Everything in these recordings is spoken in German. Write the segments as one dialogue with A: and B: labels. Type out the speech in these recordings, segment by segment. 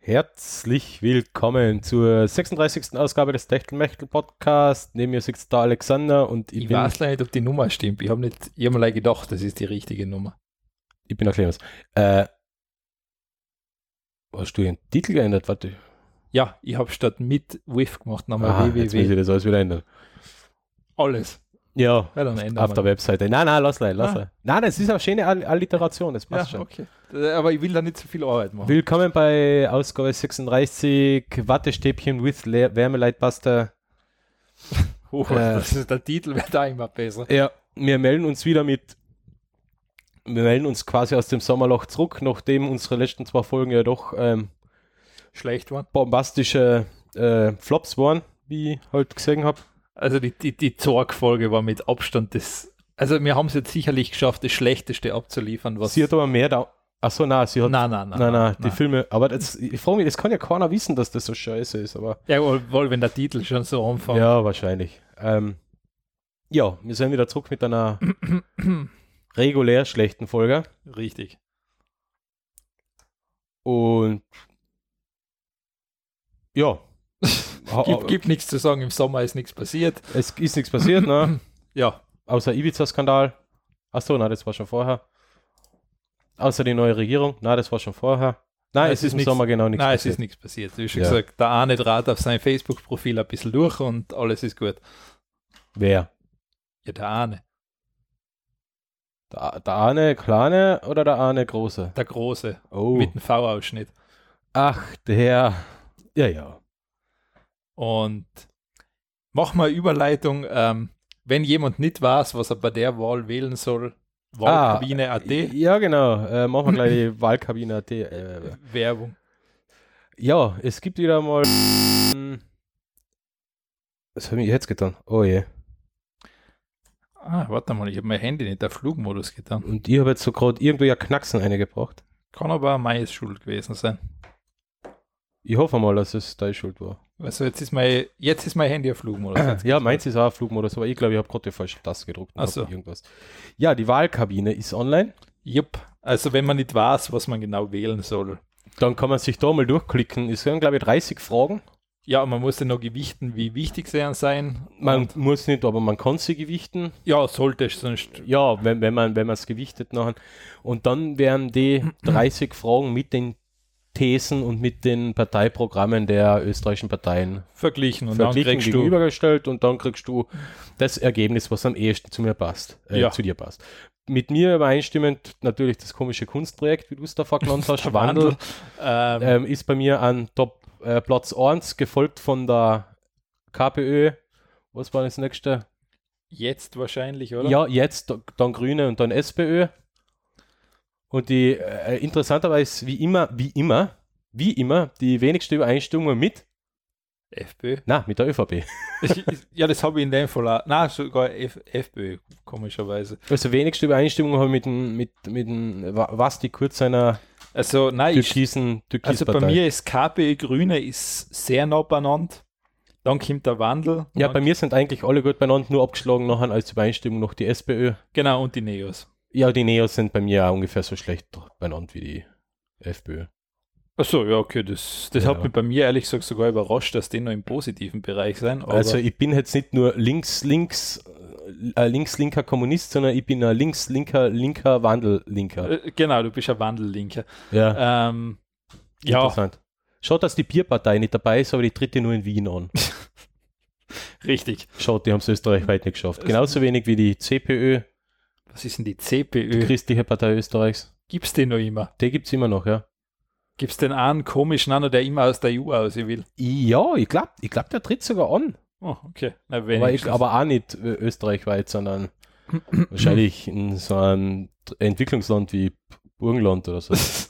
A: Herzlich willkommen zur 36. Ausgabe des Techtelmechtel Podcast. Neben mir sitzt da Alexander und ich,
B: Ich
A: bin,
B: weiß leider nicht, ob die Nummer stimmt. Ich habe nicht, ich hab mir leider gedacht, das ist die richtige Nummer.
A: ich bin der Clemens. Äh, hast du den Titel geändert? Warte.
B: Ja, ich habe statt mit with gemacht,
A: Aha,
B: nochmal
A: Ah, jetzt muss ich
B: www.
A: das alles wieder ändern.
B: Alles.
A: Ja,
B: Ja, dann ändern
A: auf
B: wir
A: der Webseite. Nein, nein, lass leider, lass
B: Ah.
A: leider. Nein, das ist eine schöne Al- Alliteration, das
B: das.
A: passt
B: Ja,
A: schon.
B: okay. Äh, Aber ich will da nicht zu viel Arbeit machen.
A: Willkommen bei Ausgabe 36 Wattestäbchen with Le Wärmeleitbuster.
B: Oh,
A: äh,
B: das ist der Titel wird da immer besser.
A: Ja, wir melden uns wieder mit. Wir melden uns quasi aus dem Sommerloch zurück, nachdem unsere letzten zwei Folgen ja doch ähm,
B: Schlecht waren.
A: bombastische äh, Flops waren, wie ich halt gesehen habe.
B: Also die, die, die Zorg-Folge war mit Abstand das. Also wir haben es jetzt sicherlich geschafft, das Schlechteste abzuliefern, was.
A: Sie hat aber mehr da. Achso, nein, sie hat.
B: nein, nein, nein.
A: nein, nein, die
B: nein.
A: Filme. Aber das, ich frage mich, das kann ja keiner wissen, dass das so scheiße ist, aber.
B: Ja, wohl, wohl, wenn der Titel schon so anfängt.
A: Ja, wahrscheinlich. Ähm, ja, wir sind wieder zurück mit einer regulär schlechten Folge.
B: Richtig.
A: Und ja. Ha-
B: Gibt, gibt nichts zu sagen, im Sommer ist nichts passiert.
A: Es ist nichts passiert, ne?
B: Ja,
A: Außer Ibiza-Skandal. Achso, na, das war schon vorher. Außer die neue Regierung. Na, das war schon vorher. Nein, es, ist im
B: nichts-
A: Sommer genau nichts
B: Nein, es
A: passiert.
B: ist nichts passiert. Wie schon
A: Ja.
B: gesagt, der eine draht auf sein Facebook-Profil ein bisschen durch und alles ist gut.
A: Wer?
B: Ja, der eine,
A: Der, der eine kleine oder der eine große?
B: der große,
A: Oh.
B: mit dem V-Ausschnitt.
A: Ach, der. Ja, ja.
B: Und mach mal Überleitung, ähm, wenn jemand nicht weiß, was er bei der Wahl wählen soll, Wahlkabine.at,
A: Ja, genau. Ah, Äh, machen wir gleich die Wahlkabine. AT, Äh,
B: Werbung.
A: ja, es gibt wieder mal. Was habe ich jetzt getan? Oh je.
B: Ah, warte mal, ich habe mein Handy nicht auf Flugmodus getan.
A: Und ich habe jetzt so gerade irgendwie ein Knacksen eingebracht.
B: Kann aber meines Schuld gewesen sein.
A: Ich hoffe mal, dass es deine Schuld war.
B: Also jetzt ist mein, jetzt ist mein Handy auf Flugmodus. Jetzt-
A: Ja, meins ist auch ein Flugmodus, aber ich glaube, ich habe gerade die falsche Taste gedruckt. und
B: Ach so.
A: hab Irgendwas. Ja, die Wahlkabine ist online.
B: Jupp. Also wenn man nicht weiß, was man genau wählen soll.
A: Dann kann man sich da mal durchklicken. Es sind, glaube ich, 30 Fragen.
B: Ja, man muss ja noch gewichten, wie wichtig sie einem sein.
A: Man
B: Und-
A: muss nicht, aber man kann sie gewichten.
B: ja, sollte es sonst.
A: Ja, wenn, wenn man wenn man es gewichtet nachher. Und dann wären die 30 Fragen mit den Thesen und mit den Parteiprogrammen der österreichischen Parteien
B: Verglichen und dann
A: verglichen
B: kriegst du.
A: gegenübergestellt und dann kriegst du das Ergebnis, was am ehesten zu mir passt, äh,
B: Ja.
A: zu dir passt. Mit mir übereinstimmend natürlich das komische Kunstprojekt, wie du es da genannt hast,
B: Der
A: Wandel,
B: Wandel. Ähm,
A: ähm, ist bei mir an Top äh, Platz 1, gefolgt von der KPÖ. Was war das nächste?
B: Jetzt wahrscheinlich, oder?
A: Ja, jetzt d- dann Grüne und dann SPÖ. Und die äh, interessanterweise wie immer, wie immer, wie immer, die wenigste Übereinstimmung mit,
B: FPÖ.
A: na, mit der ÖVP.
B: Ich- ich- ja, das habe ich in dem Fall auch. Nein, sogar F FPÖ, komischerweise.
A: Also wenigste Übereinstimmung habe ich mit dem, mit, mit dem Wa- Basti Kurz seiner
B: Also, nein, ich,
A: türkisen, türkisen
B: also bei mir ist KPÖ Grüne ist sehr nah benannt. Dann kommt der Wandel.
A: ja,
B: Dann-
A: bei mir sind eigentlich alle gut benannt, nur abgeschlagen nachher als Übereinstimmung noch die SPÖ.
B: genau, und die Neos.
A: Ja, die Neos sind bei mir auch ungefähr so schlecht benannt wie die FPÖ.
B: Achso, ja, okay, das, das
A: Ja.
B: hat mich bei mir ehrlich gesagt sogar überrascht, dass die noch im positiven Bereich sind. aber-
A: also ich bin jetzt nicht nur links, links, äh, links, linker Kommunist, sondern ich bin ein links, linker, linker Wandellinker.
B: Äh, Genau, du bist ein Wandellinker.
A: Ja,
B: Ähm, ja,
A: interessant. Schaut, dass die Bierpartei nicht dabei ist, aber die tritt ja nur in Wien an.
B: richtig.
A: Schaut, die haben es österreichweit nicht geschafft. Genauso wenig wie die CPÖ,
B: Was ist denn
A: die
B: die CPÖ?
A: Christliche Partei Österreichs.
B: Gibt's den noch immer?
A: Die gibt es immer noch, ja.
B: Gibt's den einen komischen an, der immer aus der EU aus will?
A: Ja, ich glaube, ich glaub, der tritt sogar an.
B: Oh, okay. Na,
A: Aber, ich,
B: wenigstens.
A: aber auch nicht äh, österreichweit, sondern wahrscheinlich in so einem Entwicklungsland wie Burgenland oder so. ich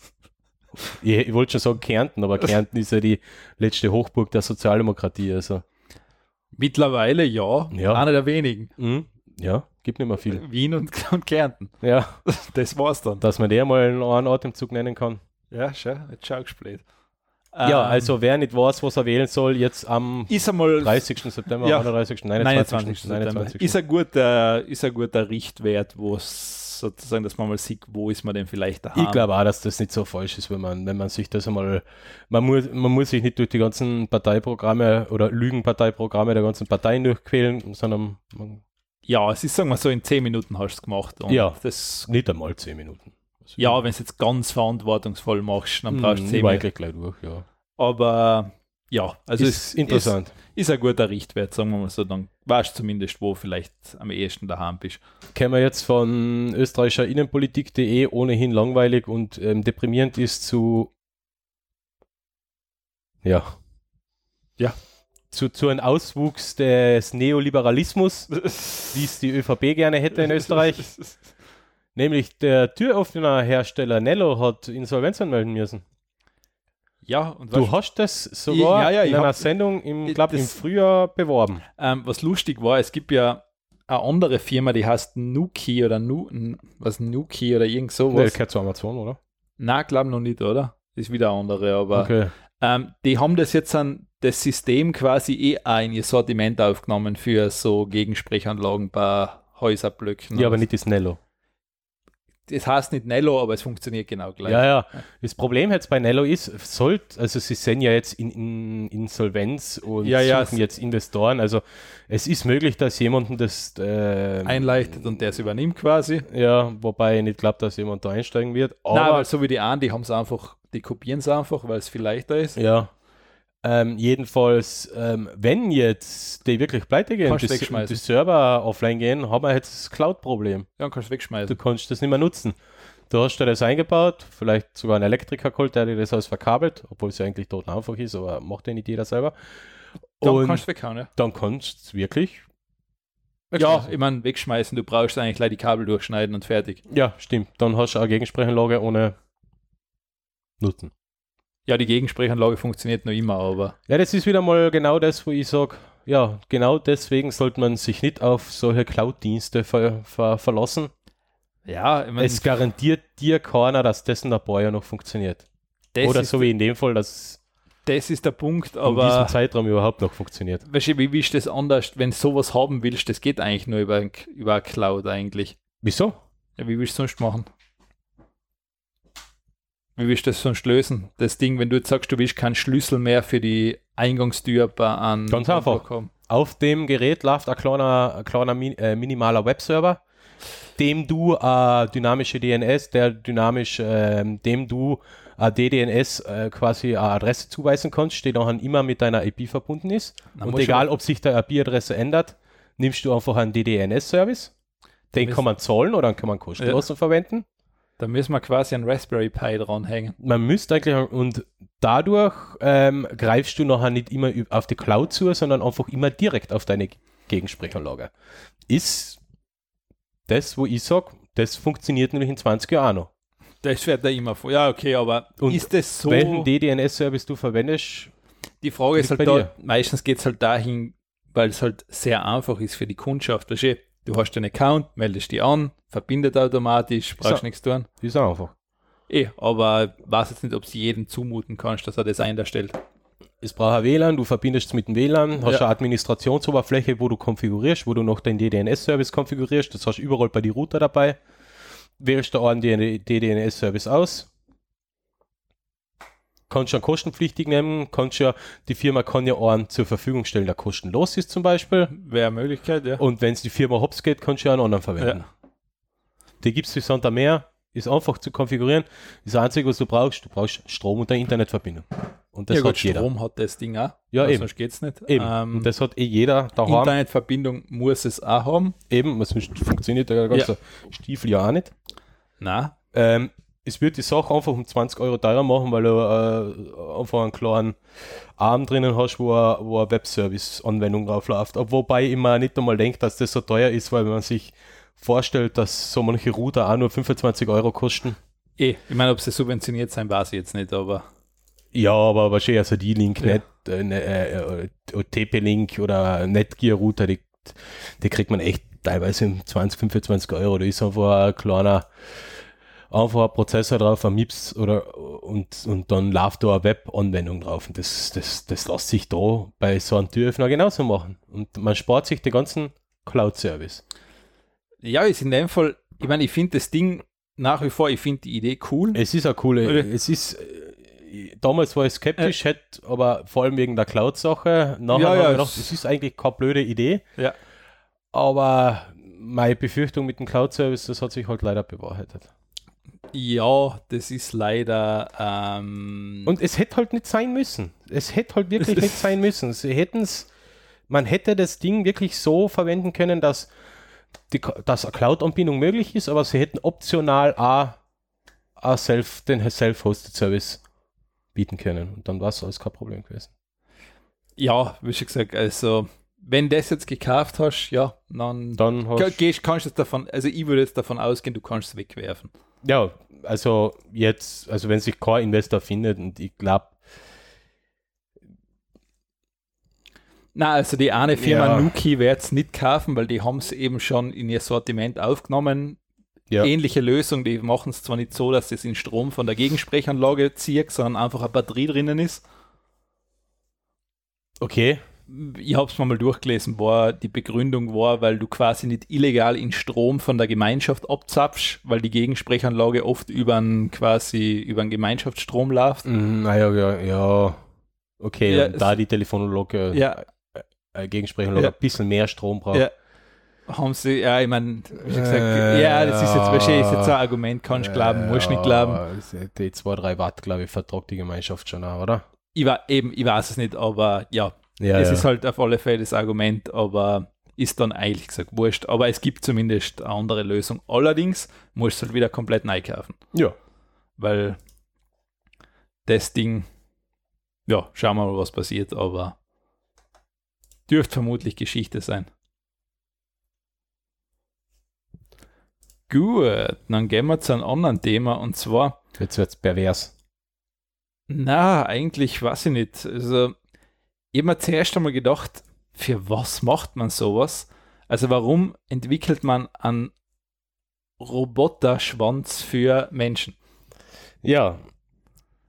A: ich wollte schon sagen Kärnten, aber Kärnten ist ja die letzte Hochburg der Sozialdemokratie. Also.
B: Mittlerweile ja,
A: Ja.
B: einer der wenigen.
A: Mhm. Ja, gibt nicht mehr viel.
B: Wien und, und Kärnten.
A: Ja,
B: Das war's dann.
A: dass man der mal einen anderen Atemzug nennen kann.
B: Ja, schau, jetzt schau gespielt.
A: ja,
B: Ähm.
A: also wer nicht weiß, was er wählen soll, jetzt am
B: Ist einmal
A: 30. September,
B: Ja.
A: 31. 29.
B: 29. September.
A: 29.
B: Ist ein guter, ist ein guter Richtwert, was sozusagen, dass man mal sieht, wo ist man denn vielleicht daheim.
A: Ich glaube auch, dass das nicht so falsch ist, wenn man, wenn man sich das einmal, man muss, man muss sich nicht durch die ganzen Parteiprogramme oder Lügenparteiprogramme der ganzen Parteien durchquälen, sondern man,
B: Ja, es ist, sagen wir so, in zehn Minuten hast du es gemacht. Und
A: Ja.
B: Das,
A: nicht einmal zehn Minuten. Also,
B: ja, wenn du es jetzt ganz verantwortungsvoll machst, dann
A: hm,
B: brauchst du
A: ich
B: zehn
A: war
B: Minuten.
A: eigentlich gleich durch, ja.
B: Aber ja, also es
A: ist interessant.
B: Ist, ist ein guter Richtwert, sagen wir mal so. Dann weißt du zumindest, wo vielleicht am ehesten daheim bist.
A: Kennen wir jetzt von österreichischer Innenpolitik.de ohnehin langweilig und ähm, deprimierend ist zu. Ja.
B: Ja.
A: Zu, zu einem Auswuchs des Neoliberalismus, wie es die ÖVP gerne hätte in Österreich. Nämlich der Türöffnerhersteller Nello hat Insolvenz anmelden müssen.
B: Ja, und
A: Du
B: was,
A: hast das sogar
B: Ja, ja, ich
A: in einer
B: hab-
A: Sendung im,
B: ich-
A: glaub, im
B: das-
A: Frühjahr beworben.
B: ähm, was lustig war, es gibt ja eine andere Firma, die heißt Nuki oder Nu, N- was Nuki oder irgend
A: Nee,
B: sowas.
A: gehört zu Amazon, oder?
B: Na, glaube noch nicht, oder? Ist wieder eine andere, aber
A: Okay.
B: ähm, die haben das jetzt an das System quasi eh auch in ihr Sortiment aufgenommen für so Gegensprechanlagen bei Häuserblöcken.
A: Ja, aber nicht das Nello.
B: Das heißt nicht Nello, aber es funktioniert genau gleich.
A: Ja, ja. Das Problem jetzt bei Nello ist, sollte, also sie sind ja jetzt in, in Insolvenz und
B: Ja, ja,
A: suchen
B: es-
A: jetzt Investoren. Also es ist möglich, dass jemanden das äh,
B: einleitet und der es übernimmt quasi.
A: Ja, wobei ich nicht glaube, dass jemand da einsteigen wird.
B: Nein,
A: Aber
B: weil so wie die einen, die haben es einfach, die kopieren es einfach, weil es viel leichter ist.
A: ja. Ähm, jedenfalls, ähm, wenn jetzt die wirklich pleite gehen,
B: Kannst
A: die,
B: wegschmeißen.
A: die Server offline gehen, haben wir jetzt das Cloud-Problem.
B: Dann kannst du
A: Du
B: wegschmeißen.
A: kannst das nicht mehr nutzen. Du hast dir das eingebaut, vielleicht sogar einen Elektriker geholt, der dir das alles verkabelt, obwohl es ja eigentlich tot einfach ist, aber macht ja nicht jeder selber.
B: Dann
A: Und
B: kannst du weghauen, ja.
A: dann kannst du es wirklich.
B: Ja, ich meine, wegschmeißen, du brauchst eigentlich gleich die Kabel durchschneiden und fertig.
A: Ja, stimmt. Dann hast du eine Gegensprechanlage ohne Nutzen.
B: Ja, die Gegensprechanlage funktioniert noch immer, aber
A: Ja, das ist wieder mal genau das, wo ich sage, ja, genau deswegen sollte man sich nicht auf solche Cloud-Dienste ver ver verlassen.
B: ja, ich meine,
A: Es garantiert dir keiner, dass das in der Bäuer noch funktioniert.
B: das,
A: Oder
B: ist,
A: so wie in dem Fall, dass
B: das ist der Punkt,
A: in diesem
B: aber
A: Zeitraum überhaupt noch funktioniert.
B: weißt du, wie willst du das anders, wenn du sowas haben willst, das geht eigentlich nur über, ein- über eine Cloud eigentlich.
A: Wieso?
B: Ja, wie willst du sonst machen? Wie willst du das sonst lösen? Das Ding, wenn du jetzt sagst, du willst keinen Schlüssel mehr für die Eingangstür bei einem
A: Ganz einfach.
B: Bank haben.
A: Auf dem Gerät läuft ein kleiner, ein kleiner min, äh, minimaler Webserver, dem du äh, dynamische DNS, der dynamisch, ähm, dem du äh, DDNS äh, quasi eine Adresse zuweisen kannst, die dann immer mit deiner IP verbunden ist.
B: Na,
A: Und
B: muss
A: egal, ob sich deine IP-Adresse ändert, nimmst du einfach einen DDNS-Service. Den
B: Mist.
A: kann man zahlen oder dann kann man kostenlos verwenden.
B: Da müssen wir quasi einen Raspberry Pi dranhängen.
A: Man müsste eigentlich, und dadurch ähm, greifst du nachher nicht immer üb- auf die Cloud zu, sondern einfach immer direkt auf deine Gegensprechanlage. Ist das, wo ich sage, das funktioniert nämlich in 20 Jahren auch noch.
B: Das wird da immer vor. Ja, okay, aber
A: Und
B: ist das so?
A: Welchen DDNS-Service du verwendest,
B: Die Frage
A: Liegt
B: ist halt
A: bei
B: da, meistens geht es halt dahin, weil es halt sehr einfach ist für die Kundschaft. Weißt du, du hast einen Account, meldest dich an, verbindet automatisch, brauchst
A: So.
B: nichts tun.
A: ist auch einfach.
B: Eh, aber weiß jetzt nicht, ob es jedem zumuten kannst, dass er das einstellt.
A: Es braucht ein WLAN, du verbindest es mit dem WLAN, hast
B: Ja.
A: eine Administrationsoberfläche, wo du konfigurierst, wo du noch den DDNS-Service konfigurierst, das hast du überall bei den Router dabei. Wählst da einen E, DDNS-Service aus. Kannst du einen kostenpflichtig nehmen, kannst ja, die Firma kann ja einen zur Verfügung stellen, der kostenlos ist zum Beispiel.
B: Wäre eine Möglichkeit, ja.
A: Und wenn es die Firma hops geht, kannst du ja einen anderen verwenden. Die gibt es für Santa mehr, ist einfach zu konfigurieren. Das Einzige, was du brauchst, du brauchst Strom und eine Internetverbindung. Und das
B: ja gut,
A: hat jeder.
B: Strom hat das Ding auch.
A: Ja,
B: weil
A: eben.
B: Sonst geht's nicht.
A: Eben.
B: Ähm,
A: und das hat eh jeder daheim.
B: Internetverbindung muss es auch haben.
A: Eben, weil sonst funktioniert der ganze Stiefel ja auch nicht.
B: Na,
A: Ähm, es wird die Sache einfach um 20 Euro teurer machen, weil du äh, einfach einen klaren Arm drinnen hast, wo, a- wo eine Webservice-Anwendung draufläuft. Ob- Wobei ich mir nicht einmal denke, dass das so teuer ist, weil wenn man sich vorstellt, dass so manche Router auch nur 25 Euro kosten.
B: eh. Ich meine, ob sie subventioniert sein, weiß ich jetzt nicht, aber
A: Ja, aber wahrscheinlich also die Link,
B: Ja.
A: nicht äh, ne- äh, äh, TP-Link oder Netgear-Router, die, die kriegt man echt teilweise um 20, 25 Euro. Da ist einfach ein kleiner einfach ein Prozessor drauf, ein MIPS oder und, und dann läuft da eine Web-Anwendung drauf. Und das, das, das lässt sich da bei so einem Türöffner genauso machen. Und man spart sich den ganzen Cloud-Service.
B: ja, ist in dem Fall, Ich meine, ich finde das Ding nach wie vor, ich finde die Idee cool.
A: Es ist eine coole, es ist, äh, damals war ich skeptisch, hätte aber vor allem wegen der Cloud-Sache, nachher
B: Äh. Ja,
A: habe
B: ja,
A: ich gedacht,
B: es-
A: es ist eigentlich keine blöde Idee,
B: Ja.
A: aber meine Befürchtung mit dem Cloud-Service, das hat sich halt leider bewahrheitet.
B: Ja, das ist leider. Ähm,
A: Und es hätte halt nicht sein müssen. Es hätte halt wirklich nicht sein müssen. Sie hätten's, man hätte das Ding wirklich so verwenden können, dass, die, dass eine Cloud-Anbindung möglich ist, aber sie hätten optional auch, auch self, den Self-Hosted Service bieten können. Und dann war es alles kein Problem gewesen.
B: ja, wie schon gesagt, also, wenn das jetzt gekauft hast, ja, dann.
A: Dann
B: Ka-
A: hast,
B: Gehst, kannst du es davon, also ich würde jetzt davon ausgehen, du kannst es wegwerfen.
A: ja, also jetzt, also wenn sich kein Investor findet und ich glaube,
B: Na, also die eine Firma
A: Ja.
B: Nuki wird es nicht kaufen, weil die haben es eben schon in ihr Sortiment aufgenommen.
A: ja,
B: Ähnliche Lösung, die machen es zwar nicht so, dass das in Strom von der Gegensprechanlage zieht, sondern einfach eine Batterie drinnen ist.
A: okay,
B: Ich habe es mal durchgelesen, war die Begründung war, weil du quasi nicht illegal in Strom von der Gemeinschaft abzapfst, weil die Gegensprechanlage oft über einen quasi über einen Gemeinschaftsstrom läuft.
A: naja, ja, ja, okay,
B: Ja,
A: und
B: es-
A: da die Telefonlage
B: Ja,
A: äh, Gegensprechanlage
B: Ja.
A: ein bisschen mehr Strom braucht.
B: Ja. haben sie, ja, ich meine, wie schon gesagt,
A: Äh,
B: ja, das ist jetzt wahrscheinlich ist jetzt ein
A: ja.
B: Argument, kannst glauben, musst nicht glauben.
A: Äh, Ja, Die 2-3 Watt, glaube ich, vertragt die Gemeinschaft schon auch, oder?
B: Ich, war, eben, ich weiß es nicht, aber ja,
A: Ja,
B: es
A: ja.
B: ist halt auf alle Fälle das Argument, aber ist dann eigentlich gesagt wurscht. Aber es gibt zumindest eine andere Lösung. Allerdings musst du halt wieder komplett neu kaufen,
A: ja.
B: weil das Ding, ja, schauen wir mal, was passiert, aber dürfte vermutlich Geschichte sein. Gut, dann gehen wir zu einem anderen Thema und zwar
A: Jetzt wird es pervers.
B: na, eigentlich weiß ich nicht. Also, ich habe mir zuerst einmal gedacht, für was macht man sowas? Also, warum entwickelt man einen Roboterschwanz für Menschen?
A: Ja,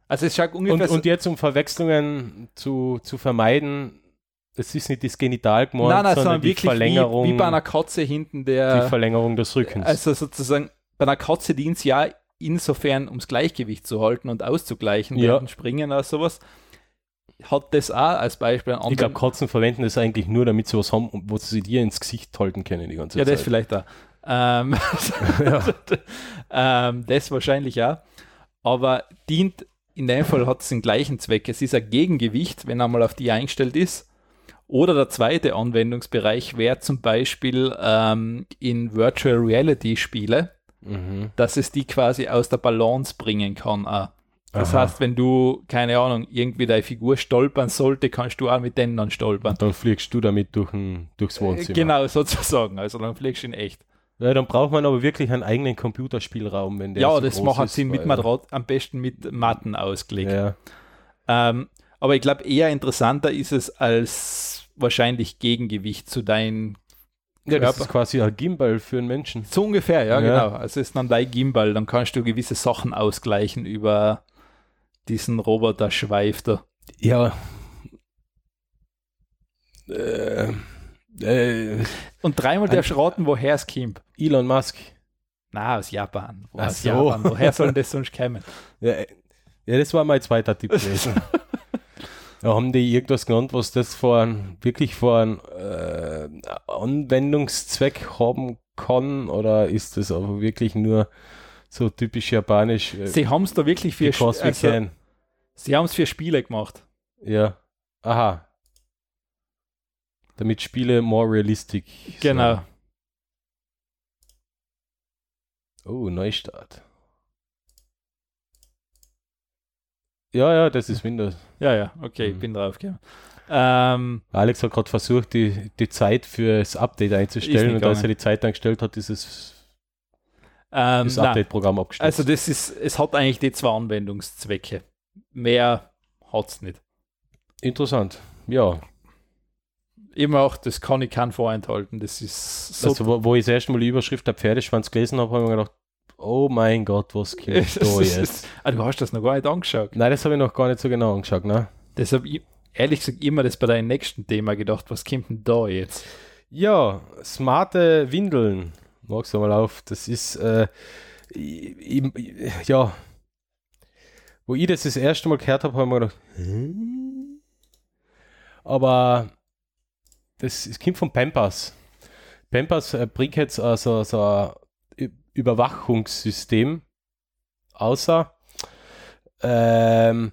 B: Also, es schaut ungefähr
A: und,
B: so-
A: und jetzt, um Verwechslungen zu, zu vermeiden, es ist nicht das Genital gemeint,
B: nein, nein,
A: sondern,
B: sondern
A: die,
B: wirklich
A: Verlängerung,
B: wie, wie bei einer äh, Katze hinten der.
A: die Verlängerung des Rückens.
B: Also, sozusagen, bei einer Katze dient es ja insofern, ums Gleichgewicht zu halten und auszugleichen,
A: Ja.
B: während Springen oder sowas. Hat das auch als Beispiel einen
A: ich
B: anderen
A: glaube, Katzen verwenden das eigentlich nur, damit sie was haben, wo sie dir ins Gesicht halten können die ganze
B: Ja, das
A: Zeit.
B: vielleicht da. Ähm, ähm, das wahrscheinlich ja. Aber dient, in dem Fall hat es den gleichen Zweck. Es ist ein Gegengewicht, wenn er mal auf die eingestellt ist. Oder der zweite Anwendungsbereich wäre zum Beispiel ähm, in Virtual Reality Spiele,
A: Mhm.
B: dass es die quasi aus der Balance bringen kann. Auch. Das
A: Aha.
B: heißt, wenn du, keine Ahnung, irgendwie deine Figur stolpern sollte, kannst du auch mit denen dann stolpern.
A: Dann fliegst du damit durch ein, durchs Wohnzimmer.
B: Genau, sozusagen. Also dann fliegst du in echt.
A: Ja, dann braucht man aber wirklich einen eigenen Computerspielraum, wenn der
B: ja,
A: so
B: das
A: groß
B: machen
A: ist, äh,
B: sie mit
A: weil-
B: Matrat am besten mit Matten ausgelegt.
A: Ja.
B: Ähm, aber ich glaube, eher interessanter ist es als wahrscheinlich Gegengewicht zu deinen
A: Ja, das
B: Körper.
A: ist quasi ein Gimbal für einen Menschen.
B: So ungefähr,
A: Ja.
B: ja, genau. Also es ist dann dein Gimbal, dann kannst du gewisse Sachen ausgleichen über diesen Roboter-Schweif da.
A: Ja. Äh, äh,
B: Und dreimal
A: Ein-
B: darfst du raten, woher es kommt.
A: Elon Musk.
B: Na, aus Japan.
A: Ach
B: Aus
A: so.
B: Japan. Woher soll denn das sonst kommen?
A: Ja, äh, ja, das war mein zweiter Tipp gewesen. da haben die irgendwas genannt, was das vor ein, wirklich vor einen äh, Anwendungszweck haben kann oder ist das aber wirklich nur so typisch japanisch? Äh,
B: Sie haben es da wirklich für,
A: because we
B: also,
A: can.
B: sie haben's für Spiele gemacht.
A: Ja. Aha. Damit Spiele more realistic. sind.
B: Genau.
A: Oh, Neustart. Ja, ja, das ist Windows.
B: Ja, ja, okay, ich
A: Mhm.
B: bin drauf gekommen. Ähm,
A: Alex hat gerade versucht, die, die Zeit für das Update
B: Ist
A: einzustellen
B: nicht
A: und als er
B: gegangen.
A: die Zeit eingestellt hat, ist es,
B: ähm,
A: das
B: nein,
A: Update-Programm abgestellt.
B: also das ist, es hat eigentlich die zwei Anwendungszwecke. Mehr hat es nicht.
A: Interessant. Ja,
B: Immer auch, das kann ich keinen vorenthalten. Das ist so.
A: also, wo, wo ich das erste Mal die Überschrift der Pferdeschwanz gelesen habe, habe ich mir gedacht, oh mein Gott, was kommt da jetzt?
B: ah, du hast das noch gar nicht angeschaut.
A: Nein, das habe ich noch gar nicht so genau angeschaut, ne?
B: Deshalb ich, ehrlich gesagt immer das bei deinem nächsten Thema gedacht, was kommt denn da jetzt?
A: Ja, smarte Windeln magst du mal auf. Das ist, äh, ich, ich, ja, wo ich das das erste Mal gehört habe, habe ich mir gedacht, hm? aber das, das kommt von Pampas. Pampas äh, bringt jetzt also so ein Überwachungssystem, außer ähm,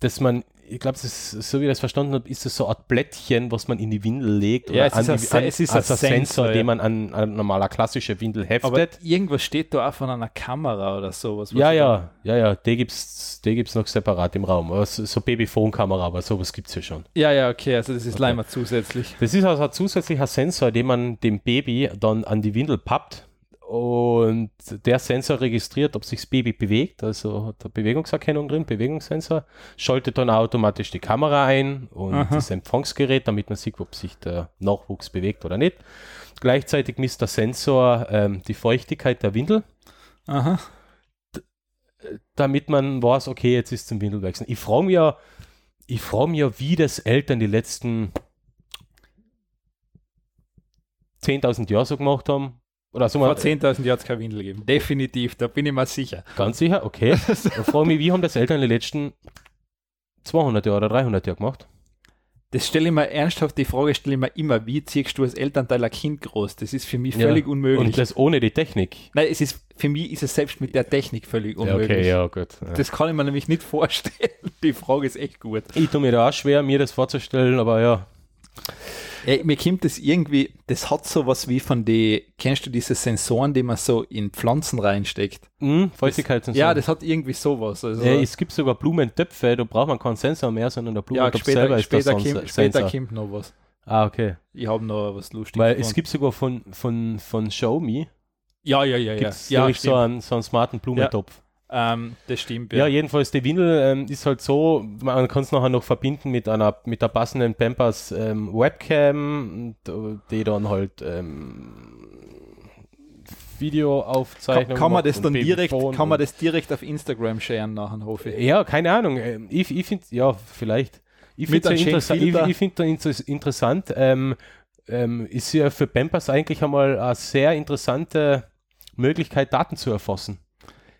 A: dass man, ich glaube, so wie ich das verstanden habe, ist es so ein Blättchen, was man in die Windel legt.
B: Ja, es
A: an
B: ist ein
A: die,
B: Se- es ist
A: als
B: ein
A: ein Sensor,
B: Sensor, ja.
A: den man an, an normaler klassische Windel heftet.
B: Aber irgendwas steht da auch von einer Kamera oder sowas. was
A: ja,
B: ich
A: ja, ja, ja, die gibt es die gibt's noch separat im Raum. Aber So, so Babyphone-Kamera, aber sowas gibt es ja schon.
B: Ja, ja, okay, also das ist leider zusätzlich.
A: Das ist also ein zusätzlicher Sensor, den man dem Baby dann an die Windel pappt. Und der Sensor registriert, ob sich das Baby bewegt, also hat eine Bewegungserkennung drin, Bewegungssensor, schaltet dann automatisch die Kamera ein und
B: Aha.
A: das Empfangsgerät, damit man sieht, ob sich der Nachwuchs bewegt oder nicht. Gleichzeitig misst der Sensor ähm, die Feuchtigkeit der Windel,
B: Aha.
A: damit man weiß, okay, jetzt ist zum Windelwechseln. Ich frage mich ja, ich frage mich ja, wie das Eltern die letzten 10.000 Jahre so gemacht haben. Oder so
B: Vor
A: mal
B: 10.000 Jahren hat es keine Windel gegeben. Definitiv, da bin ich mir sicher.
A: ganz sicher, okay. Ich frage mich, wie haben das Eltern die letzten 200 Jahre oder 300 Jahre gemacht?
B: Das stelle ich mir ernsthaft, die Frage stelle ich mir immer, wie ziehst du als Elternteil ein Kind groß? Das ist für mich völlig
A: Ja.
B: unmöglich.
A: Und das ohne die Technik.
B: Nein, es ist, für mich ist es selbst mit der Technik völlig
A: Ja,
B: unmöglich.
A: okay, ja, gut. Ja.
B: Das kann ich mir nämlich nicht vorstellen. Die Frage ist echt gut.
A: Ich tue mir da auch schwer, mir das vorzustellen, aber ja.
B: Ey, mir kommt das irgendwie, das hat so was wie von die, kennst du diese Sensoren, die man so in Pflanzen reinsteckt?
A: Hm, Feuchtigkeitssensor.
B: Ja, das hat irgendwie sowas. Also,
A: Äh, es gibt sogar Blumentöpfe, da braucht man keinen Sensor mehr, sondern der
B: ja,
A: Blumentopf selber
B: später,
A: ist der
B: später,
A: Sens-
B: kommt, später
A: Sensor.
B: kommt noch was.
A: Ah, okay.
B: Ich habe noch was Lustiges.
A: Weil es
B: gefunden.
A: gibt sogar von, von, von Xiaomi
B: ja, ja, ja, ja.
A: gibt's
B: Ja,
A: wirklich so
B: stimmt.
A: einen, so einen smarten Blumentopf.
B: ähm, das stimmt.
A: Ja, jedenfalls die Windel ähm, ist halt so, man kann es nachher noch verbinden mit einer mit der passenden Pampers ähm, Webcam, und, äh, die dann halt ähm,
B: Kann,
A: Videoaufzeichnung
B: kann man
A: macht
B: das
A: und
B: dann direkt,
A: Babyphone
B: kann man
A: und-
B: das direkt auf Instagram sharen nachher, hoffe ich.
A: Ja, keine Ahnung. Ähm, Ich, ich finde, ja, vielleicht. Ich
B: Mit
A: finde
B: einem
A: es ja
B: schönen
A: interessant. Ich,
B: Filter.
A: ich find da inter- interessant ähm, ähm, ist ja für Pampers eigentlich einmal eine sehr interessante Möglichkeit, Daten zu erfassen.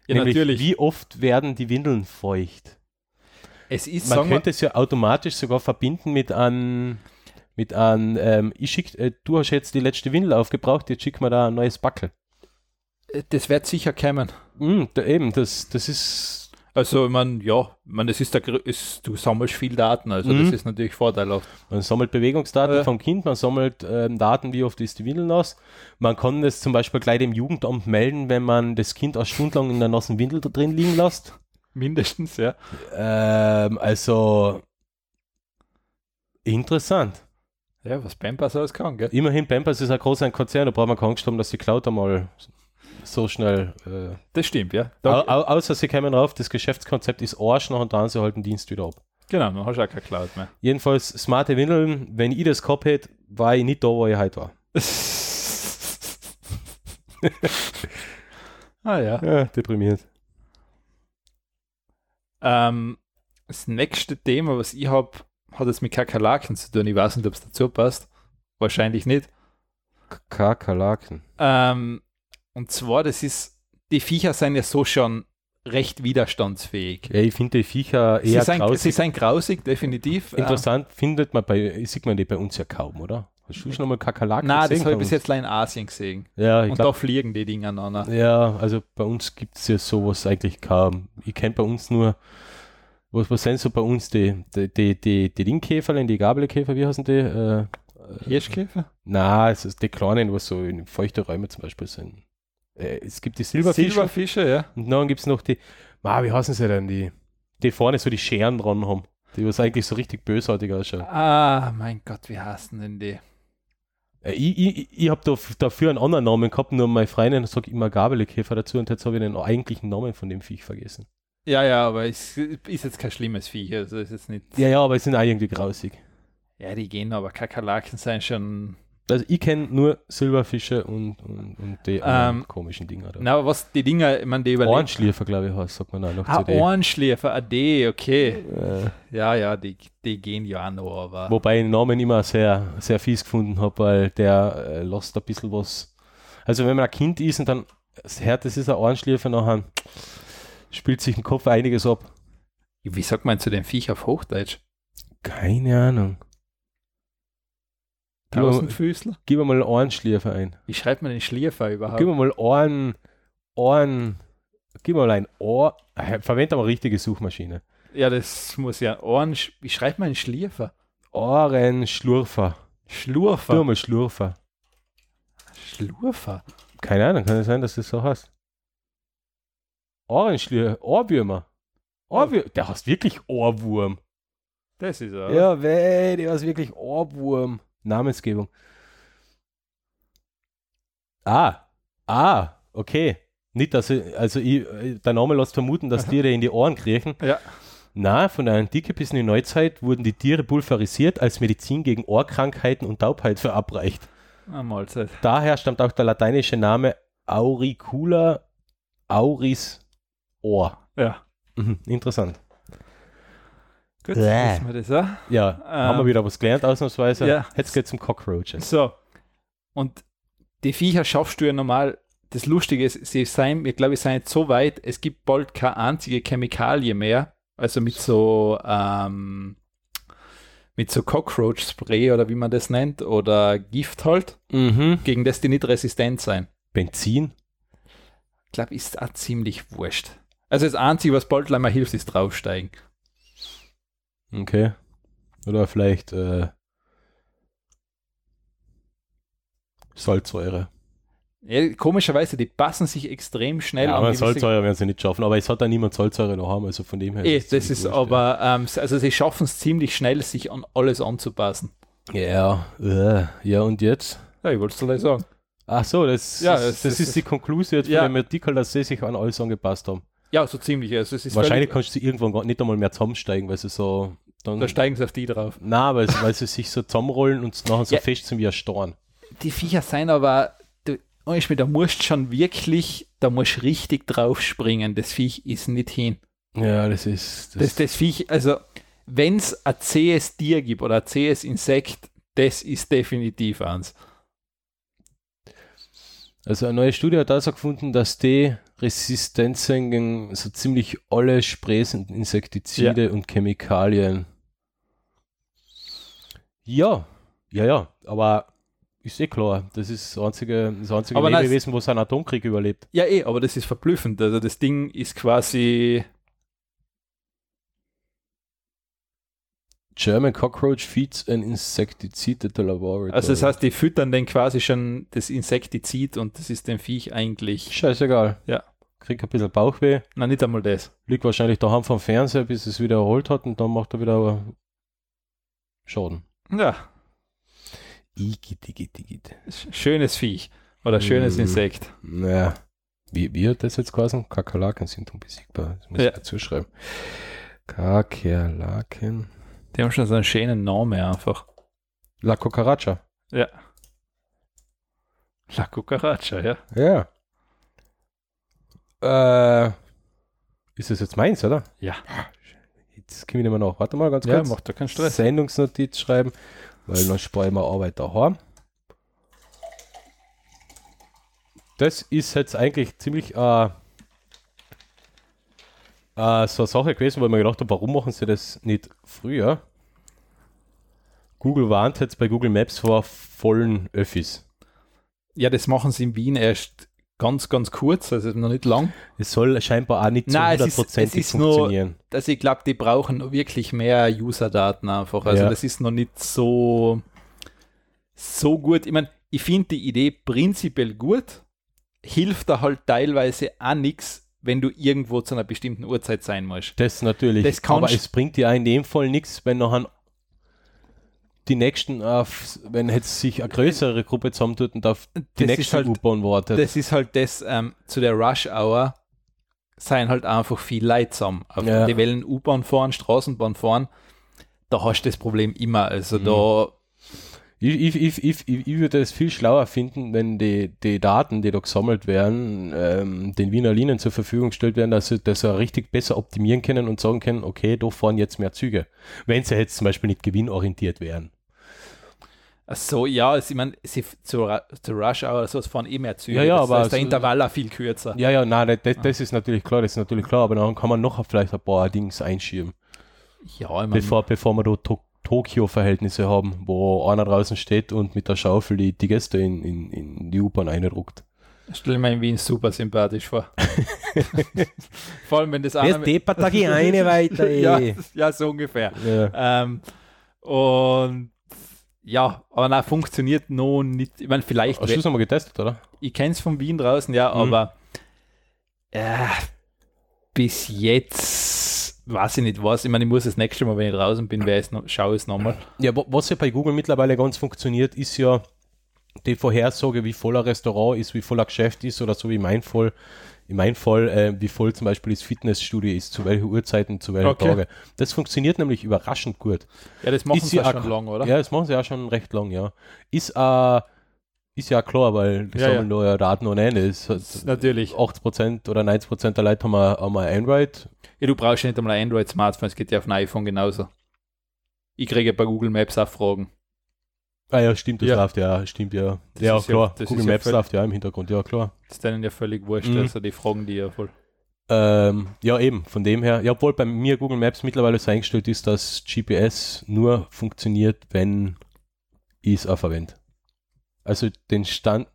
A: Nämlich, Wie oft werden die Windeln feucht?
B: Es ist,
A: Man
B: sagen wir,
A: könnte es ja automatisch sogar verbinden mit einem. Mit einem, ähm, ich schick, äh, du hast jetzt die letzte Windel aufgebraucht, jetzt schick mir da ein neues Backel.
B: das wird sicher kommen.
A: Hm, da eben, das, das ist,
B: Also, ich meine, ja, ich meine, das ist der, grö- ist, du sammelst viel Daten, also
A: Mhm.
B: das ist natürlich vorteilhaft.
A: Man sammelt Bewegungsdaten
B: Ja.
A: vom Kind, man sammelt ähm, Daten, wie oft ist die Windel nass. Man kann das zum Beispiel gleich dem Jugendamt melden, wenn man das Kind auch stundenlang in der nassen Windel da drin liegen lässt.
B: Mindestens, ja.
A: Ähm, also interessant.
B: Ja, was Pampers alles kann, gell?
A: Immerhin Pampers ist ein großer Konzern, da braucht man keine Angst haben, dass die Cloud einmal so schnell. Äh,
B: Das stimmt, ja.
A: au,
B: Da,
A: au, außer sie kämen drauf, das Geschäftskonzept ist Arsch, nachher dann sie halt den Dienst wieder ab.
B: genau, dann hast du auch keine Cloud mehr.
A: Jedenfalls smarte Windeln, wenn ich das gehabt hätte, war ich nicht da, wo ich heute war.
B: ah ja.
A: Ja, deprimiert.
B: Ähm, das nächste Thema, was ich habe, hat es mit Kakerlaken zu tun. Ich weiß nicht, ob es dazu passt. Wahrscheinlich nicht.
A: Kakerlaken.
B: Ähm, und zwar, das ist, die Viecher sind ja so schon recht widerstandsfähig.
A: Ja, ich finde die Viecher
B: Sie
A: eher
B: sind, äh,
A: grausig.
B: sie sind grausig, definitiv. Ähm,
A: Interessant findet man bei, äh, sieht man die bei uns ja kaum, oder? Hast du schon einmal Kakerlaken
B: Na, das
A: gesehen
B: habe ich
A: bei
B: bis
A: uns?
B: jetzt leider in Asien gesehen.
A: Ja, ich
B: und
A: glaub,
B: da fliegen die Dinger ne? aneinander.
A: ja, also bei uns gibt es ja sowas eigentlich kaum. Ich kenne bei uns nur, was, was sind so bei uns die, die, die, die, die Dingkäferlein, die Gabelkäfer, wie heißen die? Äh,
B: Hirschkäfer?
A: na, es ist die kleinen, was so in feuchten Räumen zum Beispiel sind. Äh, es gibt die Silberfische
B: Silberfische, ja.
A: und dann gibt es noch die, ah, wie heißen sie denn, die, die vorne so die Scheren dran haben, die was eigentlich so richtig bösartig ausschauen.
B: Ah, mein Gott, wie hassen denn die?
A: Äh, Ich, ich, ich habe da, dafür einen anderen Namen gehabt, nur meine Freundin sagt immer Gabelkäfer dazu und jetzt habe ich den eigentlichen Namen von dem Viech vergessen.
B: Ja, ja, aber es ist jetzt kein schlimmes Viech. Also ist jetzt nicht.
A: Ja, ja, aber es sind auch irgendwie grausig.
B: Ja, die gehen, aber Kakerlaken sind schon.
A: Also ich kenne nur Silberfische und, und, und die anderen
B: Ähm,
A: komischen Dinger da.
B: Na, aber was die Dinger, ich meine, die überleben.
A: Ohrenschliefer, glaube ich, heißt, sagt man auch noch
B: Ah,
A: zu dem.
B: Ohrenschläfer, AD, okay.
A: Äh,
B: Ja, ja, die, die gehen ja auch noch, aber.
A: wobei ich den Namen immer sehr, sehr fies gefunden habe, weil der äh, lässt ein bisschen was Also wenn man ein Kind ist und dann hört, das ist ein Ohrenschliefer nachher, spielt sich im Kopf einiges ab.
B: Wie sagt man zu dem Viech auf Hochdeutsch?
A: Keine Ahnung. Gib mal,
B: Tausendfüßler?
A: gib mal Ohrenschliefer ein.
B: Wie schreibt man den Schlierfer überhaupt?
A: Gib mal Ohren, Ohren, gib mal ein Ohr. Verwende mal richtige Suchmaschine.
B: Ja, das muss ja Ohren. sch- Wie schreibt man einen Schlierfer?
A: Ohrenschlurfer.
B: Schlurfer.
A: Nur mal Schlurfer.
B: Schlurfer.
A: Keine Ahnung, kann es sein, dass das so heißt. Ohrenschlür, äh, Ohrwürmer. Ohrwür der heißt wirklich Ohrwurm.
B: Das ist er.
A: Ja, weh, der heißt wirklich Ohrwurm. Namensgebung. Ah, ah, okay. Nicht, dass ich, also ich, äh, der Name lässt vermuten, dass Tiere in die Ohren kriechen.
B: Ja.
A: Na, von der Antike bis in die Neuzeit wurden die Tiere pulverisiert als Medizin gegen Ohrkrankheiten und Taubheit verabreicht.
B: Ah, Mahlzeit.
A: Daher stammt auch der lateinische Name Auricula auris Ohr.
B: Ja.
A: Mhm, interessant.
B: Gut,
A: Bäh.
B: wissen wir das auch.
A: Ja, haben wir
B: Ähm,
A: wieder was gelernt, ausnahmsweise.
B: ja.
A: Jetzt geht's um Cockroaches.
B: So. Und die Viecher schaffst du ja normal. Das Lustige ist, sie seien, ich glaube, sie seien jetzt so weit, es gibt bald keine einzige Chemikalie mehr. Also mit so, ähm, mit so Cockroach-Spray oder wie man das nennt, oder Gift halt, gegen das die nicht resistent sein.
A: Benzin?
B: glaube, ist auch ziemlich wurscht. Also das Einzige, was bald einmal hilft, ist draufsteigen.
A: Okay. Oder vielleicht äh, Salzsäure.
B: Ja, komischerweise, die passen sich extrem schnell
A: Ja,
B: an
A: aber
B: gewisse-
A: Salzsäure werden sie nicht schaffen. Aber es hat da niemand Salzsäure noch haben, also von dem her.
B: Eh,
A: es
B: das
A: ziemlich
B: ist
A: wurscht,
B: aber, ähm, s- also sie schaffen es ziemlich schnell, sich an alles anzupassen.
A: Ja, ja, äh, ja und jetzt?
B: Ja, ich wollte es gleich sagen.
A: Ach so, das,
B: Ja,
A: ist,
B: es
A: das,
B: ist-
A: ist die Konklusion jetzt
B: Ja.
A: von dem Artikel, dass sie sich an alles angepasst haben.
B: Ja, so ziemlich. Also es ist
A: Wahrscheinlich
B: völlig,
A: kannst du irgendwann gar nicht einmal mehr zusammensteigen, weil sie so. Dann,
B: da steigen sie auf die drauf.
A: nein, weil, sie- weil sie sich so zusammenrollen und nachher so
B: Ja.
A: fest sind wie ein Storn.
B: Die Viecher sind aber, du, ohne Schmäh, da musst schon wirklich, da musst richtig drauf springen. Das Viech ist nicht hin.
A: Ja, das ist.
B: Das, das Viech, also wenn es ein zähes Tier gibt oder ein zähes Insekt, das ist definitiv eins.
A: also, eine neue Studie hat herausgefunden, dass die Resistenzen gegen so ziemlich alle Sprays und Insektizide und Chemikalien. Ja, ja, ja, aber ist eh klar. Das ist das einzige, das einzige
B: Aber nein, es-
A: Lebewesen, was einen Atomkrieg überlebt.
B: Ja, eh, aber das ist verblüffend. Also das Ding ist quasi.
A: German cockroach feeds an insecticide at the laboratory.
B: Also das heißt, die füttern den quasi schon das Insektizid und das ist dem Viech eigentlich.
A: Scheißegal.
B: Ja.
A: Krieg ein bisschen Bauchweh,
B: Na, nicht einmal das.
A: liegt wahrscheinlich daheim vom Fernseher, bis es wieder erholt hat und dann macht er wieder Schaden.
B: Ja,
A: Igidigidigid.
B: sch- schönes Viech. Oder schönes
A: Mhm.
B: Insekt.
A: Naja. Wie, wie hat das jetzt geheißen? Kakerlaken sind unbesiegbar. Das muss
B: Ja.
A: ich dazu schreiben. Kakerlaken.
B: Die haben schon so einen schönen Namen einfach.
A: La Cucaracha.
B: La Cucaracha, ja.
A: Ja. Äh, ist das jetzt meins, oder? Ah,
B: Ja.
A: Jetzt komme ich nicht mehr nach. Warte mal ganz
B: Ja,
A: kurz.
B: macht da keinen Stress.
A: Sendungsnotiz schreiben, weil dann spare ich mir Arbeit daheim. Das ist jetzt eigentlich ziemlich äh, äh, so eine Sache gewesen, weil man gedacht habe, warum machen sie das nicht früher? Google warnt jetzt bei Google Maps vor vollen Öffis.
B: Ja, das machen sie in Wien erst ganz, ganz kurz, also noch nicht lang.
A: Es soll scheinbar auch nicht zu
B: Nein, es ist-
A: hundertprozentig
B: es ist nur-
A: funktionieren.
B: dass ich glaube, die brauchen noch wirklich mehr User-Daten einfach. Also
A: Ja.
B: das ist noch nicht so, so gut. Ich meine, ich finde die Idee prinzipiell gut, hilft da halt teilweise auch nichts, wenn du irgendwo zu einer bestimmten Uhrzeit sein musst.
A: Das natürlich.
B: Das kannst-
A: aber es bringt ja in dem Fall nichts, wenn nachher die nächsten, auf, wenn jetzt sich eine größere Gruppe zusammentut und auf die
B: Das ist
A: nächste
B: halt-
A: U-Bahn wartet.
B: Das ist halt das, ähm, zu der Rush-Hour seien halt einfach viel leidsam. Auf
A: Ja.
B: Die Wellen U-Bahn fahren, Straßenbahn fahren, da hast du das Problem immer. Also
A: Mhm.
B: da
A: ich, ich, ich, ich, ich, ich würde es viel schlauer finden, wenn die, die Daten, die da gesammelt werden, ähm, den Wiener Linien zur Verfügung gestellt werden, dass sie das auch richtig besser optimieren können und sagen können, okay, da fahren jetzt mehr Züge. Wenn sie jetzt zum Beispiel nicht gewinnorientiert wären.
B: Ach so, ja, also ich meine, sie f- zur, Ra- zur Rush Hour oder sowas fahren eh mehr Züge.
A: Ja, ja,
B: das
A: aber
B: heißt, der
A: so-
B: Intervall auch viel kürzer.
A: Ja, ja, nein, das, das-
B: Ah.
A: das ist natürlich klar, das ist natürlich klar, aber dann kann man noch vielleicht ein paar Dings einschieben,
B: Ja, ich meine,
A: bevor, bevor wir da to Tokio-Verhältnisse haben, wo einer draußen steht und mit der Schaufel die, die Gäste in, in, in die U-Bahn einruckt.
B: stell ich mir in Wien super sympathisch vor. Vor allem, wenn
A: Ah,
B: das mit-
A: deppert da geh weiter, eh.
B: ja, ja, so ungefähr.
A: Ja.
B: Ähm, und ja, aber na funktioniert noch nicht. Ich meine, vielleicht,
A: Hast du das nochmal getestet, oder?
B: ich kenne es von Wien draußen, ja,
A: Mhm.
B: aber äh, bis jetzt weiß ich nicht was. Ich meine, ich muss das nächste Mal, wenn ich draußen bin, wer es noch, schaue es nochmal.
A: Ja, wa- was ja bei Google mittlerweile ganz funktioniert, ist ja die Vorhersage, wie voll ein Restaurant ist, wie voll ein Geschäft ist oder so wie mein Fall, in meinem Fall, äh, wie voll zum Beispiel das Fitnessstudio ist, zu welchen Uhrzeiten, zu welchen
B: Okay.
A: Tagen. Das funktioniert nämlich überraschend gut.
B: Ja, das machen
A: Ist
B: sie
A: ja
B: ja
A: auch-
B: schon lang, oder?
A: Ja, das machen sie ja schon recht lang, ja. Ist, äh, ist ja klar, weil das
B: Ja, ja.
A: haben wir ja Daten ohne Ende. Es hat-
B: Das ist natürlich.
A: 80% oder 90% der Leute haben ein, haben ein Android.
B: Ja, du brauchst ja nicht einmal ein Android-Smartphone, es geht ja auf ein iPhone genauso. Ich kriege bei Google Maps auch Fragen.
A: Ah ja, stimmt, das
B: Ja.
A: läuft ja, stimmt ja.
B: Das
A: Ja,
B: ist ja-
A: klar.
B: das ist
A: Google
B: ja
A: Maps
B: völlig-
A: läuft ja im Hintergrund, ja klar.
B: Das ist denen ja völlig wurscht,
A: Mhm.
B: also die fragen die ja voll.
A: Ähm, ja, eben, von dem her. Ja, obwohl bei mir Google Maps mittlerweile so eingestellt ist, dass GPS nur funktioniert, wenn ich es auch verwende. Also den Stand,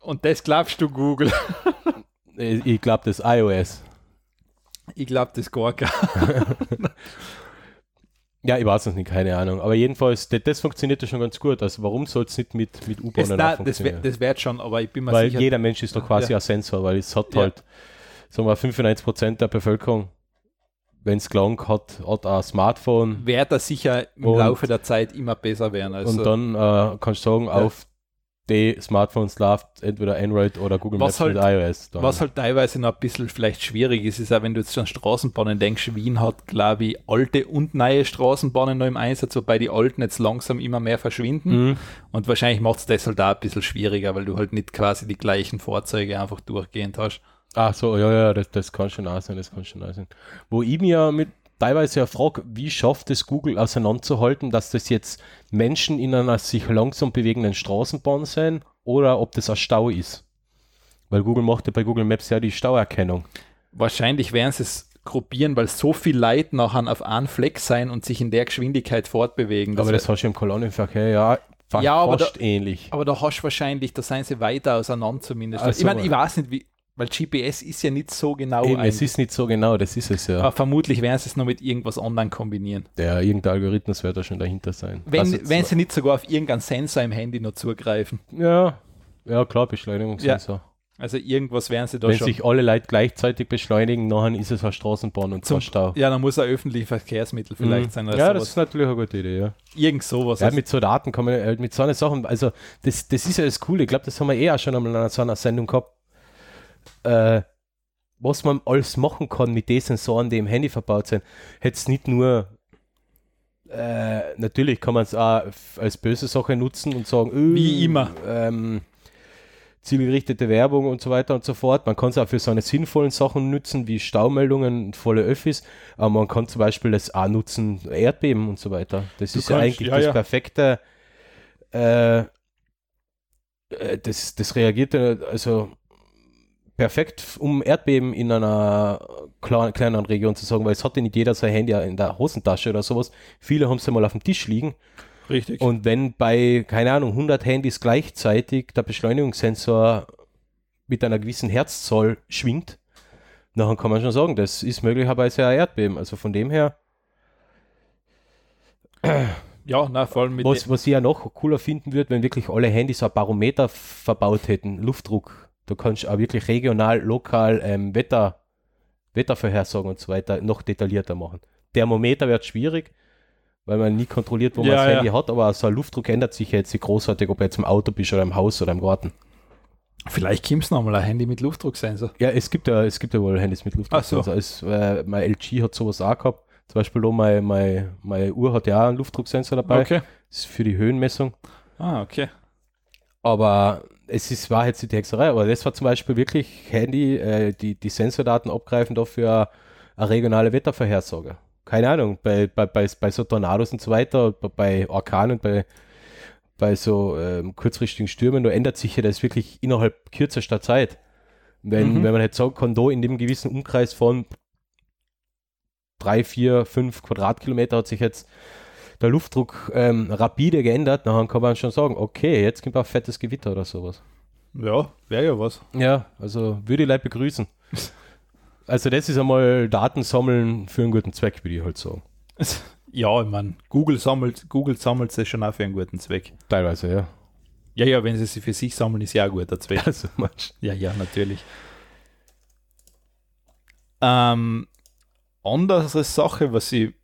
B: Und das glaubst du Google?
A: äh, ich glaube, das iOS.
B: Ich glaube das gar nicht.
A: Ja, ich weiß es nicht, keine Ahnung. Aber jedenfalls, das, das funktioniert ja schon ganz gut. Also warum soll es nicht mit, mit
B: Das,
A: U-Bahnen auch
B: nein, das, wär,
A: funktionieren?
B: das wird schon, aber ich bin mir
A: Weil
B: sicher.
A: jeder Mensch ist doch quasi
B: Ja.
A: ein Sensor, weil es hat
B: Ja.
A: halt, sagen wir, 95% der Bevölkerung, wenn es gelangt hat, hat ein Smartphone.
B: wird das sicher im
A: Und-
B: Laufe der Zeit immer besser werden. Also,
A: Und dann äh, kannst du sagen, auf die Smartphones läuft entweder Android oder Google
B: Was
A: Maps mit iOS. Dann.
B: was halt teilweise noch ein bisschen vielleicht schwierig ist, ist auch, wenn du jetzt an Straßenbahnen denkst, Wien hat, glaube ich, alte und neue Straßenbahnen noch im Einsatz, wobei die alten jetzt langsam immer mehr verschwinden.
A: Mhm.
B: Und wahrscheinlich macht es das halt auch ein bisschen schwieriger, weil du halt nicht quasi die gleichen Fahrzeuge einfach durchgehend hast.
A: Ach Ah, so, ja, ja, das, das kann schon auch sein, das kann schon auch sein. Wo ich mir mit teilweise ja frage, wie schafft es Google auseinanderzuhalten, dass das jetzt Menschen in einer sich langsam bewegenden Straßenbahn sind oder ob das ein Stau ist. Weil Google macht ja bei Google Maps ja die Stauerkennung.
B: Wahrscheinlich werden sie es gruppieren, weil so viel Leid nachher auf einem Fleck sein und sich in der Geschwindigkeit fortbewegen.
A: aber
B: wär-
A: das hast du im Kolonnenverkehr ja, fa-
B: Ja, aber
A: fast ähnlich.
B: Aber da hast du wahrscheinlich, da seien sie weiter auseinander zumindest.
A: Ach
B: ich
A: so,
B: meine, ich
A: ja.
B: weiß nicht, wie, weil GPS ist ja nicht so genau
A: Eben, es
B: eigentlich.
A: ist nicht so genau, das ist es ja.
B: aber vermutlich werden sie es noch mit irgendwas anderem kombinieren.
A: Der irgendein Algorithmus wird da schon dahinter sein. Also, Das
B: Wenn,
A: jetzt-
B: wenn sie nicht sogar auf irgendeinen Sensor im Handy noch zugreifen.
A: ja, ja, klar, Beschleunigungssensor.
B: Also irgendwas werden sie da
A: Wenn
B: schon.
A: sich alle Leute gleichzeitig beschleunigen, dann ist es eine Straßenbahn und
B: Zum-
A: kein Stau.
B: ja, dann muss ein öffentliches Verkehrsmittel vielleicht sein. Oder
A: Mhm. ja, das
B: sowas.
A: ist natürlich eine gute Idee, ja.
B: Irgend sowas.
A: ja mit so Daten kann man, äh, mit so einer Sachen, also das, das ist ja das Coole, ich glaube, das haben wir eh auch schon einmal in einer- so einer Sendung gehabt, äh, was man alles machen kann mit den Sensoren, die im Handy verbaut sind. Hätte es nicht nur, äh, natürlich kann man es auch f- als böse Sache nutzen und sagen, öh,
B: Wie immer.
A: Ähm, zielgerichtete Werbung und so weiter und so fort. Man kann es auch für seine sinnvollen Sachen nutzen, wie Staumeldungen, und volle Öffis, aber man kann zum Beispiel das auch nutzen, Erdbeben und so weiter. Das
B: Du
A: ist ja
B: kannst-
A: eigentlich
B: ja,
A: das
B: ja.
A: perfekte, äh, äh, das, das reagiert ja, also perfekt, f- um Erdbeben in einer klar, kleineren Region zu sagen, weil es hat ja nicht jeder sein Handy in der Hosentasche oder sowas. Viele haben es ja mal auf dem Tisch liegen
B: richtig.
A: und wenn bei, keine Ahnung, 100 Handys gleichzeitig der Beschleunigungssensor mit einer gewissen Herzzahl schwingt, dann kann man schon sagen, das ist möglicherweise ein Erdbeben. Also von dem her,
B: ja, na, vor allem mit
A: was,
B: de-
A: was ich ja noch cooler finden würde, wenn wirklich alle Handys ein Barometer verbaut hätten, Luftdruck. Du kannst auch wirklich regional, lokal ähm, Wetter, Wettervorhersagen und so weiter noch detaillierter machen. Thermometer wird schwierig, weil man nie kontrolliert, wo
B: Ja,
A: man das
B: ja.
A: Handy hat, aber so ein Luftdruck ändert sich ja jetzt nicht großartig, ob du jetzt im Auto bist oder im Haus oder im Garten.
B: Vielleicht kommt es nochmal ein Handy mit Luftdrucksensor.
A: Ja, es gibt ja, es gibt ja wohl Handys mit Luftdruck.
B: Ach so.
A: Also es, äh, mein LG hat sowas auch gehabt. Zum Beispiel auch mein, mein, meine Uhr hat ja auch einen Luftdrucksensor dabei. Das ist für die Höhenmessung.
B: Ah, okay.
A: Aber es ist, war jetzt die Hexerei. Aber das war zum Beispiel wirklich Handy, äh, die, die Sensordaten abgreifen dafür eine regionale Wettervorhersage. Keine Ahnung, bei, bei, bei, bei so Tornados und so weiter, bei- bei Orkanen, bei bei so ähm, kurzfristigen Stürmen, da ändert sich ja das wirklich innerhalb kürzester Zeit. Wenn,
B: Mhm.
A: wenn man halt sagt, kann da in dem gewissen Umkreis von drei, vier, fünf Quadratkilometer hat sich jetzt der Luftdruck ähm, rapide geändert, dann kann man schon sagen, okay, jetzt gibt es ein fettes Gewitter oder sowas.
B: Ja, wäre ja was.
A: Ja, also würde ich Leute begrüßen. Also das ist einmal Daten sammeln für einen guten Zweck, würde ich halt sagen.
B: Ja, ich meine, Google sammelt, Google sammelt sie schon auch für einen guten Zweck.
A: Teilweise, ja.
B: Ja, ja, wenn sie sie für sich sammeln, ist ja auch ein guter Zweck.
A: Also manch,
B: Ja, ja, natürlich. Ähm, andere Sache, was ich, ich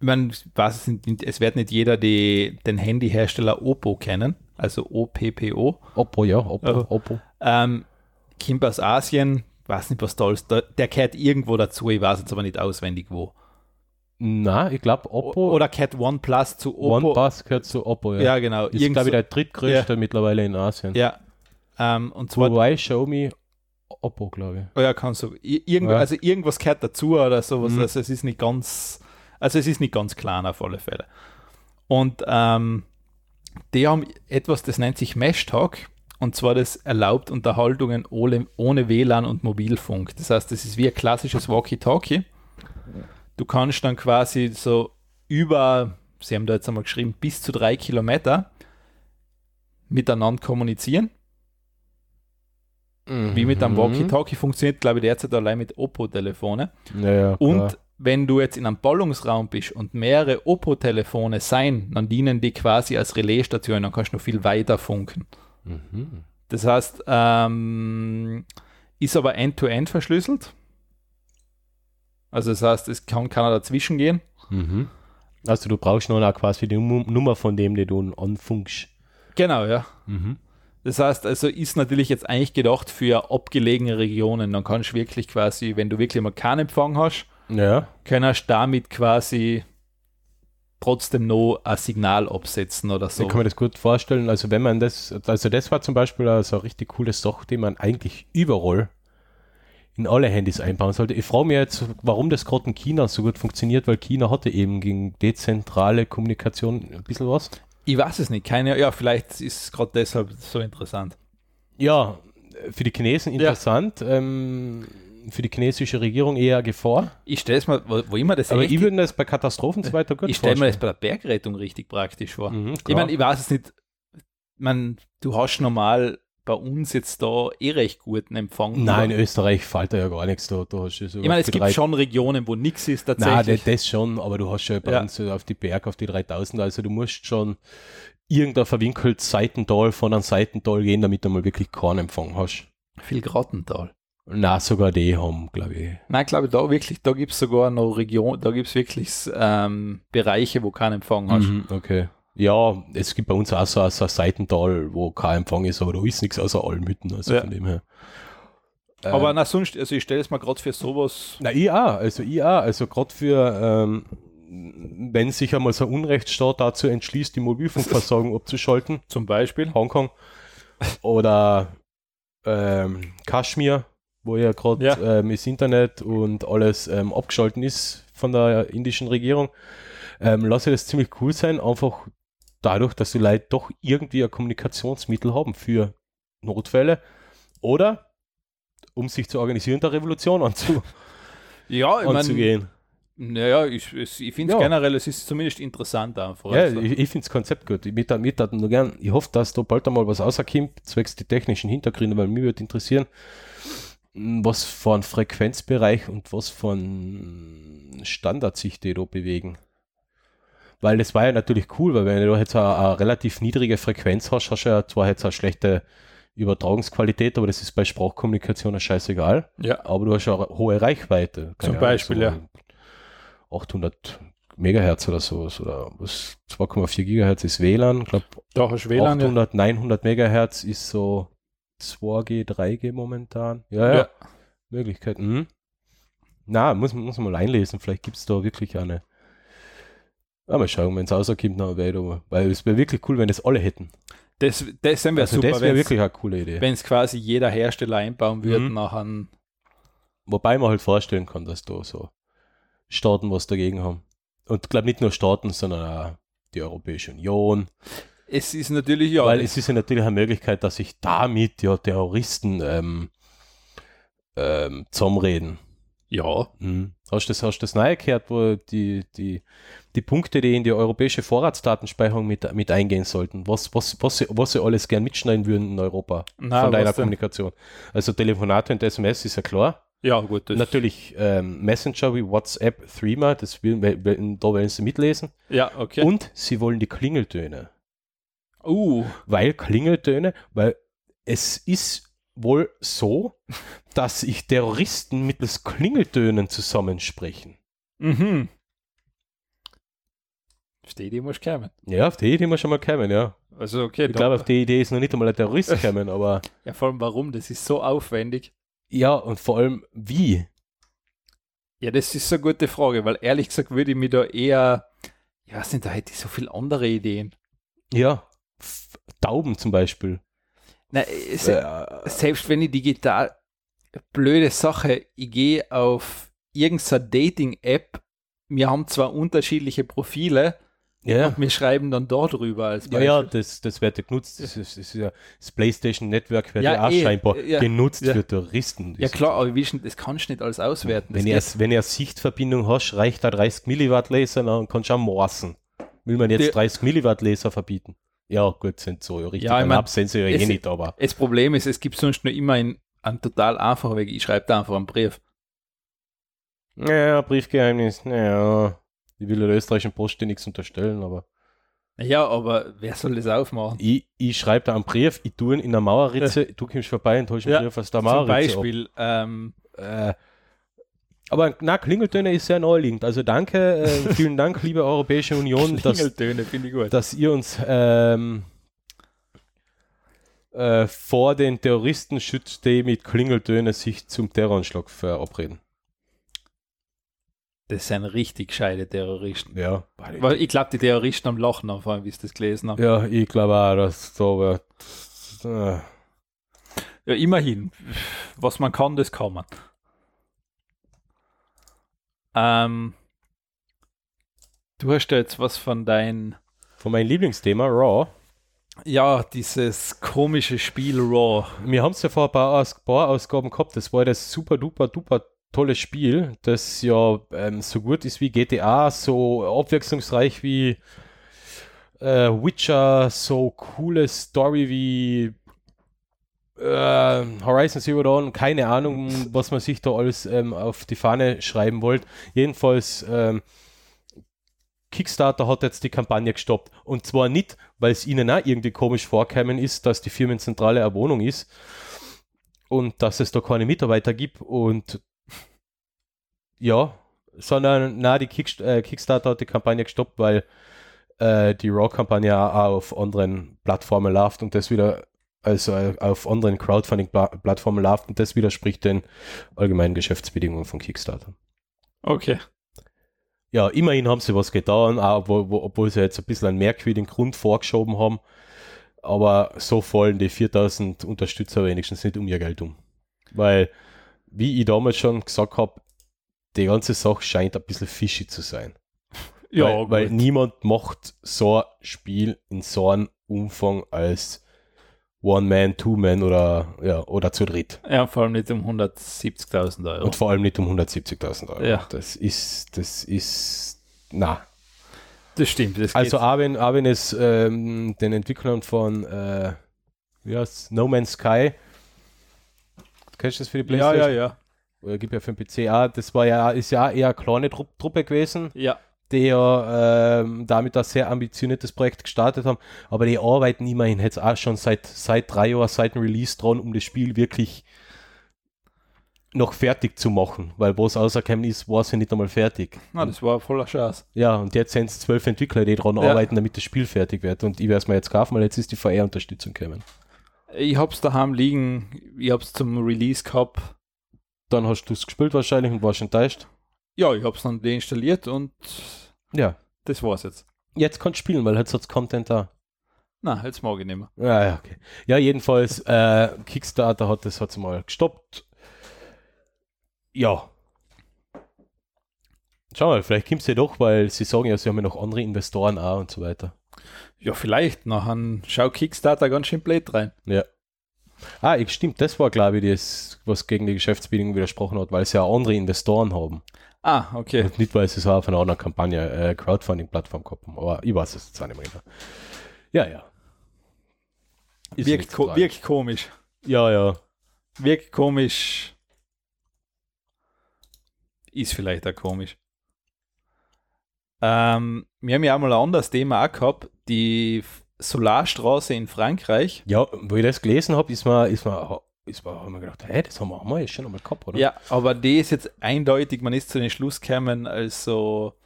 B: meine, ich weiß es nicht, es wird nicht jeder die, den Handyhersteller Oppo kennen, also OPPO.
A: Oppo, ja, Oppo,
B: Also-
A: Oppo.
B: Ähm, kommt aus Asien, weiß nicht, was da ist. Der, der gehört irgendwo dazu, ich weiß jetzt aber nicht auswendig wo.
A: Na, ich glaube Oppo
B: Oder gehört OnePlus zu Oppo.
A: OnePlus gehört zu Oppo, ja.
B: ja, genau.
A: ist,
B: irgend
A: glaube ich,
B: so-
A: der drittgrößte mittlerweile in Asien.
B: ja. Ähm, und zwar
A: Huawei, Xiaomi, Oppo, glaube ich.
B: Oh ja, kannst du. Ir- Irgend,
A: Ja.
B: Also irgendwas gehört dazu oder sowas.
A: Mhm.
B: Also es ist nicht ganz, also es ist nicht ganz klar auf alle Fälle. Und ähm, die haben etwas, das nennt sich Mesh Talk. Und zwar das erlaubt Unterhaltungen ohne, ohne WLAN und Mobilfunk. Das heißt, das ist wie ein klassisches Walkie-Talkie. Du kannst dann quasi so über, sie haben da jetzt einmal geschrieben, bis zu drei Kilometer miteinander kommunizieren wie mit
A: Mhm.
B: einem Walkie-Talkie funktioniert, glaube ich, derzeit allein mit Oppo-Telefone.
A: Naja,
B: Und
A: klar.
B: wenn du jetzt in einem Ballungsraum bist und mehrere Oppo-Telefone sein, dann dienen die quasi als Relaisstation, dann kannst du noch viel weiter funken.
A: Mhm.
B: Das heißt, ähm, ist aber end-to-end verschlüsselt. Also das heißt, es kann keiner dazwischen gehen.
A: Mhm. Also du brauchst noch auch quasi die Num- Nummer von dem, den du anfunkst.
B: Genau, ja.
A: Mhm.
B: Das heißt, also ist natürlich jetzt eigentlich gedacht für abgelegene Regionen. Dann kannst du wirklich quasi, wenn du wirklich mal keinen Empfang hast,
A: Ja.
B: kannst damit quasi trotzdem noch ein Signal absetzen oder
A: So.
B: so.
A: Ich kann mir das gut vorstellen. Also wenn man das, also das war zum Beispiel auch so eine richtig coole Sache, die man eigentlich überall in alle Handys einbauen sollte. Ich frage mich jetzt, warum das gerade in China so gut funktioniert, weil China hatte eben gegen dezentrale Kommunikation ein bisschen was.
B: Ich weiß es nicht, keine, ja, vielleicht ist es gerade deshalb so interessant.
A: Ja, für die Chinesen interessant, ähm, für die chinesische Regierung eher Gefahr.
B: Ich stelle es mir, wo, wo immer das
A: Aber
B: echt-
A: ich würde mir das bei Katastrophen so weiter gut
B: ich stelle mir das
A: vorstellen.
B: bei der Bergrettung richtig praktisch vor.
A: Mhm,
B: ich
A: klar.
B: meine, ich weiß es nicht, ich mein, du hast normal bei uns jetzt da eh recht guten Empfang.
A: Nein, in Österreich fällt da ja gar nichts. Da, da hast du so
B: ich meine, es gibt
A: drei-
B: schon Regionen, wo nichts ist
A: Nein,
B: tatsächlich.
A: das, das schon, aber du hast ja bei
B: Ja.
A: uns so auf die Berg, auf die 3000, also du musst schon irgendein verwinkelt Seitental von einem Seitental gehen, damit du mal wirklich keinen Empfang hast.
B: Viel Grottental.
A: Na, sogar die haben, glaube ich.
B: Nein, glaube ich, da wirklich, da gibt es sogar noch Region, da gibt es wirklich ähm, Bereiche, wo kein Empfang hast.
A: Mhm, okay. Ja, es gibt bei uns auch so, so ein Seitental, wo kein Empfang ist, aber da ist nichts außer Almhütten, also
B: Ja.
A: von dem her.
B: Aber
A: Ähm,
B: na sonst, also ich stelle es mir gerade für sowas.
A: na, ich auch, also ich auch, also gerade für, ähm, wenn sich einmal so ein Unrechtsstaat dazu entschließt, die Mobilfunkversorgung abzuschalten,
B: Zum Beispiel.
A: Hongkong oder ähm, Kaschmir, wo ja gerade
B: Ja.
A: ähm, das Internet und alles ähm, abgeschalten ist von der indischen Regierung, ähm, lasse das ziemlich cool sein, einfach dadurch, dass die Leute doch irgendwie ein Kommunikationsmittel haben für Notfälle oder um sich zu organisieren, der Revolution anzu
B: Ja, ich meine,
A: anzugehen.
B: naja, ich, ich, ich finde es
A: Ja.
B: generell, es ist zumindest interessant einfach.
A: Ja,
B: Also,
A: ich, ich finde das Konzept gut. Ich mit, mit nur gern. Ich hoffe, dass da bald einmal was rauskommt, zwecks die technischen Hintergründe, weil mich würde interessieren, m, was für ein Frequenzbereich und was für ein Standard sich die da bewegen. Weil das war ja natürlich cool, weil wenn du jetzt eine, eine relativ niedrige Frequenz hast, hast du ja zwar jetzt eine schlechte Übertragungsqualität, aber das ist bei Sprachkommunikation ja scheißegal.
B: ja.
A: Aber du hast ja auch eine hohe Reichweite.
B: Zum Beispiel, ja.
A: 800 Megahertz oder sowas oder was 2,4 Gigahertz ist WLAN. Ich glaube
B: Da hast du WLAN. ja.
A: 800, 900 Megahertz ist so 2G, 3G momentan. Ja, ja.
B: Ja.
A: Möglichkeit. Mhm. Na, muss, man- muss man mal einlesen. Vielleicht gibt es da wirklich eine. Ja, mal schauen, wenn es rauskommt, dann wäre ich da. Weil es wäre wirklich cool, wenn das alle hätten.
B: Das, das wäre
A: also
B: super,
A: das wäre
B: wenn es-
A: wirklich eine coole Idee.
B: wenn es quasi jeder Hersteller einbauen würde,
A: Mhm.
B: nachher. ein-
A: Wobei man halt vorstellen kann, dass da so Staaten was dagegen haben. Und ich glaube nicht nur Staaten, sondern auch die Europäische Union,
B: es ist natürlich ja.
A: Weil es ist ja natürlich eine Möglichkeit, dass sich damit ja Terroristen ähm, ähm, zusammenreden.
B: ja,
A: Mhm. Hast du das, hast du das neu gehört, wo die, die, die Punkte, die in die europäische Vorratsdatenspeicherung mit, mit eingehen sollten? Was, was, was, sie, was sie alles gern mitschneiden würden in Europa
B: Na,
A: von deiner
B: Ah, was denn?
A: Kommunikation? Also Telefonate und SMS ist ja klar.
B: ja gut. Das,
A: Natürlich ähm, Messenger wie WhatsApp, Threema, das will, we- we- da wollen sie mitlesen.
B: Ja, okay.
A: Und sie wollen die Klingeltöne.
B: uh,
A: Weil Klingeltöne, weil es ist wohl so, dass sich Terroristen mittels Klingeltönen zusammensprechen.
B: mhm. Steht, ich muss kommen.
A: Ja, auf die Idee muss schon mal kommen, ja.
B: Also okay,
A: Ich
B: da-
A: glaube, auf die Idee ist noch nicht einmal ein Terrorist gekommen, aber
B: ja, vor allem warum? Das ist so aufwendig.
A: ja, und vor allem wie?
B: Ja, das ist eine gute Frage, weil ehrlich gesagt würde ich mir da eher, ja, sind da hätte ich so viele andere Ideen.
A: Ja, F- Tauben zum Beispiel.
B: Nein, es,
A: Äh,
B: selbst wenn ich digital blöde Sache, ich gehe auf irgendeine Dating-App, wir haben zwar unterschiedliche Profile
A: ja.
B: und wir schreiben dann da drüber als
A: Ja,
B: Beispiel.
A: ja, das, das wird ja genutzt. Das, ist, das, ist ja, das PlayStation Network wird ja,
B: Ja,
A: auch
B: eh,
A: scheinbar
B: ja,
A: genutzt
B: ja.
A: für Touristen.
B: Ja, klar, aber wir wissen, das kannst du nicht alles auswerten. Das
A: Wenn ihr,
B: geht-
A: wenn ihr Sichtverbindung hast, reicht da 30 Milliwatt Laser und kannst schon morsen. Will man jetzt
B: Der-
A: 30 Milliwatt Laser verbieten? Ja, gut, sind so richtig.
B: Ja, ich mein,
A: Lab sind sie ja eh
B: es-
A: nicht, aber
B: das Problem ist, es gibt sonst nur immer einen, einen total einfachen Weg. Ich schreibe da einfach einen Brief.
A: ja, Briefgeheimnis, naja. Ich will der österreichischen Post
B: eh
A: dir nichts unterstellen, aber
B: Ja, aber wer soll das aufmachen?
A: ich, ich schreibe da einen Brief, ich tue ihn in der Mauerritze, du kommst vorbei und holst einen
B: Ja,
A: Brief aus der
B: Zum
A: Mauerritze. ab.
B: Beispiel, ähm,
A: Äh, aber na, Klingeltöne ist sehr naheliegend. Also danke, äh, vielen Dank, liebe Europäische Union, dass,
B: Klingeltöne finde ich gut.
A: dass ihr uns ähm, äh, vor den Terroristen schützt, die mit Klingeltöne sich zum Terroranschlag verabreden.
B: Das sind richtig gescheite Terroristen.
A: Ja,
B: Weil ich glaube, die Terroristen am Lachen haben, vor allem, wie sie das gelesen haben.
A: ja ich glaube auch, dass da wird, äh,
B: Ja, immerhin. Was man kann, das kann man. Ähm, du hast ja jetzt was von dein,
A: von meinem Lieblingsthema, Raw.
B: ja, dieses komische Spiel Raw.
A: Wir haben es ja vor ein paar, Aus paar Ausgaben gehabt. Das war das super duper duper tolle Spiel, das ja ähm, so gut ist wie GTA, so abwechslungsreich wie äh, Witcher, so coole Story wie äh, Horizon Zero Dawn. Keine Ahnung, was man sich da alles ähm, auf die Fahne schreiben wollte. Jedenfalls ähm, Kickstarter hat jetzt die Kampagne gestoppt. Und zwar nicht, weil es ihnen auch irgendwie komisch vorkämen ist, dass die Firmenzentrale eine Wohnung ist und dass es da keine Mitarbeiter gibt und ja, sondern na die Kickst äh, Kickstarter hat die Kampagne gestoppt, weil äh, die Raw-Kampagne auch auf anderen Plattformen läuft und das wieder also äh, auf anderen Crowdfunding-Plattformen läuft und das widerspricht den allgemeinen Geschäftsbedingungen von Kickstarter.
B: Okay.
A: Ja, immerhin haben sie was getan, auch obwohl, wo- obwohl sie jetzt ein bisschen einen merkwürdigen Grund vorgeschoben haben. Aber so fallen die 4000 Unterstützer wenigstens nicht um ihr Geld um. Weil, wie ich damals schon gesagt habe, die ganze Sache scheint ein bisschen fishy zu sein.
B: Ja,
A: weil, weil
B: gut.
A: niemand macht so ein Spiel in so einem Umfang als One-Man, Two-Man oder, ja, oder zu dritt.
B: ja, vor allem nicht um 170.000 Euro.
A: Und vor allem nicht um 170.000 Euro.
B: Ja.
A: Das ist, das ist, na,
B: das stimmt. Das
A: Also
B: also,
A: auch wenn, auch wenn es ähm, den Entwicklern von äh, wie heißt's? No Man's Sky kennst du das für die
B: ah, ja,
A: Playstation?
B: ja, ja.
A: Oder gibt ja für den PC auch, das war ja, ist ja auch eher eine kleine Tru Truppe gewesen,
B: Ja,
A: die ja ähm, damit ein sehr ambitioniertes Projekt gestartet haben, aber die arbeiten immerhin jetzt auch schon seit, seit drei Jahren, seit dem Release dran, um das Spiel wirklich noch fertig zu machen, weil wo es rausgekommen ist, war es ja nicht einmal fertig.
B: Na, das war voller Scheiß.
A: Ja, und jetzt sind es zwölf Entwickler, die dran
B: Ja.
A: arbeiten, damit das Spiel fertig wird. Und ich werde es mir jetzt kaufen, weil jetzt ist die VR-Unterstützung gekommen.
B: Ich hab's daheim liegen. Ich hab's zum Release gehabt.
A: Dann hast du es gespielt wahrscheinlich und warst enttäuscht.
B: Ja, ich hab's dann deinstalliert und
A: Ja.
B: das war's jetzt.
A: Jetzt kannst du spielen, weil jetzt hat Content da.
B: Na, jetzt mag ich nicht mehr.
A: Ah, Ja, ja, okay. Ja, jedenfalls, äh, Kickstarter hat das hat's mal gestoppt. Ja. Schau mal, vielleicht kommt es ja doch, weil sie sagen ja, sie haben ja noch andere Investoren auch und so weiter.
B: Ja, vielleicht. Nachher schau Kickstarter ganz schön blöd rein.
A: Ja. Ah, ich, stimmt, das war, glaube ich, das, was gegen die Geschäftsbedingungen widersprochen hat, weil sie ja andere Investoren haben.
B: Ah, okay.
A: Und nicht, weil sie es auf einer anderen Kampagne, äh, Crowdfunding-Plattform gehabt haben. Aber ich weiß es jetzt auch nicht mehr genau. Ja, ja. Ist
B: Wirkt,
A: nichts
B: ko
A: tragisch.
B: wirkt komisch.
A: Ja, ja.
B: Wirkt komisch. Ist vielleicht auch komisch. Ähm, wir haben ja auch mal ein anderes Thema auch gehabt, die F- Solarstraße in Frankreich.
A: Ja, wo ich das gelesen habe, ist mir, ist mir, ist mir, haben wir gedacht, hey, das haben wir auch mal, ist schon einmal gehabt, oder?
B: Ja, aber die ist jetzt eindeutig, man ist zu den Schluss gekommen, also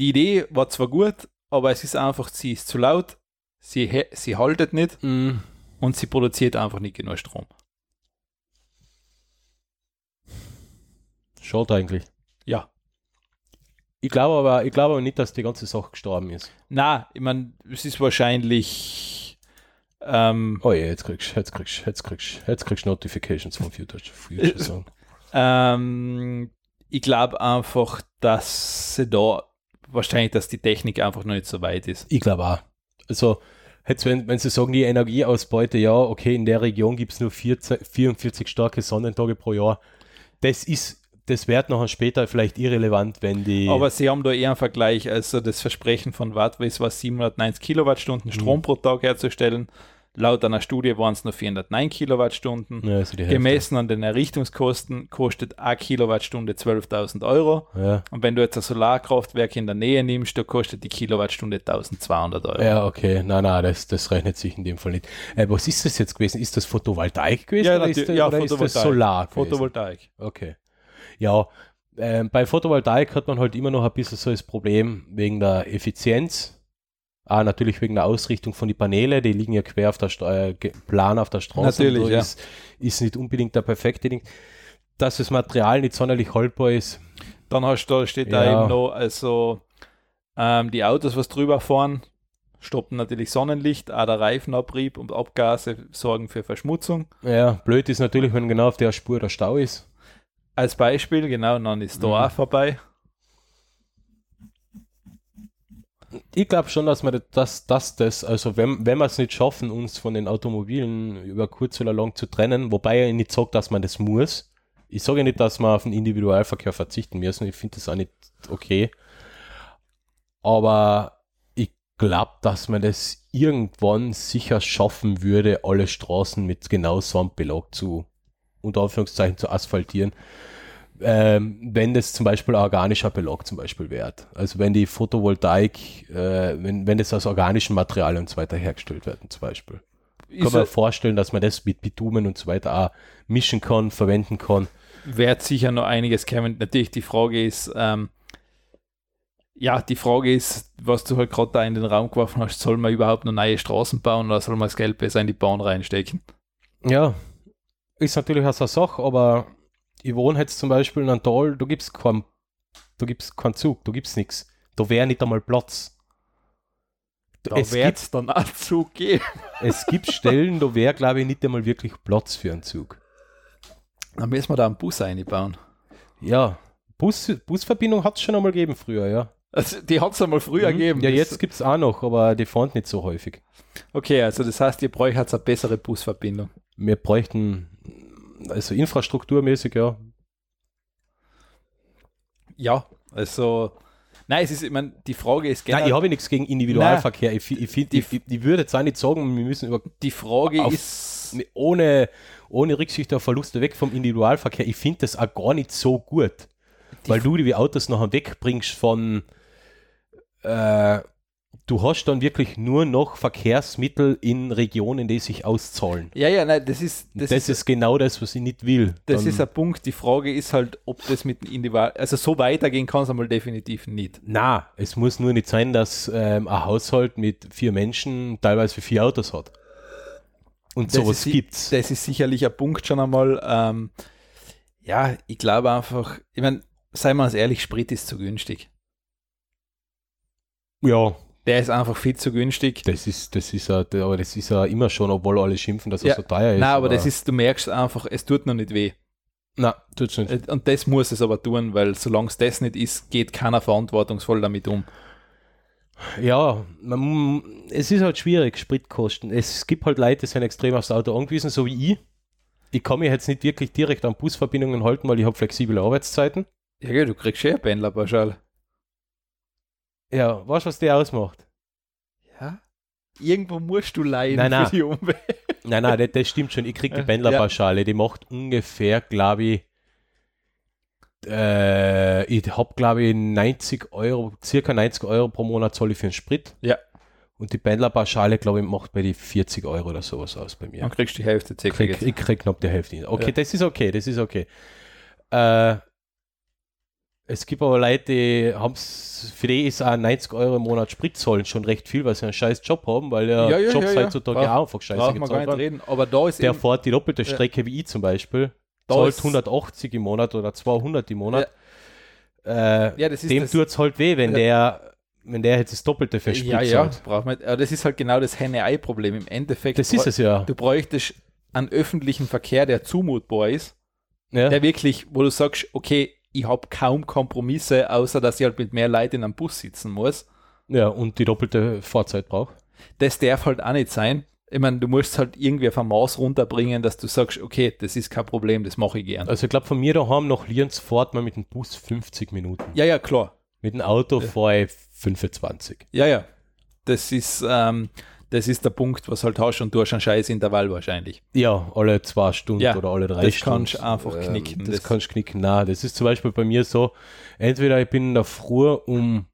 B: die Idee war zwar gut, aber es ist einfach, sie ist zu laut, sie, hä- sie haltet nicht
A: Mm.
B: und sie produziert einfach nicht genug Strom.
A: Schade eigentlich.
B: Ja.
A: Ich glaube aber, ich glaube aber nicht, dass die ganze Sache gestorben ist.
B: Na, ich meine, es ist wahrscheinlich ähm,
A: Oh ja, jetzt kriegst du, jetzt kriegst du, jetzt kriegst du, jetzt kriegst du Notifications von Future, Future Song.
B: Ähm, ich glaube einfach, dass sie da wahrscheinlich, dass die Technik einfach noch nicht so weit ist.
A: Ich glaube auch. Also, jetzt, wenn, wenn sie sagen, die Energieausbeute, ja, okay, in der Region gibt es nur 40, 44 starke Sonnentage pro Jahr. Das ist, das wird nachher später vielleicht irrelevant, wenn die.
B: Aber sie haben da eher einen Vergleich. Also das Versprechen von Wattways war 790 Kilowattstunden Strom pro Tag herzustellen. Laut einer Studie waren es nur 409 Kilowattstunden.
A: ja, also die Hälfte.
B: Gemessen an den Errichtungskosten kostet eine Kilowattstunde 12.000 Euro.
A: Ja.
B: Und wenn du jetzt ein Solarkraftwerk in der Nähe nimmst, da kostet die Kilowattstunde 1200 Euro.
A: ja, okay, nein, nein, das, das rechnet sich in dem Fall nicht. Äh, was ist das jetzt gewesen? Ist das Photovoltaik gewesen?
B: Ja,
A: oder ist
B: natürlich.
A: das,
B: Ja,
A: oder ist das
B: Photovoltaik.
A: Solar? gewesen?
B: Photovoltaik.
A: Okay. Ja, ähm, bei Photovoltaik hat man halt immer noch ein bisschen so das Problem wegen der Effizienz. Ah, natürlich wegen der Ausrichtung von den Paneele, die liegen ja quer auf der Stra äh, ge- plan auf der Straße.
B: Natürlich,
A: Und da
B: ja.
A: ist, ist nicht unbedingt der perfekte Ding. Dass das Material nicht sonderlich haltbar ist.
B: Dann hast du, da steht
A: Ja.
B: da eben noch, also ähm, die Autos, was drüber fahren, stoppen natürlich Sonnenlicht, auch der Reifenabrieb und Abgase sorgen für Verschmutzung.
A: Ja, blöd ist natürlich, wenn genau auf der Spur der Stau ist.
B: Als Beispiel, genau, und dann ist da
A: Mhm.
B: auch vorbei.
A: Ich glaube schon, dass man das- dass dass das, also wenn, wenn wir es nicht schaffen, uns von den Automobilen über kurz oder lang zu trennen, wobei ich nicht sage, dass man das muss. Ich sage ja nicht, dass wir auf den Individualverkehr verzichten müssen. Ich finde das auch nicht okay. Aber ich glaube, dass man das irgendwann sicher schaffen würde, alle Straßen mit genau so einem Belag zu, unter Anführungszeichen, zu asphaltieren ähm, wenn das zum Beispiel ein organischer Belag zum Beispiel wert. Also wenn die Photovoltaik, äh, wenn, wenn das aus organischem Material und so weiter hergestellt werden zum Beispiel. Kann
B: Ist
A: man
B: ja-
A: vorstellen, dass man das mit Bitumen und so weiter auch mischen kann, verwenden kann.
B: Wird sicher noch einiges kommen. Natürlich, die Frage ist, ähm, ja, die Frage ist, was du halt gerade da in den Raum geworfen hast, soll man überhaupt noch neue Straßen bauen oder soll man das Geld besser in die Bahn reinstecken?
A: Ja, ist natürlich auch so eine Sache, aber ich wohne jetzt zum Beispiel in einem Tal, da gibt es keinen da gibt's keinen Zug, da gibt es nichts. Da wäre nicht einmal Platz. es, gibt,
B: wird's dann auch zugehen.
A: es gibt Stellen, da wäre, glaube ich, nicht einmal wirklich Platz für einen Zug.
B: Dann müssen wir da einen Bus einbauen.
A: Ja, Bus, Busverbindung hat es schon einmal gegeben früher, ja.
B: Also, die hat es einmal früher
A: Mhm.
B: gegeben.
A: Ja,
B: Das-
A: jetzt gibt es auch noch, aber die fahren nicht so häufig.
B: Okay, also das heißt, ihr bräucht eine bessere Busverbindung.
A: Wir bräuchten, also infrastrukturmäßig, ja.
B: Ja, also. Nein, es ist, ich meine, die Frage ist
A: Nein, ich
B: generell.
A: habe nichts gegen Individualverkehr. Ich, fi- ich, find,
B: Die-
A: ich, ich, ich würde jetzt auch nicht sagen, wir müssen über,
B: Die Frage
A: Auf-
B: ist.
A: ohne, ohne Rücksicht auf Verluste weg vom Individualverkehr. Ich finde das auch gar nicht so gut,
B: Die
A: weil du die Autos nachher wegbringst von. Äh, du hast dann wirklich nur noch Verkehrsmittel in Regionen, die sich auszahlen.
B: Ja, ja, nein, das ist.
A: Das,
B: Das, ist,
A: ist, genau das, was ich nicht will.
B: das
A: Dann-
B: ist ein Punkt. Die Frage ist halt, ob das mit dem Individual. Also so weitergehen kann es einmal definitiv nicht.
A: na, es muss nur nicht sein, dass ähm, ein Haushalt mit vier Menschen teilweise vier Autos hat. Und
B: Das
A: sowas
B: ist, si-
A: gibt's.
B: Das ist sicherlich ein Punkt schon einmal. Ähm, ja, ich glaube einfach, ich meine, seien wir uns ehrlich, Sprit ist zu günstig.
A: Ja,
B: Der ist einfach viel zu günstig.
A: das ist, das ist ja, aber das ist ja immer schon, obwohl alle schimpfen, dass er
B: Ja,
A: so teuer ist.
B: Nein, aber das ist, du merkst einfach, es tut noch nicht weh.
A: Na, tut's nicht.
B: Äh, Und das muss es aber tun, weil solange es das nicht ist, geht keiner verantwortungsvoll damit um.
A: Ja, man, es ist halt schwierig, Spritkosten. Es gibt halt Leute, die sind extrem aufs Auto angewiesen, so wie ich. Ich kann mich jetzt nicht wirklich direkt an Busverbindungen halten, weil ich habe flexible Arbeitszeiten.
B: Ja, gell, du kriegst schon eine Pendlerpauschale.
A: Ja, weißt du, was der ausmacht?
B: Ja. Irgendwo musst du leiden
A: Nein, nein.
B: für die Umwelt.
A: Nein, nein, das, das stimmt schon. Ich kriege die
B: Äh, Ja.
A: Pendlerpauschale, die macht ungefähr, glaube ich, äh, ich habe, glaube ich, 90 Euro, circa 90 Euro pro Monat zahle ich für den Sprit.
B: Ja.
A: Und die Pendlerpauschale, glaube ich, macht bei die 40 Euro oder sowas aus bei mir.
B: Dann kriegst du die Hälfte circa
A: Krieg,
B: jetzt.
A: ich krieg knapp die Hälfte. hin. Okay,
B: Ja.
A: das ist okay, das ist okay. Äh, es gibt aber Leute, die haben's, für die ist auch 90 Euro im Monat Sprit zahlen schon recht viel, weil sie einen scheiß Job haben, weil ja,
B: Ja, ja,
A: Jobs
B: ja, ja.
A: heutzutage
B: Brauch-
A: auch einfach scheiße
B: Brauchen wir gar
A: gezahlt
B: nicht
A: werden.
B: reden. Aber da ist
A: genau. Der
B: eben-
A: fährt die doppelte
B: Ja.
A: Strecke wie ich zum Beispiel,
B: Da
A: zahlt
B: ist-
A: 180 im Monat oder 200 im Monat. Äh,
B: ja, das ist
A: dem
B: das,
A: tut es halt weh, wenn
B: Ja.
A: der wenn der jetzt das Doppelte für Sprit
B: ja, ja,
A: zahlt.
B: braucht man. Aber das ist halt genau das Henne-Ei-Problem. Im Endeffekt,
A: Das ist es ja.
B: du bräuchtest einen öffentlichen Verkehr, der zumutbar ist.
A: ja.
B: der wirklich, wo du sagst, okay, ich habe kaum Kompromisse, außer dass ich halt mit mehr Leuten in einem Bus sitzen muss.
A: ja, und die doppelte Fahrzeit braucht.
B: Das darf halt auch nicht sein. Ich meine, du musst halt irgendwie auf ein Maß runterbringen, dass du sagst, okay, das ist kein Problem, das mache ich gern.
A: Also ich glaube, von mir daheim nach Lienz fährt man mit dem Bus 50 Minuten.
B: Ja, ja, klar.
A: Mit dem Auto
B: Ja.
A: fahre ich 25.
B: Ja, ja. Das ist, ähm, das ist der Punkt, was halt hast und du hast einen scheiß Intervall wahrscheinlich.
A: Ja, alle zwei Stunden
B: Ja,
A: oder alle drei
B: das
A: Stunden. Ähm,
B: kannst du einfach knicken,
A: Das,
B: das-
A: kannst du knicken. Nein, das ist zum Beispiel bei mir so, entweder ich bin in der Früh um,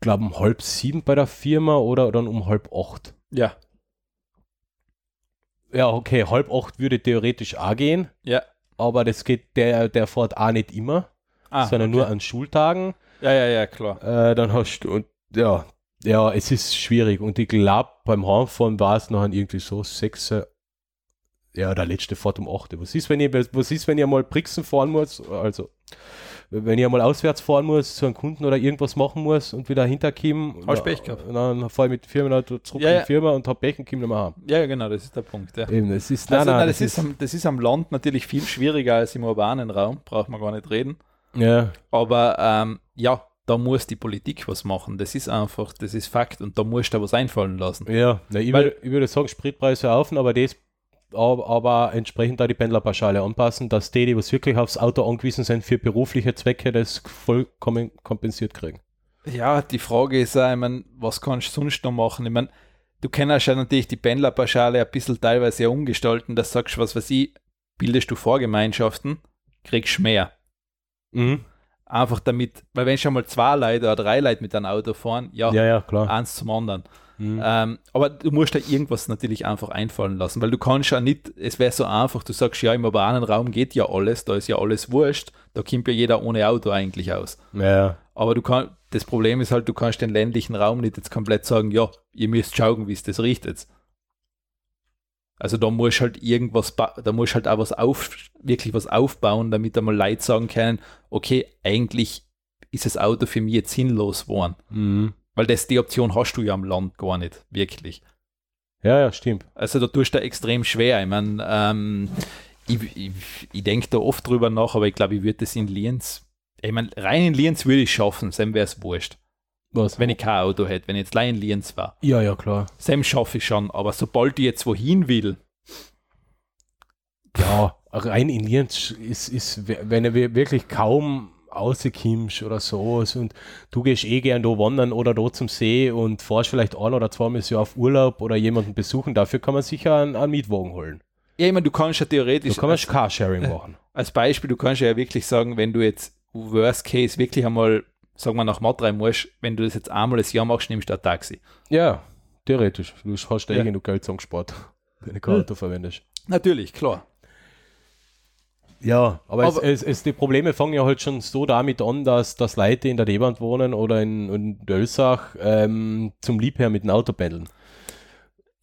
A: glaube um halb sieben bei der Firma oder dann um halb acht.
B: Ja,
A: Ja, okay, halb acht würde theoretisch auch gehen,
B: ja.
A: aber das geht, der, der fährt auch nicht immer,
B: Ah,
A: sondern
B: okay.
A: nur an Schultagen.
B: Ja, ja, ja, klar.
A: Äh, dann hast du, und ja, ja, es ist schwierig. Und ich glaube, beim Heimfahren war es nachher irgendwie so sechs, äh, ja, der letzte fährt um acht. Was ist, wenn ihr, was ist, wenn ihr mal Brixen fahren muss? Also, wenn ihr mal auswärts fahren muss, zu einem Kunden oder irgendwas machen muss und wieder hinterkommen.
B: Hast Pech gehabt.
A: Dann fahre ich mit der Firma zurück
B: Ja,
A: in
B: ja.
A: die Firma und hab Pech und komme nicht mehr heim.
B: Ja, ja, genau, das ist der Punkt. Ja.
A: Eben, das ist,
B: also, nein, das, ist am, das ist am Land natürlich viel schwieriger als im urbanen Raum, braucht man gar nicht reden.
A: ja,
B: Aber ähm, ja, da muss die Politik was machen. Das ist einfach, das ist Fakt und da musst du was einfallen lassen.
A: ja. Na, ich,
B: Weil-
A: würde, ich würde sagen, Spritpreise auf, aber das ab- aber entsprechend da die Pendlerpauschale anpassen, dass die, die was wirklich aufs Auto angewiesen sind, für berufliche Zwecke das vollkommen kompensiert kriegen.
B: Ja, die Frage ist auch, ich mein, was kannst du sonst noch machen? Ich meine, du kannst ja natürlich die Pendlerpauschale ein bisschen teilweise ja umgestalten, dass du sagst, was weiß ich, bildest du Vorgemeinschaften, kriegst mehr. Mhm. Einfach damit, weil wenn schon mal zwei Leute oder drei Leute mit einem Auto fahren, ja, Ah.
A: Ja, ja, klar.
B: eins zum anderen.
A: Mhm.
B: Ähm, aber du musst da irgendwas natürlich einfach einfallen lassen, weil du kannst ja nicht, es wäre so einfach, du sagst, ja, im urbanen Raum geht ja alles, da ist ja alles wurscht, da kommt ja jeder ohne Auto eigentlich aus.
A: Ja,
B: Aber du kannst, das Problem ist halt, du kannst den ländlichen Raum nicht jetzt komplett sagen, ja, ihr müsst schauen, wie es das riecht jetzt. Also da musst halt irgendwas, ba- da musst halt auch was auf, wirklich was aufbauen, damit einmal Leute sagen können, okay, eigentlich ist das Auto für mich jetzt sinnlos geworden.
A: mhm.
B: Weil das, die Option hast du ja am Land gar nicht, wirklich.
A: ja, ja, stimmt.
B: Also da tust du extrem schwer. Ich meine, ähm, ich, ich, ich denke da oft drüber nach, aber ich glaube, ich würde das in Lienz, ich meine, rein in Lienz würde ich schaffen, Sam wäre es wurscht.
A: Was?
B: Wenn ich kein Auto hätte, wenn ich jetzt allein in Lienz war.
A: ja, ja, klar.
B: Sam schaffe ich schon, aber sobald ich jetzt wohin will,
A: Ja, rein in Lienz ist, ist wenn er wir- wirklich kaum rauskommst oder so und du gehst eh gern da wandern oder da zum See und fährst vielleicht ein oder zweimal im Jahr auf Urlaub oder jemanden besuchen, dafür kann man sicher einen, einen Mietwagen holen.
B: ja, ich meine, du kannst ja
A: Da
B: theoretisch,
A: kann man
B: als,
A: Carsharing machen.
B: als Beispiel, du kannst ja wirklich sagen, wenn du jetzt Worst Case wirklich einmal, sagen wir, nach Matt rein musst, wenn du das jetzt einmal das Jahr machst, nimmst du ein Taxi.
A: Ja, theoretisch. Du hast da eh
B: Ja. Äh.
A: genug Geld zusammengespart, wenn du kein Auto verwendest.
B: Natürlich, klar.
A: Ja, aber,
B: Aber-
A: es, es, es, die Probleme fangen ja halt schon so damit an, dass, dass Leute in der D-Bahn wohnen oder in, in Dölsach ähm, zum Liebherr mit dem Auto pendeln.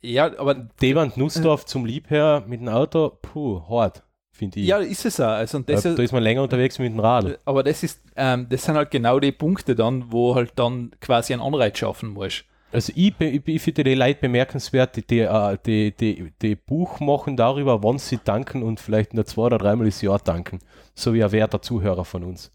B: Ja, aber
A: Dewand Nussdorf zum Liebherr mit dem Auto, puh, hart, finde ich.
B: ja, ist es auch. Also, Äh. und
A: da,
B: das
A: da ist man länger unterwegs mit dem Radl.
B: Aber das ist, ähm, das sind halt genau die Punkte dann, wo halt dann quasi einen Anreiz schaffen musst.
A: Also ich, be- ich, ich finde die Leute bemerkenswert, die, die, äh, die, die, die Buch machen darüber, wann sie danken und vielleicht nur zwei oder dreimal das Jahr danken. So wie ein werter Zuhörer von uns.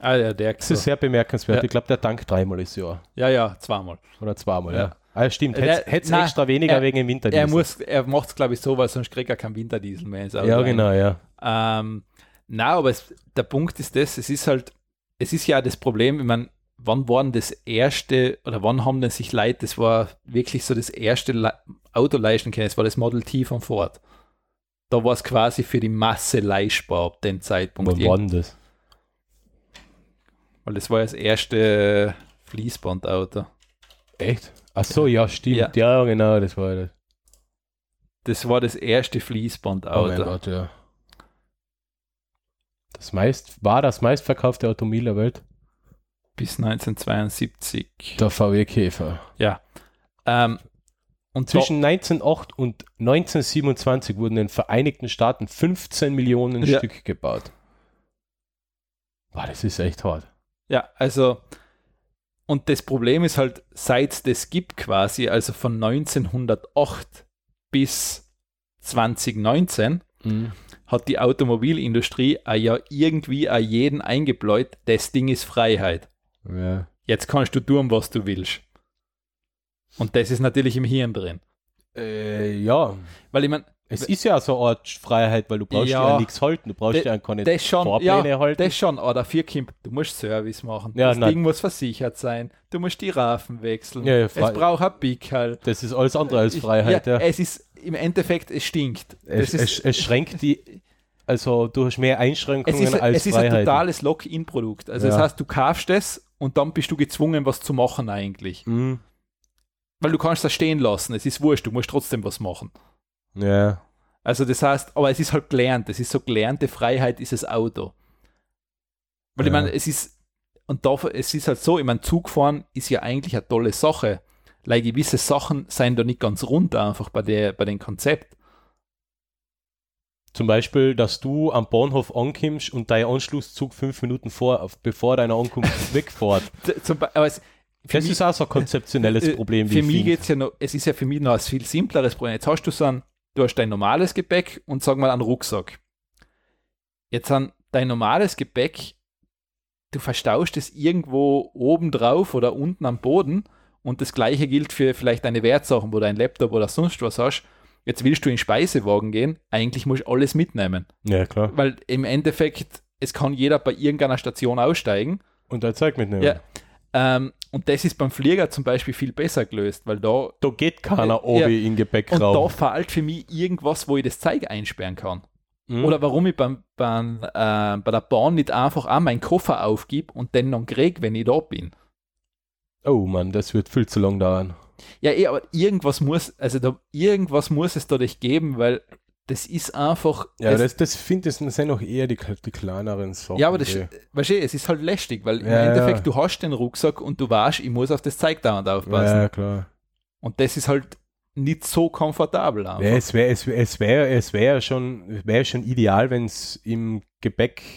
B: Ah, ja, der
A: Das ist sehr bemerkenswert.
B: Ja.
A: Ich glaube, der tankt dreimal das Jahr.
B: ja, ja, zweimal.
A: Oder zweimal, ja.
B: Ja.
A: Ah, stimmt.
B: Der-
A: Hätte es
B: nein,
A: extra weniger
B: er-
A: wegen dem Winter.
B: Er muss, er macht es glaube ich so, weil sonst kriegt er keinen Winterdiesel mehr. ins Auto
A: Ja,
B: rein.
A: genau, ja.
B: Ähm, na, aber es, der Punkt ist das, es ist halt, es ist ja das Problem, ich meine, wann waren das erste oder wann haben denn sich Leute, das war wirklich so das erste Le Auto leisten können, es war das Model T von Ford. Da war es quasi für die Masse leistbar ab dem Zeitpunkt.
A: Wann war denn das?
B: Weil das war ja das erste Fließbandauto.
A: Echt? Ach so, ja, stimmt. Ja, genau, das war das.
B: Das war das erste
A: Oh mein
B: Fließbandauto.
A: Gott, ja. Das meist, war das meistverkaufte Automobil der Welt?
B: bis 1972.
A: Der VW Käfer.
B: Ähm, und
A: Zwischen 1908 und 1927 wurden in den Vereinigten Staaten 15 Millionen
B: Ja.
A: Stück gebaut. Boah, das ist echt hart.
B: Da, ja, also und das Problem ist halt, seit es das gibt quasi, also von 1908 bis 2019, hat die Automobilindustrie auch ja irgendwie an jeden eingebläut, das Ding ist Freiheit.
A: Ja.
B: Jetzt kannst du tun, was du willst. Und das ist natürlich im Hirn drin.
A: Äh, ja,
B: Weil ich meine,
A: es ist ja so eine Art Freiheit, weil du brauchst ja,
B: Ja.
A: nichts halten, du brauchst
B: De-
A: ja keine
B: das schon, ja,
A: Fahrpläne halten.
B: Das schon, aber dafür kommt, du musst Service machen.
A: Ja,
B: das
A: nein.
B: Ding muss versichert sein. Du musst die Rafen wechseln.
A: Ja, ja,
B: es
A: frei-
B: braucht ein Pickerl.
A: Das ist alles andere als Freiheit. ja.
B: Es ist im Endeffekt, es stinkt.
A: Es,
B: das
A: es,
B: ist,
A: es schränkt die, also du hast mehr
B: es,
A: Einschränkungen
B: ist,
A: als
B: es ist ein
A: Freiheit.
B: totales Lock-in-Produkt. Also,
A: Ja.
B: das heißt, du kaufst es und dann bist du gezwungen, was zu machen eigentlich.
A: Mhm.
B: Weil du kannst das stehen lassen. Es ist wurscht, du musst trotzdem was machen.
A: Ja.
B: Also das heißt, aber es ist halt gelernt. Es ist so gelernte Freiheit ist das Auto. Weil ich
A: Ja.
B: meine, es ist, und da, es ist halt so, ich meine, Zugfahren ist ja eigentlich eine tolle Sache. Like gewisse Sachen seien da nicht ganz rund einfach bei, der, bei dem Konzept.
A: Zum Beispiel, dass du am Bahnhof ankommst und dein Anschlusszug fünf Minuten vor, auf- bevor deiner Ankunft wegfährt.
B: Z- Zum, Be- aber es, für
A: Das
B: mich-
A: ist auch so ein konzeptionelles
B: äh,
A: Problem. wie
B: Für
A: ich
B: mich
A: find.
B: geht es ja noch, es ist ja für mich noch ein viel simpleres Problem. Jetzt hast du so ein, du hast dein normales Gepäck und sag mal einen Rucksack. Jetzt an dein normales Gepäck, du verstaust es irgendwo oben drauf oder unten am Boden und das gleiche gilt für vielleicht deine Wertsachen, wo du einen Laptop oder sonst was hast. Jetzt willst du in den Speisewagen gehen, eigentlich musst du alles mitnehmen.
A: Ja, klar.
B: Weil im Endeffekt, es kann jeder bei irgendeiner Station aussteigen
A: Und dein Zeug mitnehmen.
B: Ja. ähm, und das ist beim Flieger zum Beispiel viel besser gelöst, weil da
A: Da geht keiner
B: Ja.
A: oben in
B: und da
A: Gepäckraum.
B: fehlt für mich irgendwas, wo ich das Zeug einsperren kann.
A: Mhm.
B: Oder warum ich beim, beim, äh, bei der Bahn nicht einfach auch meinen Koffer aufgib und den dann krieg, wenn ich da bin.
A: Oh Mann, das wird viel zu lang dauern.
B: Ja, eh, aber irgendwas muss, also da, irgendwas muss es dadurch geben, weil das ist einfach.
A: Ja,
B: es,
A: aber das, das finde ich, das sind auch eher die, die kleineren Sachen.
B: ja, aber das,
A: die-
B: weißt du, es ist halt lästig, weil im
A: Ja,
B: Endeffekt
A: ja.
B: du hast den Rucksack und du weißt, ich muss auf das Zeug dauernd aufpassen.
A: ja, klar.
B: Und das ist halt nicht so komfortabel. Einfach.
A: Ja, es wäre es wär, es wär, es wär schon, wär schon ideal, wenn es im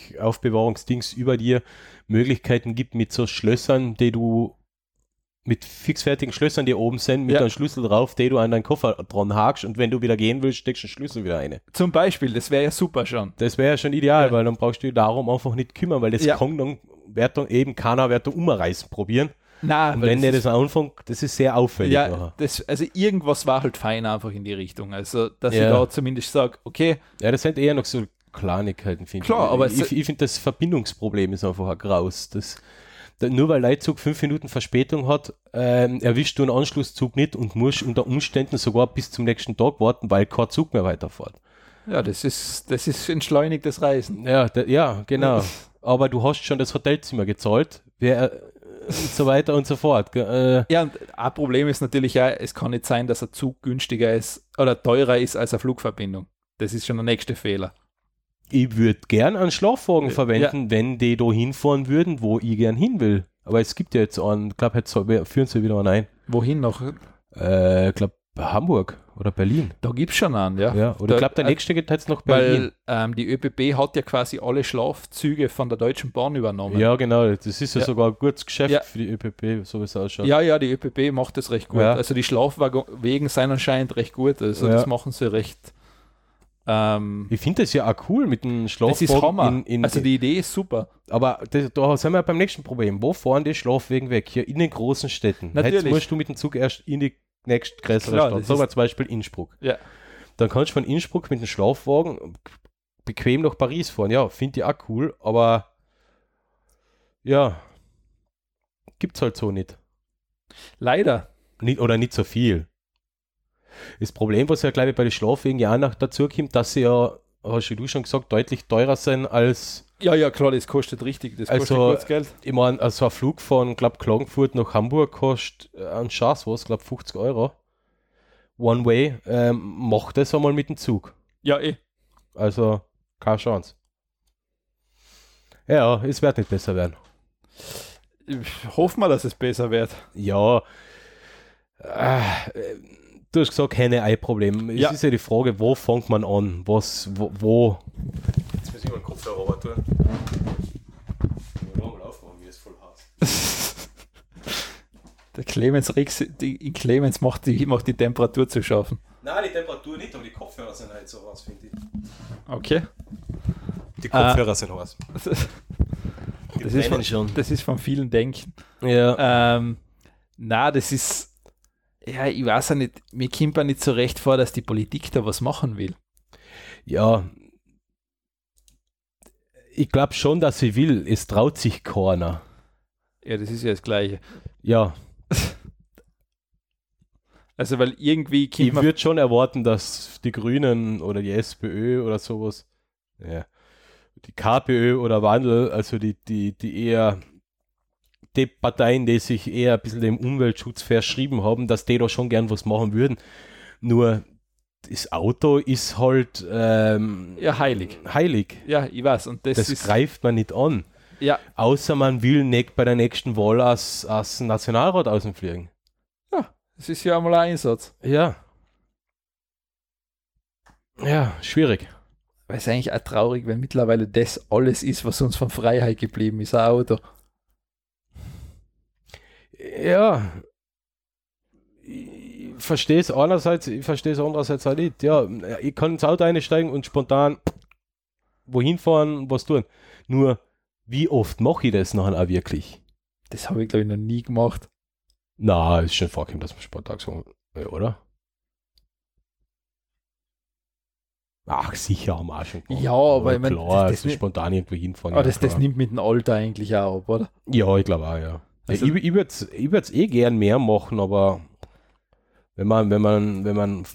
A: Gepäckaufbewahrungsdings über dir Möglichkeiten gibt mit so Schlössern, die du mit fixfertigen Schlössern, die oben sind, mit
B: Ja.
A: einem Schlüssel drauf, den du an deinen Koffer dran hakst und wenn du wieder gehen willst, steckst du den Schlüssel wieder rein.
B: Zum Beispiel, das wäre ja super schon.
A: Das wäre ja schon ideal,
B: Ja.
A: weil dann brauchst du dich darum einfach nicht kümmern, weil das
B: Ja.
A: kann dann Wertung eben keiner Wertung umreißen probieren.
B: Na,
A: Und
B: weil
A: wenn der
B: ist-
A: das anfängt, das ist sehr auffällig.
B: Ja,
A: nachher.
B: das, also irgendwas war halt fein einfach in die Richtung. Also, dass
A: Ja.
B: ich da zumindest sage, okay,
A: Ja, das sind eher noch so Kleinigkeiten, finde ich.
B: Klar, aber
A: ich,
B: es-
A: ich finde, das Verbindungsproblem ist einfach ein graus. Das, da, nur weil Leitzug fünf Minuten Verspätung hat, ähm, erwischt du einen Anschlusszug nicht und musst unter Umständen sogar bis zum nächsten Tag warten, weil kein Zug mehr weiterfährt.
B: ja, das ist, das ist entschleunigtes Reisen.
A: Ja, da, ja, genau. Aber du hast schon das Hotelzimmer gezahlt, wer, äh, und so weiter und so fort. gell, Äh,
B: Ja, und ein Problem ist natürlich auch, es kann nicht sein, dass ein Zug günstiger ist oder teurer ist als eine Flugverbindung. Das ist schon der nächste Fehler.
A: ich würde gern einen Schlafwagen
B: Ja.
A: verwenden, wenn die da hinfahren würden, wo ich gern hin will. Aber es gibt ja jetzt einen, ich glaube, jetzt soll- führen sie wieder einen ein.
B: Wohin noch?
A: äh, glaube Hamburg oder Berlin.
B: Da gibt es schon einen, ja.
A: Ja, oder ich
B: Da-
A: glaube, der
B: äh,
A: nächste geht jetzt noch Berlin.
B: Weil ähm, die ÖBB hat ja quasi alle Schlafzüge von der Deutschen Bahn übernommen.
A: Ja, genau. Das ist ja,
B: Ja.
A: sogar ein gutes Geschäft
B: Ja.
A: für die ÖPP, so wie es ausschaut.
B: Ja, ja, die ÖPB macht das recht gut.
A: Ja.
B: Also die Schlafwagen seien anscheinend recht gut. Also
A: Ja.
B: das machen sie recht. Ähm,
A: Ich finde das ja auch cool mit dem
B: das ist
A: Schlafwagen.
B: Hammer.
A: In, in,
B: also die Idee ist super.
A: aber das, da sind wir beim nächsten Problem. Wo fahren die Schlafwegen weg? Hier in den großen Städten. Jetzt
B: Natürlich.
A: musst du mit dem Zug erst in die nächst größere
B: Klar,
A: Stadt.
B: das
A: So
B: ist-
A: war zum Beispiel Innsbruck.
B: Ja.
A: Dann kannst du von Innsbruck mit dem Schlafwagen bequem nach Paris fahren. Ja, finde ich auch cool, aber ja, gibt's halt so nicht.
B: Leider.
A: nicht oder nicht so viel. Das Problem, was ja, glaube ich, bei den Schlafwegen ja auch noch dazu kommt, dass sie ja, hast du schon gesagt, deutlich teurer sind als,
B: Ja, ja, klar, das kostet richtig. Das
A: Also-
B: kostet kurz Geld.
A: ich meine, also ein Flug von, glaube Klagenfurt nach Hamburg kostet äh, ein Schatz was, glaube 50 Euro. One Way, ähm, mach das einmal mit dem Zug.
B: Ja, eh.
A: Also, keine Chance. Ja, es wird nicht besser werden.
B: Hoffen wir, dass es besser wird.
A: Ja, ah, äh, du hast gesagt, keine Ei-Problem. Es
B: Ja.
A: ist ja die Frage, wo fängt man an? Was, wo, wo? Jetzt muss ich mal den Kopfhörer runter tun. Ich will mal aufmachen, mir ist voll hart.
B: Der Clemens Rix, die, in Clemens macht die, macht die Temperatur zu schaffen.
A: Nein, die Temperatur nicht, aber die Kopfhörer sind halt so heiß, finde ich.
B: Okay.
A: Die
B: Kopfhörer
A: sind heiß. Die
B: Das ist, von,
A: schon. Äh.
B: das ist von vielen Denken.
A: Ja.
B: Ähm, na, das ist. Ja, ich weiß auch nicht, mir kommt auch nicht so recht vor, dass die Politik da was machen will.
A: ja. Ich glaube schon, dass sie will. Es traut sich keiner.
B: Ja, das ist ja das Gleiche.
A: Ja,
B: Also, weil irgendwie kommt
A: Ich
B: man-
A: würde schon erwarten, dass die Grünen oder die SPÖ oder sowas, ja, die KPÖ oder Wandel, also die, die, die eher die Parteien, die sich eher ein bisschen dem Umweltschutz verschrieben haben, dass die da schon gern was machen würden. Nur das Auto ist halt ähm,
B: ja heilig.
A: heilig.
B: Ja, ich weiß. Und das,
A: Das
B: ist.
A: greift man nicht an.
B: Ja,
A: Außer man will nicht bei der nächsten Wahl als, als Nationalrat außenfliegen.
B: das ist ja einmal ein Einsatz.
A: Ja. Ja, schwierig.
B: Weil es eigentlich auch traurig, wenn mittlerweile das alles ist, was uns von Freiheit geblieben ist, ein Auto.
A: Ja. Ich verstehe es einerseits, ich verstehe es andererseits auch nicht. Ja, ich kann ins Auto einsteigen und spontan wohin fahren, was tun. Nur, wie oft mache ich das nachher auch wirklich?
B: Das habe ich, glaube ich, noch nie gemacht.
A: Na, ist schon vorgekommen, dass man spontan so, ja, oder? Ach, sicher haben wir auch schon
B: Ja, aber ich
A: klar, das,
B: mein, das- das
A: also
B: nicht-
A: spontan irgendwo hinfahren.
B: Aber
A: ja,
B: das, das
A: klar.
B: nimmt mit dem Alter eigentlich auch ab, oder?
A: Ja, ich glaube auch, ja.
B: Also-
A: ich ich würde es ich würd's eh gern mehr machen, aber wenn man, wenn man, wenn man,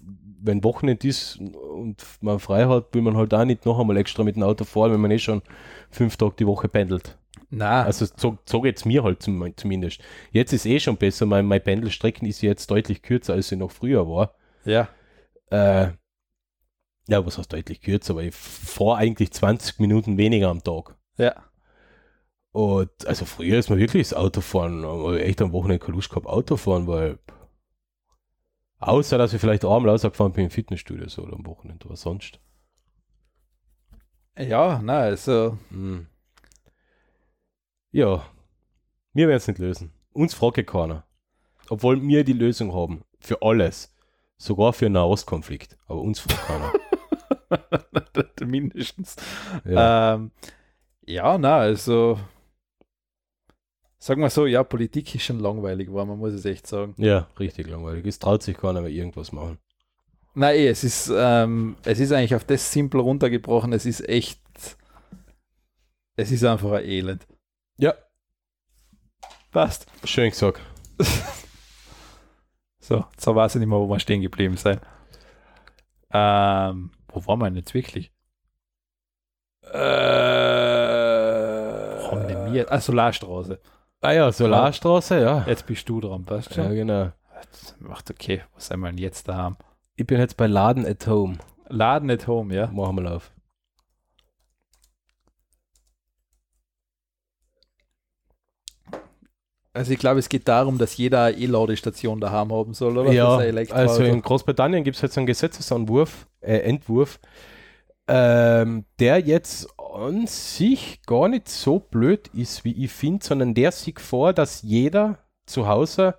A: wenn Wochenende ist und man frei hat, will man halt auch nicht noch einmal extra mit dem Auto fahren, wenn man eh schon fünf Tage die Woche pendelt.
B: Na,
A: Also so, so geht es mir halt zum, zumindest. Jetzt ist eh schon besser, mein, mein Pendelstrecken ist jetzt deutlich kürzer, als sie noch früher war.
B: ja.
A: Äh, ja, was heißt deutlich kürzer, aber ich fahre eigentlich 20 Minuten weniger am Tag.
B: Ja.
A: Und also früher ist man wirklich das Autofahren, aber echt am Wochenende keine Lust gehabt, Autofahren, weil außer dass ich vielleicht abends rausgefahren bin im Fitnessstudio so oder am Wochenende, aber sonst.
B: Ja, na, also
A: Hm. Ja, wir werden es nicht lösen. Uns fragt keiner. Obwohl wir die Lösung haben. Für alles. Sogar für einen Nahostkonflikt. Aber uns fragt keiner.
B: mindestens.
A: Ja.
B: Ähm, ja, na, also sagen wir so, ja, Politik ist schon langweilig geworden, man muss es echt sagen.
A: ja, richtig langweilig. Es traut sich keiner mehr irgendwas machen.
B: Nein, eh, es ist, ähm, es ist eigentlich auf das simpel runtergebrochen, es ist echt, es ist einfach ein Elend.
A: Ja.
B: Passt.
A: Schön gesagt.
B: So, jetzt weiß ich nicht mehr, wo wir stehen geblieben sind. Ähm, wo waren wir denn jetzt wirklich?
A: Äh.
B: Haben denn wir? Ah, Solarstraße.
A: Ah ja, Solarstraße, ja.
B: Jetzt bist du dran, passt
A: Ja,
B: schon?
A: genau.
B: Macht okay, was sind wir denn jetzt da haben?
A: Ich bin jetzt bei Laden at Home.
B: Laden at home, ja?
A: Machen wir auf.
B: Also ich glaube, es geht darum, dass jeder eine E-Ladestation daheim haben soll, oder?
A: Ja,
B: Für sein Elektroauto.
A: also in Großbritannien gibt es jetzt einen Gesetzesentwurf, äh, Entwurf, ähm, der jetzt an sich gar nicht so blöd ist, wie ich finde, sondern der sieht vor, dass jeder zu Hause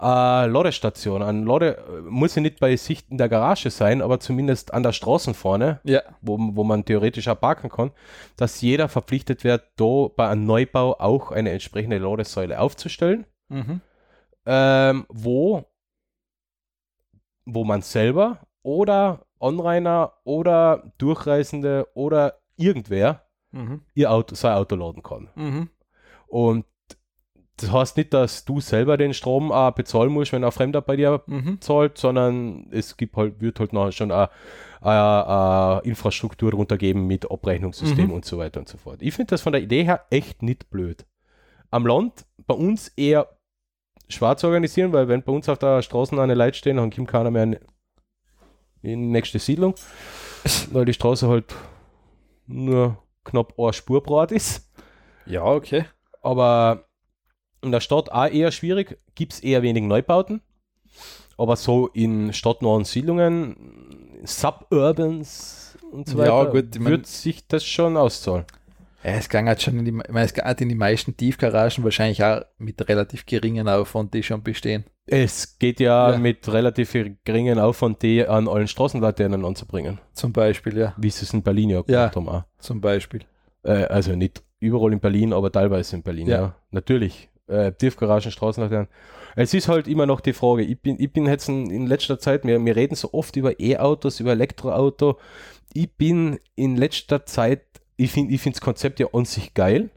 A: äh, Ladestation. An Lade muss ja nicht bei Sicht in der Garage sein, aber zumindest an der Straße vorne,
B: Ja,
A: wo, wo man theoretisch auch parken kann, dass jeder verpflichtet wird, da bei einem Neubau auch eine entsprechende Ladesäule aufzustellen,
B: mhm.
A: ähm, wo, wo man selber oder Anrainer oder Durchreisende oder irgendwer
B: Mhm.
A: ihr Auto, sein Auto laden kann.
B: Mhm.
A: Und das heißt nicht, dass du selber den Strom äh, bezahlen musst, wenn ein Fremder bei dir
B: Mhm.
A: zahlt, sondern es gibt halt, wird halt nachher schon eine, eine, eine Infrastruktur drunter geben mit Abrechnungssystem
B: Mhm.
A: und so weiter und so fort. Ich finde das von der Idee her echt nicht blöd. Am Land bei uns eher schwarz organisieren, weil wenn bei uns auf der Straße eine Leute stehen, dann kommt keiner mehr in in die nächste Siedlung, weil die Straße halt nur knapp eine Spur breit ist
B: Ja, okay.
A: aber in der Stadt auch eher schwierig. Gibt es eher wenig Neubauten. Aber so in stadtnahen Siedlungen, Suburbans und so
B: Ja,
A: weiter,
B: gut, ich mein-
A: wird sich das schon auszahlen.
B: Ja, es ging halt schon in die, ich meine, es ging halt in die meisten Tiefgaragen wahrscheinlich auch mit relativ geringem Aufwand, die schon bestehen.
A: Es geht ja,
B: Ja.
A: mit relativ geringem Aufwand, die an allen Straßenlaternen anzubringen,
B: Zum Beispiel, ja.
A: wie sie es in Berlin ja
B: Ja.
A: gemacht haben. Auch.
B: Zum Beispiel.
A: Äh, also nicht überall in Berlin, aber teilweise in Berlin,
B: Ja.
A: ja. Natürlich. Äh, Tiefgaragen, Straßenlaternen. Es ist halt immer noch die Frage. Ich bin, ich bin jetzt in, in letzter Zeit, wir, wir reden so oft über E-Autos, über Elektroauto. Ich bin in letzter Zeit, ich finde ich find das Konzept ja an sich geil.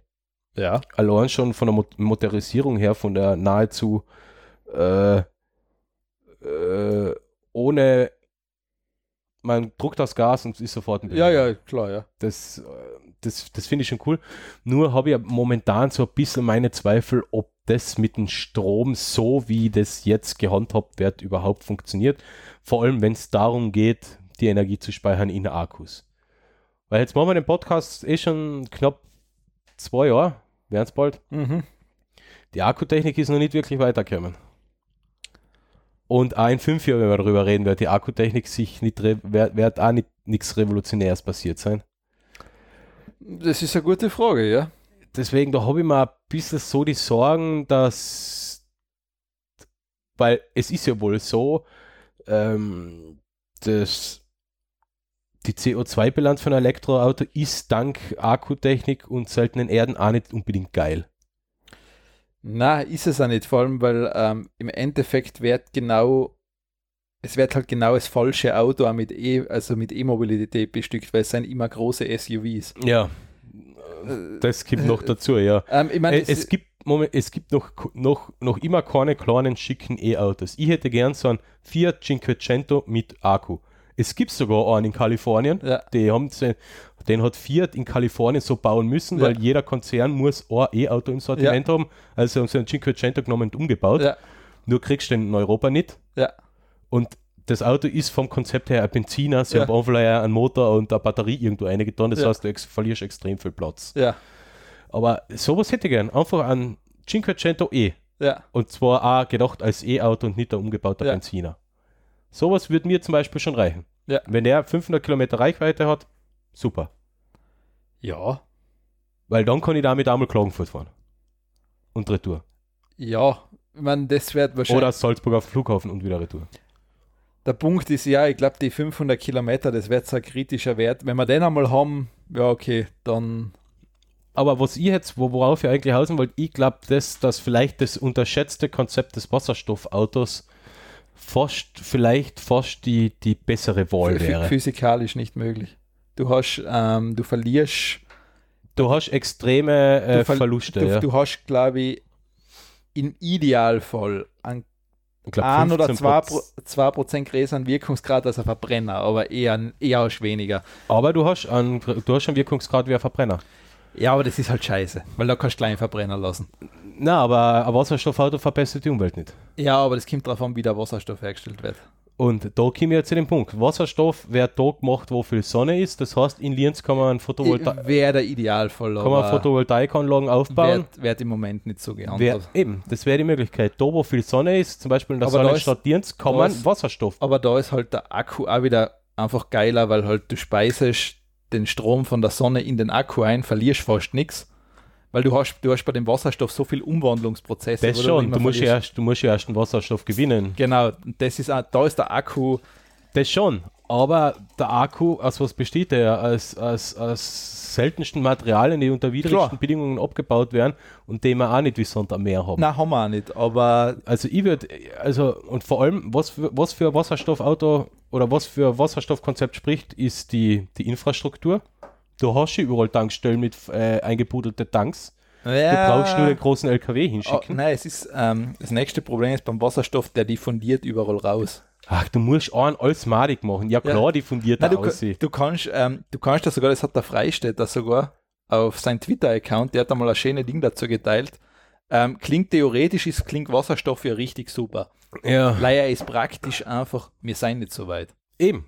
B: Ja.
A: Allein schon von der Mot Motorisierung her, von der nahezu äh, äh, ohne, man drückt das Gas und ist sofort in
B: Ja,
A: Bewegung.
B: ja, klar, ja.
A: Das, äh, das, das finde ich schon cool. Nur habe ich ja momentan so ein bisschen meine Zweifel, ob das mit dem Strom, so wie das jetzt gehandhabt wird, überhaupt funktioniert. Vor allem, wenn es darum geht, die Energie zu speichern in Akkus. Weil jetzt machen wir den Podcast eh schon knapp zwei Jahre, wären es bald.
B: Mhm.
A: Die Akkutechnik ist noch nicht wirklich weitergekommen. Und auch in fünf Jahren, wenn wir darüber reden, wird die Akkutechnik sich nicht, re- wird, wird auch nichts Revolutionäres passiert sein.
B: Das ist eine gute Frage, ja.
A: deswegen, da habe ich mir ein bisschen so die Sorgen, dass, weil es ist ja wohl so, ähm, dass die CO2-Bilanz von einem Elektroauto ist dank Akkutechnik und seltenen Erden auch nicht unbedingt geil.
B: Na, ist es auch nicht, vor allem, weil ähm, im Endeffekt wird genau, es wird halt genau das falsche Auto auch mit E, also mit E-Mobilität bestückt, weil es sind immer große SUVs.
A: Ja, das kommt noch dazu, ja.
B: Ähm, ich meine,
A: Äh, es gibt, Moment, es gibt noch, noch, noch immer keine kleinen, schicken E-Autos. Ich hätte gern so ein Fiat Cinquecento mit Akku. Es gibt sogar einen in Kalifornien.
B: ja,
A: Die haben se- den hat Fiat in Kalifornien so bauen müssen,
B: Ja.
A: weil jeder Konzern muss ein E-Auto im Sortiment haben. Also haben sie einen Cinquecento genommen und umgebaut.
B: Ja.
A: Nur kriegst du den in Europa nicht.
B: ja,
A: Und das Auto ist vom Konzept her ein Benziner. Sie
B: Ja.
A: haben einfach einen Motor und eine Batterie irgendwo reingetan. Das
B: Ja.
A: heißt, du ex verlierst extrem viel Platz.
B: ja,
A: Aber sowas hätte ich gern. Einfach ein Cinquecento E.
B: ja.
A: Und zwar auch gedacht als E-Auto und nicht der umgebauter
B: Ja.
A: Benziner. Sowas würde mir zum Beispiel schon reichen.
B: Ja.
A: Wenn der 500 Kilometer Reichweite hat, super.
B: Ja,
A: Weil dann kann ich damit einmal Klagenfurt fahren. Und Retour.
B: ja. Ich meine, das wird wahrscheinlich.
A: Oder Salzburg auf den Flughafen und wieder Retour.
B: Der Punkt ist ja, ich glaube, die 500 Kilometer, das wird so ein kritischer Wert. Wenn wir den einmal haben, ja, okay, dann.
A: Aber was ich jetzt, wo- worauf ich eigentlich hausen wollte, ich glaube, dass das vielleicht das unterschätzte Konzept des Wasserstoffautos fast, vielleicht fast die, die bessere Wahl
B: Phy-
A: wäre.
B: Physikalisch nicht möglich. Du hast, ähm, du verlierst,
A: Du hast extreme äh,
B: du verl-
A: Verluste.
B: du,
A: ja.
B: du hast, glaube ich, im Idealfall ein,
A: Ich glaub,
B: ein oder
A: 15
B: zwei, Pro,
A: Prozent.
B: zwei Prozent größeren Wirkungsgrad als ein Verbrenner, aber eher, eher hast weniger.
A: Aber du hast, einen, du hast einen Wirkungsgrad wie ein Verbrenner.
B: Ja, aber das ist halt scheiße, weil da kannst du klein verbrenner lassen.
A: Na, aber ein Wasserstoffauto verbessert die Umwelt nicht.
B: Ja, aber das kommt drauf an, wie der Wasserstoff hergestellt wird.
A: Und da kommen wir zu dem Punkt. Wasserstoff wird da gemacht, wo viel Sonne ist. Das heißt, in Linz kann man einen Photovolta
B: Wäre der Idealfall,
A: kann man
B: aber
A: Photovoltaikanlagen aufbauen.
B: wird, wird im Moment nicht so gehandhabt.
A: Wär, eben, das wäre die Möglichkeit. Da, wo viel Sonne ist, zum Beispiel in der
B: Aber da
A: Sonnenstadt Linz, kann
B: da
A: man
B: ist-
A: Wasserstoff.
B: Aber da ist halt der Akku auch wieder einfach geiler, weil halt du speisest den Strom von der Sonne in den Akku ein, verlierst fast nichts. Weil du hast, du hast bei dem Wasserstoff so viel Umwandlungsprozesse.
A: Das
B: wo
A: schon,
B: immer
A: du musst, ja
B: verlierst.
A: erst, du musst ja erst den Wasserstoff gewinnen.
B: Genau, das ist, auch- da ist der Akku.
A: Das schon. Aber der Akku, aus was besteht der? Aus, aus, aus seltensten Materialien, die unter widrigsten
B: Klar.
A: Bedingungen abgebaut werden und die wir auch nicht wie Sand am Meer haben.
B: Nein, haben wir auch nicht, aber
A: Also ich würde, also und vor allem, was für, was für ein Wasserstoffauto oder was für ein Wasserstoffkonzept spricht, ist die, die Infrastruktur. Du hast ja überall Tankstellen mit äh, eingepudelte Tanks. Du
B: Äh.
A: brauchst nur den großen LKW
B: Oh,
A: hinschicken.
B: nein, es ist, ähm, das nächste Problem ist beim Wasserstoff, der diffundiert überall raus.
A: Ach, du musst einen alles madig machen. Ja klar, die fundiert
B: Nein,
A: Nein,
B: Ah. du, ka- du, kannst, ähm, du kannst das sogar, das hat der Freistädter sogar auf seinem Twitter-Account, der hat einmal ein schönes Ding dazu geteilt. Ähm, klingt theoretisch, ist, klingt Wasserstoff ja richtig super.
A: Ja,
B: Leider ist praktisch einfach, wir sind nicht so weit.
A: eben.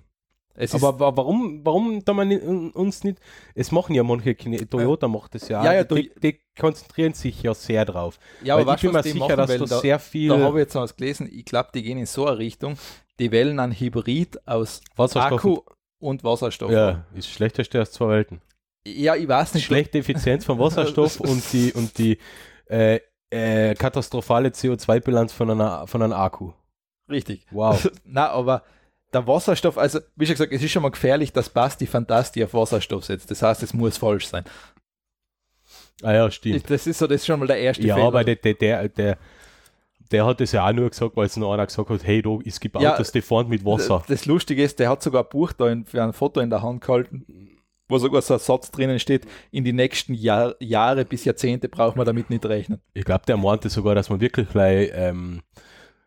B: Es ist,
A: Aber wa- warum, warum da man ni- uns nicht, es machen ja manche, Chine Toyota macht es ja, auch.
B: Ja, ja,
A: die, die konzentrieren sich ja sehr drauf.
B: ja,
A: Weil
B: aber
A: ich
B: weißt du,
A: bin mir
B: was die
A: sicher,
B: machen,
A: dass
B: weil
A: du
B: da,
A: sehr viel
B: da habe ich jetzt noch was gelesen, ich glaube, die gehen in so eine Richtung, die wählen einen Hybrid aus
A: Wasserstoff
B: Akku und Wasserstoff.
A: Ja, ist schlechteste aus zwei Welten.
B: Ja, ich weiß nicht.
A: Schlechte Effizienz von Wasserstoff und die, und die äh, äh, katastrophale CO2-Bilanz von, einer, von einem Akku.
B: Richtig.
A: Wow.
B: Na, aber der Wasserstoff, also wie schon gesagt, es ist schon mal gefährlich, dass Basti Fantasti auf Wasserstoff setzt. Das heißt, es muss falsch sein.
A: Ah ja, stimmt.
B: Das ist so, das ist schon mal der erste
A: ja,
B: Fehler.
A: aber der, der, der, der, der hat das ja auch nur gesagt, weil es noch einer gesagt hat, hey, du, es gibt
B: Ja, äh,
A: Autos, die fahren mit Wasser.
B: Das Lustige ist, der hat sogar ein Buch da in, für ein Foto in der Hand gehalten, wo sogar so ein Satz drinnen steht, in die nächsten Jahr, Jahre bis Jahrzehnte braucht man damit nicht rechnen.
A: Ich glaube, der meinte sogar, dass man wirklich gleich ähm,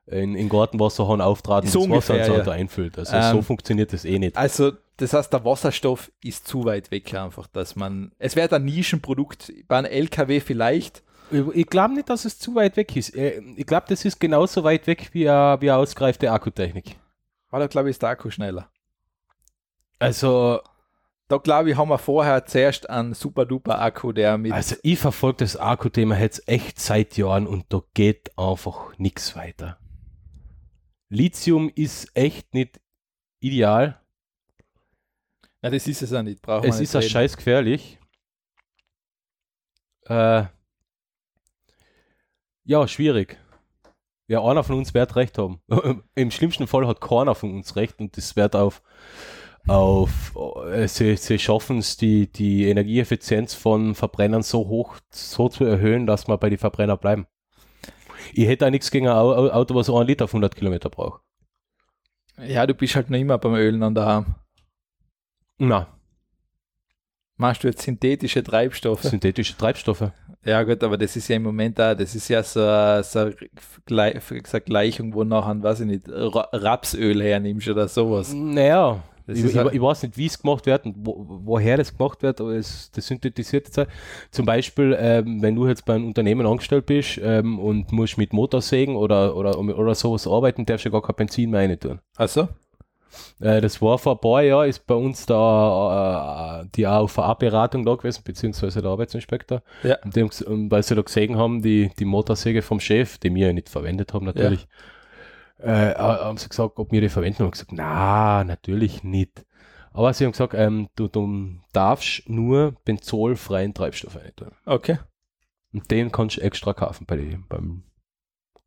A: in, in Gartenwasserhahn auftraten,
B: So
A: das Wasser
B: ungefähr,
A: ins
B: ja.
A: Auto einfüllt. Also
B: Ähm,
A: so funktioniert das eh nicht.
B: Also, das heißt, der Wasserstoff ist zu weit weg einfach, dass man, es wäre ein Nischenprodukt, bei einem LKW vielleicht,
A: Ich glaube nicht, dass es zu weit weg ist. Äh, Ich glaube, das ist genauso weit weg wie eine, wie eine ausgereifte Akkutechnik.
B: aber da glaube ich, ist der Akku schneller.
A: Also,
B: Da glaube ich, haben wir vorher zuerst einen super duper Akku, der mit.
A: also ich verfolge das Akku-Thema jetzt echt seit Jahren und da geht einfach nichts weiter. Lithium ist echt nicht ideal.
B: na, das ist es ja nicht. Braucht
A: es ist ja scheiß gefährlich. Äh, ja, schwierig. Ja, einer von uns wird recht haben. Im schlimmsten Fall hat keiner von uns recht und das wird auf, auf äh, sie, sie schaffen es, die, die Energieeffizienz von Verbrennern so hoch so zu erhöhen, dass wir bei den Verbrenner bleiben. Ich hätte auch nichts gegen ein Au- Au- Auto, was einen Liter auf 100 Kilometer braucht.
B: Ja, du bist halt noch immer beim Ölen an der Arm.
A: Na,
B: Machst du jetzt synthetische Treibstoffe?
A: synthetische Treibstoffe.
B: ja, gut, aber das ist ja im Moment da, das ist ja so, eine- so eine Gle- so eine Gleichung, wo nachher, weiß ich nicht, Ra- Rapsöl hernimmst oder sowas.
A: Naja,
B: Das
A: ich,
B: ist
A: ich,
B: halt-
A: ich weiß nicht, wie es gemacht wird und wo, woher das gemacht wird, aber es, das synthetisiert jetzt auch. Zum Beispiel, ähm, wenn du jetzt bei einem Unternehmen angestellt bist ähm, und musst mit Motorsägen oder, oder, oder sowas arbeiten, darfst du gar kein Benzin mehr rein tun.
B: Also,
A: Äh, das war vor ein paar Jahren, ist bei uns da äh, die AUVA-Beratung da gewesen, beziehungsweise der Arbeitsinspektor.
B: Ja.
A: Und die haben, ges- und ähm, weil sie da gesehen haben, die, die Motorsäge vom Chef, die wir ja nicht verwendet haben natürlich, äh, äh, haben sie gesagt, ob wir die verwenden. Und ich gesagt, na, natürlich nicht. Aber sie haben gesagt, ähm, du, du darfst nur benzolfreien Treibstoff rein tun.
B: okay,
A: Und den kannst du extra kaufen bei die, beim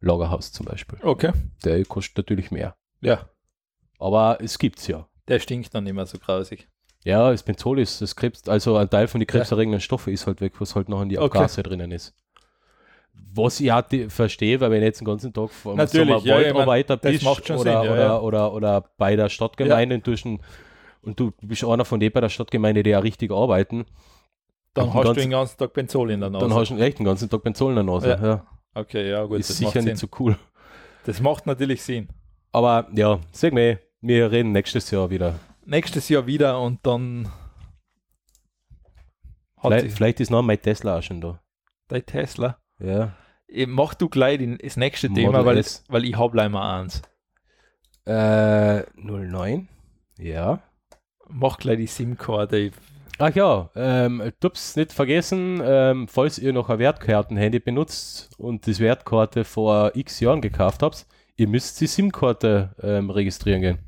A: Lagerhaus zum Beispiel.
B: okay.
A: Der kostet natürlich mehr.
B: Ja,
A: Aber es gibt's ja.
B: der stinkt noch nicht mehr so grausig.
A: Ja, das Benzol ist das Krebs, also ein Teil von den krebserregenden Stoffen ist halt weg, was halt noch in die
B: Okay.
A: Abgase drinnen ist. Was ich auch die- verstehe, weil wenn ich jetzt den ganzen Tag vom
B: Natürlich,
A: Sommer
B: ja, ich mein,
A: Waldarbeiter
B: das
A: bist
B: macht schon
A: oder,
B: Sinn, ja,
A: oder,
B: ja.
A: Oder, oder bei der Stadtgemeinde inzwischen und du bist einer von denen bei der Stadtgemeinde, die ja richtig arbeiten,
B: Dann
A: Den
B: hast du
A: ganzen-
B: den ganzen Tag Benzol in der Nase.
A: dann hast du echt den ganzen Tag Benzol in der Nase.
B: also Ja.
A: Ja.
B: okay, ja, gut,
A: ist
B: das macht,
A: sicher
B: Sinn.
A: nicht so cool.
B: das macht natürlich Sinn.
A: Aber ja, sag mal, wir reden nächstes Jahr wieder.
B: Nächstes Jahr wieder und dann hat
A: Vielleicht,
B: sich
A: vielleicht ist noch mein Tesla auch schon da.
B: dein Tesla.
A: Ja.
B: Eh, Mach du gleich den, das nächste
A: Model
B: Thema, weil,
A: S.
B: weil ich habe gleich mal eins.
A: Äh, 09? Ja.
B: Mach gleich die SIM-Karte.
A: Ach ja, ähm, tups, nicht vergessen, ähm, falls ihr noch ein Wertkartenhandy benutzt und das Wertkarte vor x Jahren gekauft habt, ihr müsst die SIM-Karte ähm, registrieren gehen.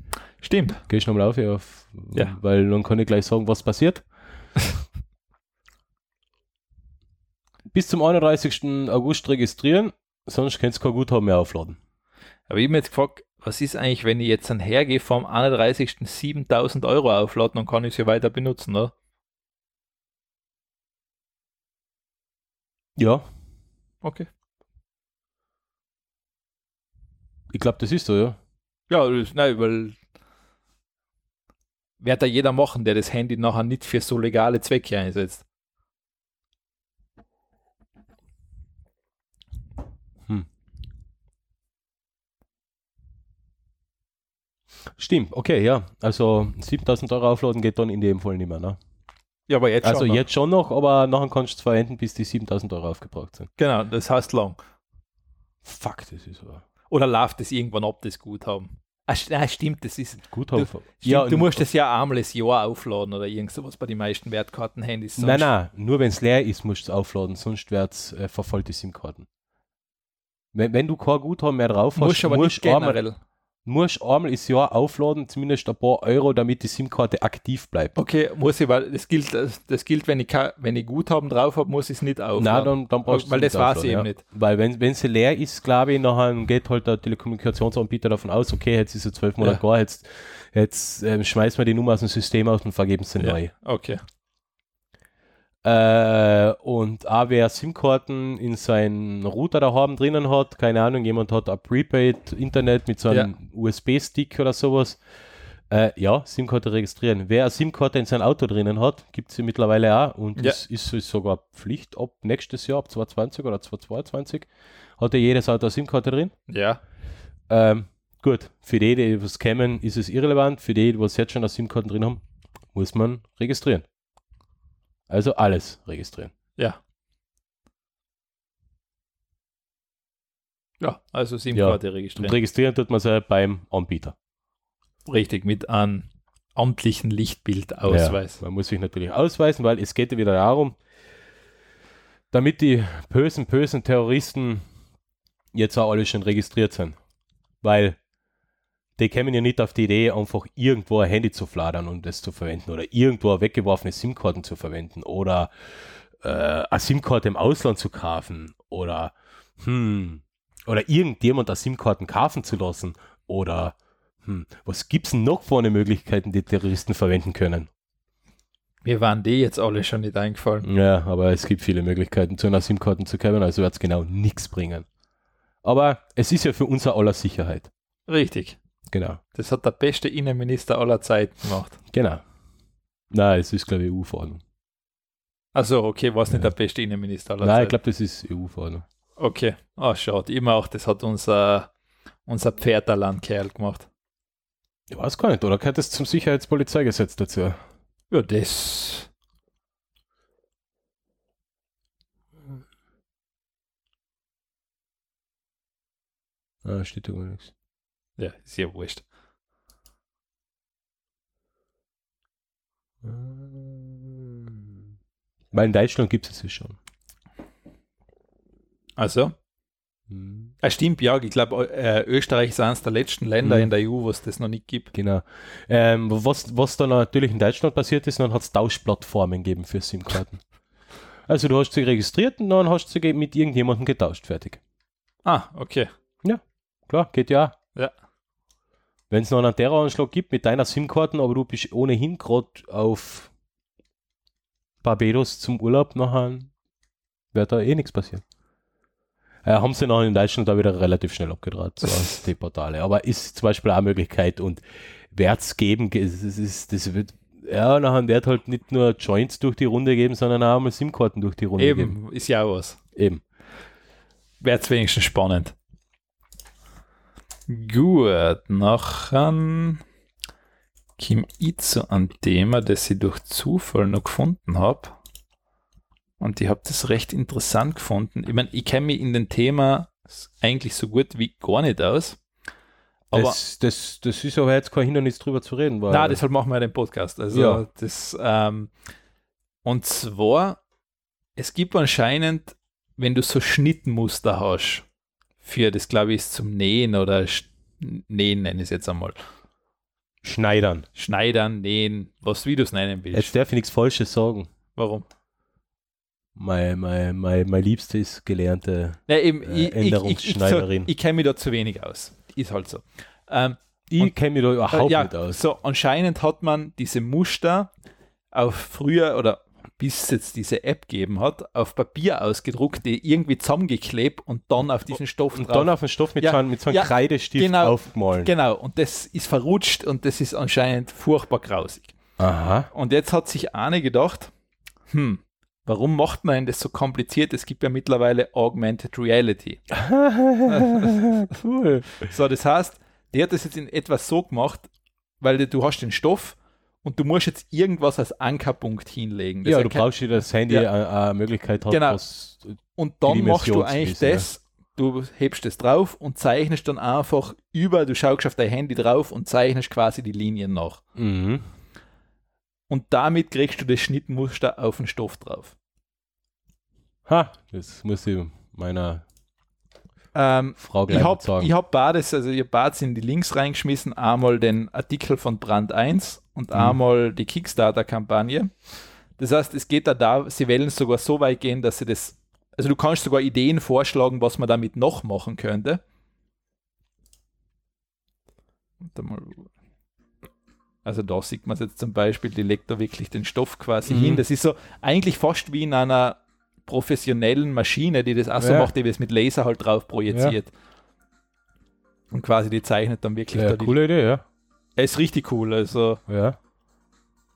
B: Stimmt.
A: Geh ich nochmal auf, ja, auf,
B: Ja.
A: weil dann kann ich gleich sagen, was passiert. bis zum 31. August registrieren, sonst könnt ihr kein Guthaben mehr aufladen.
B: Aber ich habe mir jetzt gefragt, was ist eigentlich, wenn ich jetzt dann hergehe vom 31. 7000 Euro aufladen und kann ich sie weiter benutzen, oder?
A: Ja,
B: Okay.
A: ich glaube, das ist so, ja.
B: Ja, das, nein, weil wird da jeder machen, der das Handy nachher nicht für so legale Zwecke einsetzt.
A: Stimmt, okay, ja. Also 7000 Euro aufladen geht dann in dem Fall nicht mehr. Ne?
B: Ja, aber jetzt
A: Also
B: schon. ne? noch.
A: jetzt schon noch, aber nachher kannst du es verwenden, bis die 7000 Euro aufgebraucht sind.
B: Genau, das heißt lang.
A: Fuck, das ist aber
B: Oder läuft das irgendwann ab, das Guthaben? Ah, st- nein, stimmt, das ist.
A: Guthaben.
B: Stimmt, du musst das ja einmal das Jahr aufladen oder irgend sowas bei den meisten Wertkartenhandys.
A: Nein, nein, nur wenn es leer ist, musst du es aufladen, sonst wird es äh, verfaulte SIM-Karten. Wenn, wenn du kein Guthaben mehr drauf hast,
B: Muss aber nicht
A: einmal,
B: generell.
A: musst einmal das Jahr aufladen, zumindest ein paar Euro, damit die SIM-Karte aktiv bleibt.
B: Okay, muss ich, weil das gilt, das gilt wenn, ich, ka- wenn ich Guthaben drauf habe, muss ich es nicht aufladen.
A: Nein, dann, dann brauchst
B: Weil
A: sie
B: das weiß
A: aufladen,
B: ich eben nicht.
A: Weil wenn, wenn sie leer ist, glaube ich, nachher geht halt der Telekommunikationsanbieter davon aus, okay, jetzt ist es zwölf Monate
B: Ja.
A: gar, jetzt, jetzt ähm, schmeißen wir die Nummer aus dem System aus und vergeben sie
B: Ja,
A: neu.
B: Okay.
A: Äh, und auch wer SIM-Karten in seinen Router da haben drinnen hat, keine Ahnung, jemand hat ein Prepaid-Internet mit so einem USB-Stick oder sowas, äh, ja, SIM-Karte registrieren. Wer eine SIM-Karte in sein Auto drinnen hat, gibt sie mittlerweile auch und
B: Ja.
A: es ist, ist sogar Pflicht ab nächstes Jahr, ab 2020 oder 2022, hat ja jedes Auto eine SIM-Karte drin.
B: Ja.
A: Ähm, gut, für die, die was kämen, ist es irrelevant. Für die, die was jetzt schon eine SIM-Karten drin haben, muss man registrieren. Also alles registrieren.
B: Ja. Ja, also SIM-Karte
A: Und
B: registrieren.
A: registrieren tut man es ja beim Anbieter.
B: Richtig, mit einem amtlichen Lichtbildausweis.
A: Ja, man muss sich natürlich ausweisen, weil es geht ja wieder darum, damit die bösen, bösen Terroristen jetzt auch alle schon registriert sind. Weil die kämen ja nicht auf die Idee, einfach irgendwo ein Handy zu fladern und es zu verwenden oder irgendwo weggeworfene SIM-Karten zu verwenden oder äh, eine SIM-Karte im Ausland zu kaufen oder hm, oder irgendjemand eine SIM-Karten kaufen zu lassen oder hm, was gibt es denn noch für eine Möglichkeiten, die Terroristen verwenden können?
B: Mir waren die jetzt alle schon nicht eingefallen.
A: Ja, aber es gibt viele Möglichkeiten, zu einer SIM-Karte zu kommen, also wird es genau nichts bringen. Aber es ist ja für unser aller Sicherheit.
B: Richtig.
A: Genau,
B: Das hat der beste Innenminister aller Zeiten gemacht.
A: genau. Nein, es ist, glaube ich, EU-Verordnung.
B: Also okay, war es nicht
A: Ja.
B: der beste Innenminister aller
A: Nein, ich
B: Zeiten.
A: glaube, das ist EU-Verordnung.
B: okay. Ah, schaut, immer auch, das hat unser, unser Pferderlandkerl gemacht.
A: Ich weiß gar nicht, oder gehört das zum Sicherheitspolizeigesetz dazu?
B: Ja, das.
A: Ah, steht da gar nichts.
B: Ja, ist ja wurscht.
A: Weil in Deutschland gibt es es schon.
B: Also,
A: Hm.
B: ah, stimmt, ja, ich glaube, äh, Österreich ist eines der letzten Länder
A: Mhm.
B: in der EU, wo es das noch nicht gibt.
A: Genau. Ähm, was, was dann natürlich in Deutschland passiert ist, dann hat es Tauschplattformen gegeben für SIM-Karten. Also du hast sie registriert und dann hast du sie ge- mit irgendjemandem getauscht. Fertig.
B: Ah, okay.
A: Klar, geht ja. auch.
B: Ja.
A: Wenn es noch einen Terroranschlag gibt mit deiner SIM-Karten, aber du bist ohnehin gerade auf Barbados zum Urlaub nachher, wird da eh nichts passieren. Äh, haben sie nachher in Deutschland da wieder relativ schnell abgedraht, so aus die Portale. Aber ist zum Beispiel auch eine Möglichkeit und wird es geben, ge- es ist, es ist, das wird, ja, nachher wird halt nicht nur Joints durch die Runde geben, sondern auch mal SIM-Karten durch die Runde geben.
B: Eben, ist ja auch was.
A: Eben.
B: Wäre es wenigstens spannend. Gut, nachher Kim ich zu einem Thema, das ich durch Zufall noch gefunden habe. Und ich habe das recht interessant gefunden. Ich meine, ich kenne mich in dem Thema s- eigentlich so gut wie gar nicht aus. Aber
A: das, das, das ist aber jetzt kein Hindernis drüber zu reden, weil
B: na, deshalb machen wir den Podcast. Also
A: Ja.
B: das ähm, und zwar, es gibt anscheinend, wenn du so Schnittmuster hast, für das glaube ich ist zum Nähen oder Sch- Nähen nenne ich es jetzt einmal.
A: Schneidern.
B: Schneidern, Nähen, was wie du es nennen willst.
A: Jetzt darf ich nichts Falsches sagen.
B: Warum?
A: Mein, mein, mein, mein Liebste ist gelernte
B: Na, eben,
A: Äh,
B: ich, ich, ich, ich,
A: Änderungsschneiderin.
B: ich kenne mich da zu wenig aus. Ist halt so. Ähm,
A: Ich
B: Und-
A: kenne mich da überhaupt
B: Äh, ja,
A: nicht aus.
B: So, anscheinend hat man diese Muster auf früher oder bis es jetzt diese App gegeben hat, auf Papier ausgedruckt, die irgendwie zusammengeklebt und dann auf diesen Stoff
A: Und
B: drauf.
A: dann auf den Stoff mit
B: Ja,
A: so einem, mit so einem
B: ja,
A: Kreidestift
B: genau,
A: aufgemahlen.
B: genau, und das ist verrutscht und das ist anscheinend furchtbar grausig.
A: Aha.
B: Und jetzt hat sich eine gedacht, hm, warum macht man das so kompliziert? Es gibt ja mittlerweile Augmented Reality.
A: cool.
B: So, das heißt, der hat das jetzt in etwas so gemacht, weil du hast den Stoff und du musst jetzt irgendwas als Ankerpunkt hinlegen. Das
A: Ja,
B: ist
A: du
B: kein-
A: brauchst dir das Handy
B: Ja.
A: eine, eine Möglichkeit hat,
B: Genau.
A: was
B: Und
A: die
B: dann
A: Dimension
B: machst du
A: zu
B: eigentlich
A: wissen,
B: das, du hebst das drauf und zeichnest dann einfach über, du schaust auf dein Handy drauf und zeichnest quasi die Linien nach.
A: mhm.
B: Und damit kriegst du das Schnittmuster auf den Stoff drauf.
A: Ha, das muss ich meiner
B: Ähm,
A: Frau
B: ich
A: gleich mal
B: habe
A: sagen.
B: ich hab beides, also ihr Bad in die Links reingeschmissen, einmal den Artikel von Brand 1 und
A: Mhm.
B: einmal die Kickstarter-Kampagne. Das heißt, es geht da da, sie wollen sogar so weit gehen, dass sie das, also du kannst sogar Ideen vorschlagen, was man damit noch machen könnte. Warte mal. Also da sieht man es jetzt zum Beispiel, die legt da wirklich den Stoff quasi
A: Mhm.
B: hin. Das ist so eigentlich fast wie in einer professionellen Maschine, die das auch so
A: Ja.
B: macht, die das mit Laser halt drauf projiziert. Und quasi die zeichnet dann wirklich
A: ja,
B: da die-
A: coole Idee, ja.
B: Er ist richtig cool, also
A: ja.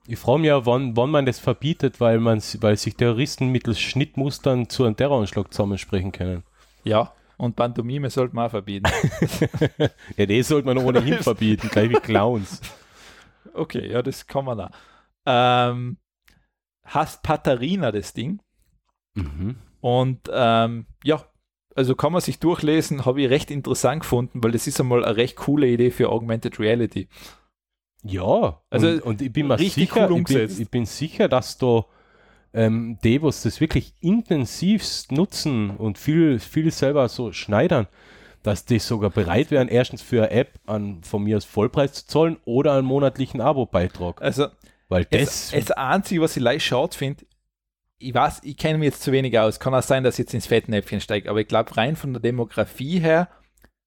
A: Ich frage mich ja, wann, wann man das verbietet, weil, man, weil sich Terroristen mittels Schnittmustern zu einem Terroranschlag zusammensprechen können.
B: ja. Und Pantomime sollte man auch verbieten.
A: Ja, das sollte man ohnehin verbieten, gleich wie Clowns.
B: Okay, ja, das kann man da. Ähm, hast Patarina das Ding?
A: Mhm.
B: Und ähm, ja, also kann man sich durchlesen, habe ich recht interessant gefunden, weil das ist einmal eine recht coole Idee für Augmented Reality.
A: Ja,
B: Also,
A: und, und ich bin mir
B: richtig
A: sicher,
B: cool
A: ich, bin,
B: umgesetzt.
A: ich bin sicher, dass da ähm, die, was das wirklich intensivst nutzen und viel, viel selber so schneidern, dass die sogar bereit wären, erstens für eine App an, von mir als Vollpreis zu zahlen oder einen monatlichen Abo-Beitrag.
B: Also
A: Weil
B: das,
A: das,
B: das Einzige, was ich leicht schaut finde, ich weiß, ich kenne mich jetzt zu wenig aus. Kann auch sein, dass ich jetzt ins Fettnäpfchen steige, aber ich glaube, rein von der Demografie her,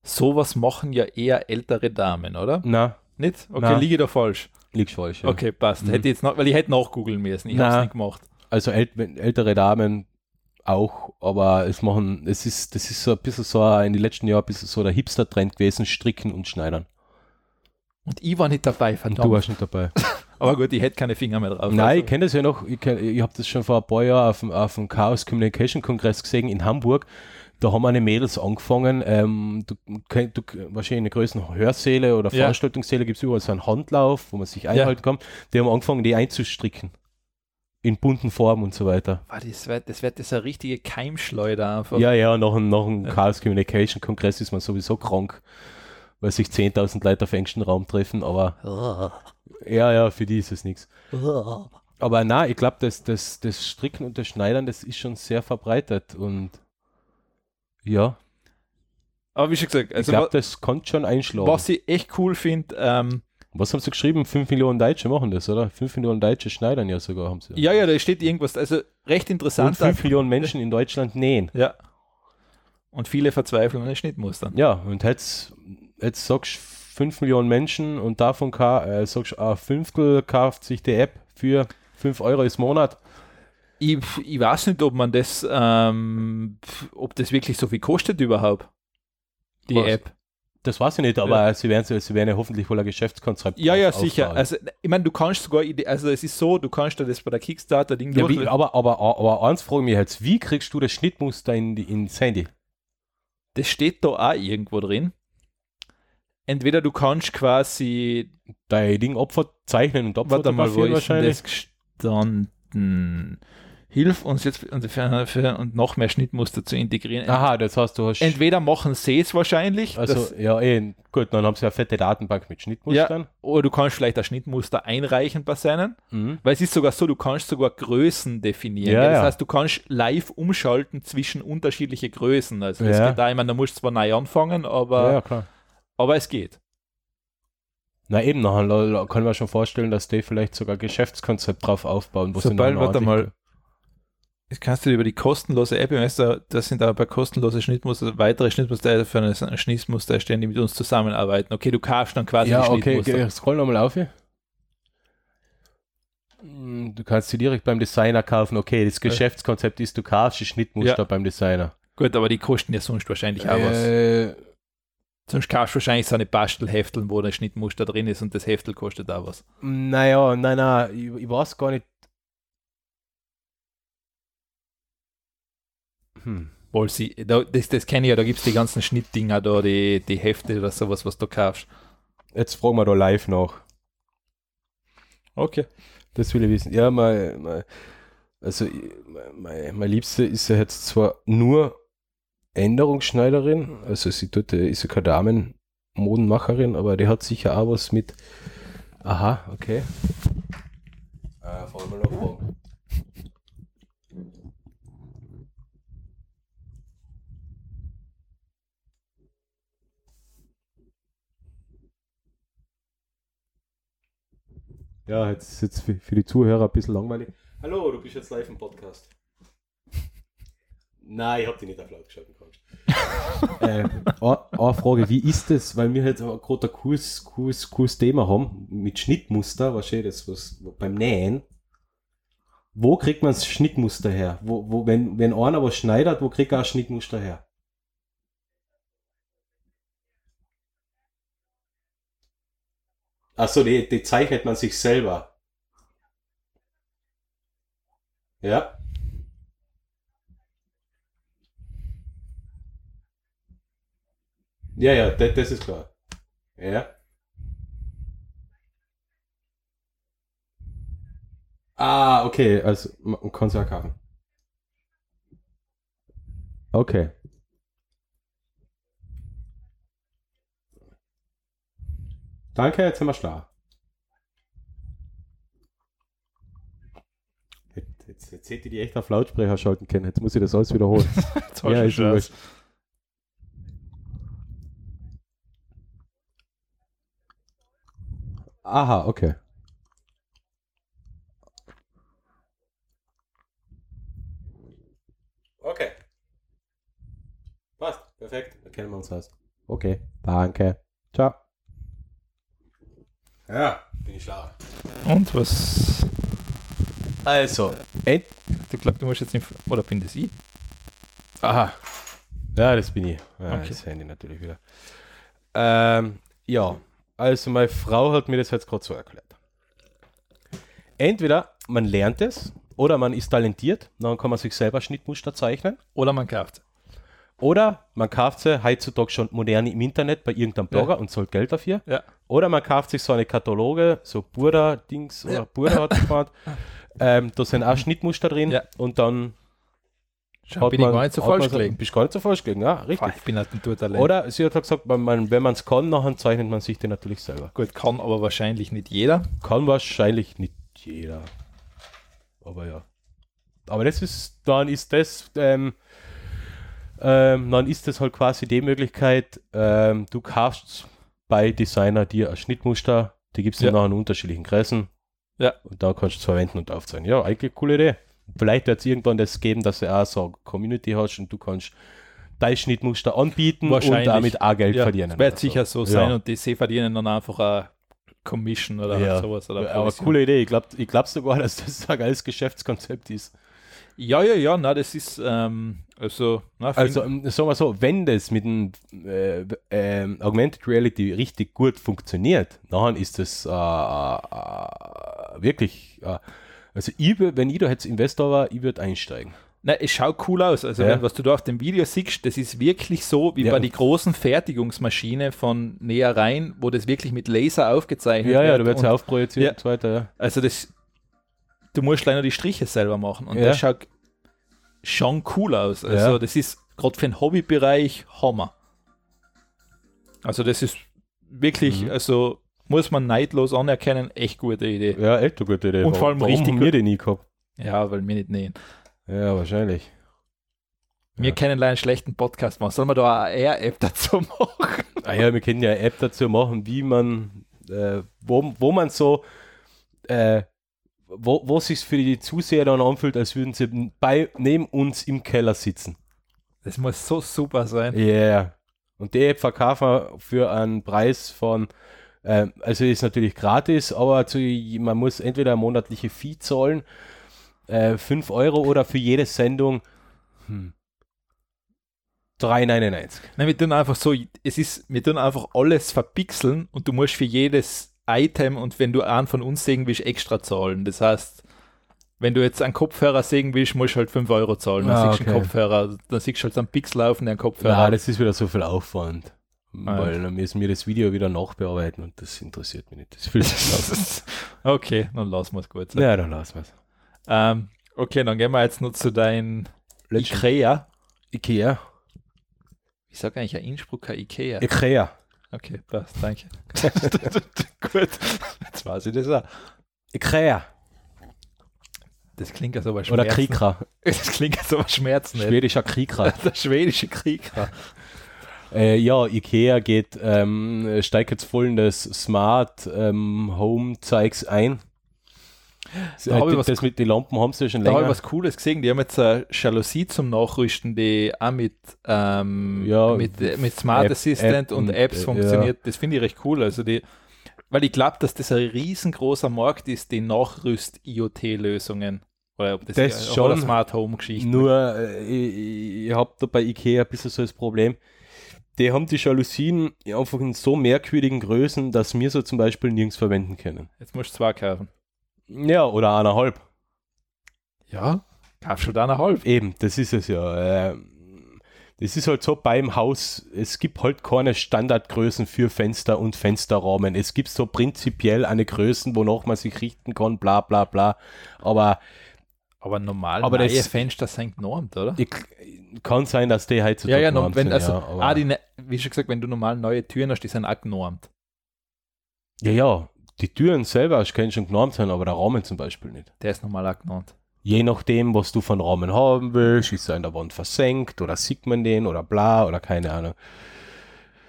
B: sowas machen ja eher ältere Damen, oder?
A: na,
B: Nicht? Okay,
A: Nein.
B: liege ich da falsch.
A: liegt falsch. Ja.
B: Okay, passt.
A: Mhm.
B: Hätte ich jetzt noch, weil ich hätte nachgoogeln müssen. Ich habe es
A: Nein.
B: nicht gemacht.
A: Also ält ältere Damen auch, aber es machen, es ist, das ist so ein bisschen so ein- in den letzten Jahren ein bisschen so der Hipster-Trend gewesen, stricken und schneidern.
B: Und ich war nicht dabei,
A: Und
B: verdammt.
A: du warst nicht dabei.
B: aber gut, ich hätte keine Finger mehr drauf.
A: Nein,
B: Also-
A: ich kenne das ja noch. Ich, kenn- ich habe das schon vor ein paar Jahren auf dem, auf dem Chaos Communication Kongress gesehen in Hamburg. Da haben meine Mädels angefangen. Ähm, du, kenn- du, wahrscheinlich in der größten Hörsäle oder
B: Ja.
A: Veranstaltungssäle gibt es überall so einen Handlauf, wo man sich einhalten kann. Die haben angefangen, die einzustricken. In bunten Farben und so weiter.
B: Boah, das wird das, wird das eine richtige Keimschleuder einfach.
A: Ja, ja, nach, dem- nach dem Chaos Communication Kongress ist man sowieso krank, weil sich 10.000 Leute auf engsten Raum treffen. Aber ja, ja, für die ist es nichts. Aber na, ich glaube, das, das, das Stricken und das Schneidern, das ist schon sehr verbreitet und ja,
B: Aber wie schon gesagt,
A: ich
B: also
A: glaube,
B: wa-
A: das kann schon einschlagen.
B: was
A: Was,
B: ich echt cool finde, ähm,
A: haben sie geschrieben? 5 Millionen Deutsche machen das, oder? 5 Millionen Deutsche schneidern ja sogar, haben sie.
B: ja, ja, da steht irgendwas, also recht
A: und
B: interessant.
A: 5 Millionen Menschen in Deutschland nähen.
B: Ja. Und viele verzweifeln an den Schnittmustern.
A: Ja, und jetzt, jetzt sagst du 5 Millionen Menschen und davon ka, äh, sagst du, ein Fünftel kauft sich die App für 5 Euro im Monat.
B: Ich, ich weiß nicht, ob man das, ähm, pf, ob das wirklich so viel kostet überhaupt. Die
A: Was?
B: App.
A: Das weiß ich nicht, aber sie werden sie werden ja hoffentlich wohl ein Geschäftskonzept
B: Ja, ja,
A: drauf
B: sicher.
A: aufbauen.
B: Also, ich meine, du kannst sogar, ide- also es ist so, du kannst dir das bei der Kickstarter-Ding
A: Ja, wie,
B: durchlesen.
A: aber, aber, aber eins frage ich mich jetzt, wie kriegst du das Schnittmuster in, die- ins Handy?
B: Das steht da auch irgendwo drin. Entweder du kannst quasi
A: Dein Ding Opfer zeichnen und Opfer
B: Warte mal, wo ist denn
A: wahrscheinlich.
B: das gestanden? Hilf uns jetzt und, und noch mehr Schnittmuster zu integrieren. Ent-
A: Aha, das heißt, du hast.
B: Entweder machen sie es wahrscheinlich,
A: also,
B: das,
A: ja, eh, gut, dann haben sie eine fette Datenbank mit Schnittmustern.
B: oder du kannst vielleicht das Schnittmuster einreichen bei seinen,
A: Mhm.
B: weil es ist sogar so, du kannst sogar Größen definieren.
A: Ja,
B: gell? das
A: ja.
B: heißt, du kannst live umschalten zwischen unterschiedliche Größen. Also das
A: Ja.
B: geht da, ich meine, da musst du zwar neu anfangen, aber,
A: Ja, ja, klar.
B: aber es geht.
A: Na eben, nachher können wir schon vorstellen, dass die vielleicht sogar Geschäftskonzept drauf aufbauen, wo sie
B: Sobald-
A: noch eine
B: warte mal.
A: Anliegen-
B: Das kannst du über die kostenlose App, weißt du, das sind aber kostenlose Schnittmuster, weitere Schnittmuster für eine Schnittmuster erstellen, die mit uns zusammenarbeiten. Okay, du kaufst dann quasi
A: ja,
B: die
A: okay,
B: Schnittmuster.
A: geh- scroll nochmal auf. hier. Mm, Du kannst sie direkt beim Designer kaufen. Okay, das Geschäftskonzept ist, du kaufst die Schnittmuster
B: Ja.
A: beim Designer.
B: Gut, aber die kosten ja sonst wahrscheinlich auch was.
A: Äh,
B: Sonst kaufst du wahrscheinlich so eine Bastelhefteln, wo ein Schnittmuster drin ist und das Heftel kostet auch was.
A: Naja, nein, nein, ich, ich weiß gar nicht. Hm.
B: Obwohl sie, da, das, das kenne ich ja, da gibt es die ganzen Schnittdinger da, die, die Hefte oder sowas, was du kaufst.
A: Jetzt fragen wir da live nach.
B: Okay.
A: Das will ich wissen. Ja, mein, mein, also ich- mein- mein, mein Liebste ist ja jetzt zwar nur Änderungsschneiderin, also sie tut, äh, ist ja keine Damenmodenmacherin, aber die hat sicher auch was mit. Aha, okay. Äh, vor allem noch fragen. Ja, jetzt ist jetzt für, für die Zuhörer ein bisschen langweilig. Hallo, du bist jetzt live im Podcast. Nein, ich habe dich nicht auf laut geschalten. Quatsch. äh, eine eine Frage, wie ist das, weil wir halt gerade ein cooles, cooles, cooles Thema haben, mit Schnittmuster, was steht das, was beim Nähen. Wo kriegt man das Schnittmuster her? Wo, wo, wenn, wenn einer was schneidert, wo kriegt er ein Schnittmuster her? Achso, die, die zeichnet man sich selber. Ja. Ja, ja, das, das ist klar. Ja. Ah, okay, also man kann es auch kaufen. Okay. Danke, jetzt sind wir klar. Jetzt, jetzt, jetzt hätte ich die echt auf Lautsprecher schalten können. Jetzt muss ich das alles wiederholen. Ja, ist wurscht. Aha, okay. Okay. Passt. Perfekt. Dann kennen wir uns aus. Okay. Danke. Ciao. Ja, bin ich schlauer.
B: Und was?
A: Also,
B: Du glaubst, du musst jetzt nicht. Oder bin das ich?
A: Aha. Ja, das bin ich. Ja,
B: Okay.
A: Das Handy natürlich wieder. Ähm, ja, also meine Frau hat mir das jetzt gerade so erklärt. Entweder man lernt es oder man ist talentiert, dann kann man sich selber Schnittmuster zeichnen.
B: Oder man kauft.
A: Oder man kauft sie heutzutage schon modern im Internet bei irgendeinem Blogger und zahlt Geld dafür.
B: Ja.
A: Oder man kauft sich so eine Kataloge, so Burda-Dings oder Burda hat gemeint. ähm, da sind auch Schnittmuster drin
B: Ja.
A: und dann
B: Schau, bin ich gar nicht so
A: hat man
B: falsch
A: so-
B: gelegen.
A: Bist gar nicht so falsch gelegen, ja, richtig.
B: Ich bin halt ein Tourtalent.
A: Oder sie hat halt gesagt, wenn man wenn es kann, nachher zeichnet man sich den natürlich selber.
B: Gut, kann aber wahrscheinlich nicht jeder.
A: Kann wahrscheinlich nicht jeder. Aber ja. Aber das ist, dann ist das, ähm, ähm, dann ist das halt quasi die Möglichkeit, ähm, du kaufst bei Designer dir ein Schnittmuster, die gibt es
B: Ja.
A: dann nachher in unterschiedlichen Größen.
B: Ja.
A: Und da kannst du es verwenden und aufzeigen. Ja, eigentlich coole Idee. Vielleicht wird es irgendwann das geben, dass du auch so eine Community hast und du kannst dein Schnittmuster anbieten und
B: Wahrscheinlich.
A: damit auch Geld
B: Ja,
A: verdienen.
B: das wird
A: oder
B: sicher so sein
A: Ja.
B: und die sie verdienen dann einfach eine Commission oder
A: Ja.
B: sowas. Oder
A: Aber
B: Provision.
A: coole Idee. Ich glaube ich glaub sogar, dass das ein geiles Geschäftskonzept ist.
B: Ja, ja, ja, na, das ist ähm, also, na, find-
A: Also ähm, sagen wir so, wenn das mit dem äh, ähm, Augmented Reality richtig gut funktioniert, dann ist das äh, äh, wirklich. Äh, also ich würd, wenn ich da jetzt Investor war, ich würde einsteigen.
B: na, es schaut cool aus. Also,
A: Ja.
B: wenn, was du da auf dem Video siehst, das ist wirklich so wie
A: Ja.
B: bei die großen Fertigungsmaschine von Nähereien, wo das wirklich mit Laser aufgezeichnet
A: Ja,
B: wird.
A: ja, da wird es
B: und-
A: aufprojiziert
B: Ja.
A: und so weiter. Ja.
B: Also das, du musst leider die Striche selber machen und
A: Ja.
B: das schaut schon cool aus. Also
A: Ja.
B: das ist gerade für den Hobbybereich Hammer. Also das ist wirklich,
A: Mhm.
B: also muss man neidlos anerkennen, echt gute Idee.
A: Ja, echt eine gute Idee.
B: Und vor allem
A: Warum
B: richtig
A: haben wir
B: gut-
A: den nie gehabt?
B: Ja, weil wir nicht nähen.
A: Ja, wahrscheinlich.
B: Wir
A: Ja.
B: kennen leider einen schlechten Podcast machen. Soll man da eine AR-App dazu machen?
A: Ah ja, wir können ja eine App dazu machen, wie man, äh, wo, wo man so äh, wo, was ist für die Zuseher dann anfühlt, als würden sie bei, neben uns im Keller sitzen.
B: Das muss so super sein.
A: Ja. Yeah. Und die App verkaufen wir für einen Preis von, ähm, also ist natürlich gratis, aber zu, man muss entweder eine monatliche Fee zahlen, äh, 5 Euro oder für jede Sendung hm, 3,99.
B: Nein, wir tun einfach so, es ist, wir tun einfach alles verpixeln und du musst für jedes Item und wenn du einen von uns sehen willst, extra zahlen. Das heißt, wenn du jetzt einen Kopfhörer sehen willst, musst du halt 5 Euro zahlen. Dann
A: Ah,
B: siehst du einen
A: okay.
B: Kopfhörer, dann siehst du halt so einen Pixel auf und einen Kopfhörer.
A: Na, das ist wieder so viel Aufwand.
B: Ah,
A: Weil dann müssen wir das Video wieder nachbearbeiten und das interessiert mich nicht. Das will ich nicht.
B: okay, dann lassen wir es gut sein.
A: Ja, dann lassen wir es.
B: Ähm, okay, dann gehen wir jetzt noch zu deinen Ikea.
A: Ikea.
B: Ich sage eigentlich ein Innsbrucker Ikea.
A: Ikea.
B: Okay, passt, danke. gut, jetzt weiß ich das auch.
A: Ikea.
B: Das klingt als aber
A: Oder
B: Schmerzen.
A: Krikra.
B: Das klingt als aber Schmerzen. ey.
A: Schwedischer Krikra.
B: Der schwedische Krieg.
A: Äh, ja, Ikea geht, ähm, steigt jetzt voll in das Smart ähm, Home Zeugs ein.
B: Da hab
A: Äh,
B: ich
A: das
B: was-
A: mit den Lampen haben sie ja schon
B: Da habe ich
A: länger.
B: was Cooles gesehen. Die haben jetzt eine Jalousie zum Nachrüsten, die auch mit, ähm,
A: Ja,
B: mit, äh, mit Smart
A: App-
B: Assistant
A: App
B: und
A: und,
B: Apps
A: äh,
B: funktioniert. Das finde ich recht cool. Also die, weil ich glaube, dass das ein riesengroßer Markt ist, die Nachrüst-IoT-Lösungen. Oder ob das,
A: Das
B: oder
A: schon.
B: Smart Home-Geschichte.
A: Nur, äh, ich, ich habe da bei Ikea ein bisschen so das Problem. Die haben die Jalousien einfach in so merkwürdigen Größen, dass wir so zum Beispiel nirgends verwenden können.
B: Jetzt musst du zwei kaufen.
A: Ja, oder eineinhalb.
B: Ja. Kauf schon da eine halbe.
A: Eben, das ist es ja. Ähm, Das ist halt so beim Haus. Es gibt halt keine Standardgrößen für Fenster und Fensterrahmen. Es gibt so prinzipiell eine Größen, wonach man sich richten kann, bla bla bla. Aber
B: Aber normal
A: Aber
B: neue
A: das-
B: Fenster sind genormt, oder?
A: ich, kann sein, dass die
B: Ja,
A: heutzutage
B: ja,
A: norm
B: no, wenn,
A: sind,
B: also,
A: ja, aber-
B: ah, die, ne- wie schon gesagt, wenn du normal neue Türen hast, die sind auch genormt.
A: ja, ja, die Türen selber können schon genormt sein, aber der Rahmen zum Beispiel nicht.
B: Der ist normal auch genormt.
A: Je nachdem, was du von Rahmen haben willst, ist er in der Wand versenkt oder sieht man den oder bla oder keine Ahnung.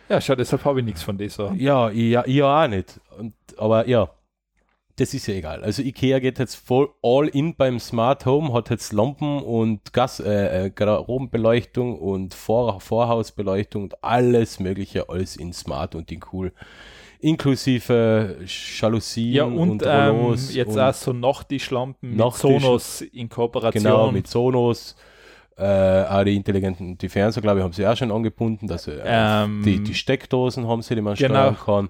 B: Ja, schau, deshalb habe ich nichts von dieser.
A: Ja, ja, ja auch nicht. Und, aber ja, das ist ja egal. Also Ikea geht jetzt voll all in beim Smart Home, hat jetzt Lampen und Gas, äh, äh, Garderobenbeleuchtung und Vor Vorhausbeleuchtung und alles mögliche, alles in Smart und in cool. Inklusive Jalousien
B: Ja, und, ähm,
A: Rollos
B: jetzt
A: und
B: auch so Nachttischlampen mit
A: Nachttisch-
B: Sonos in Kooperation.
A: genau mit Sonos. Äh, auch die intelligenten, die Fernseher, glaube ich, haben sie auch schon angebunden, dass sie äh,
B: ähm,
A: die, die Steckdosen haben sie, die man
B: Genau.
A: steuern kann.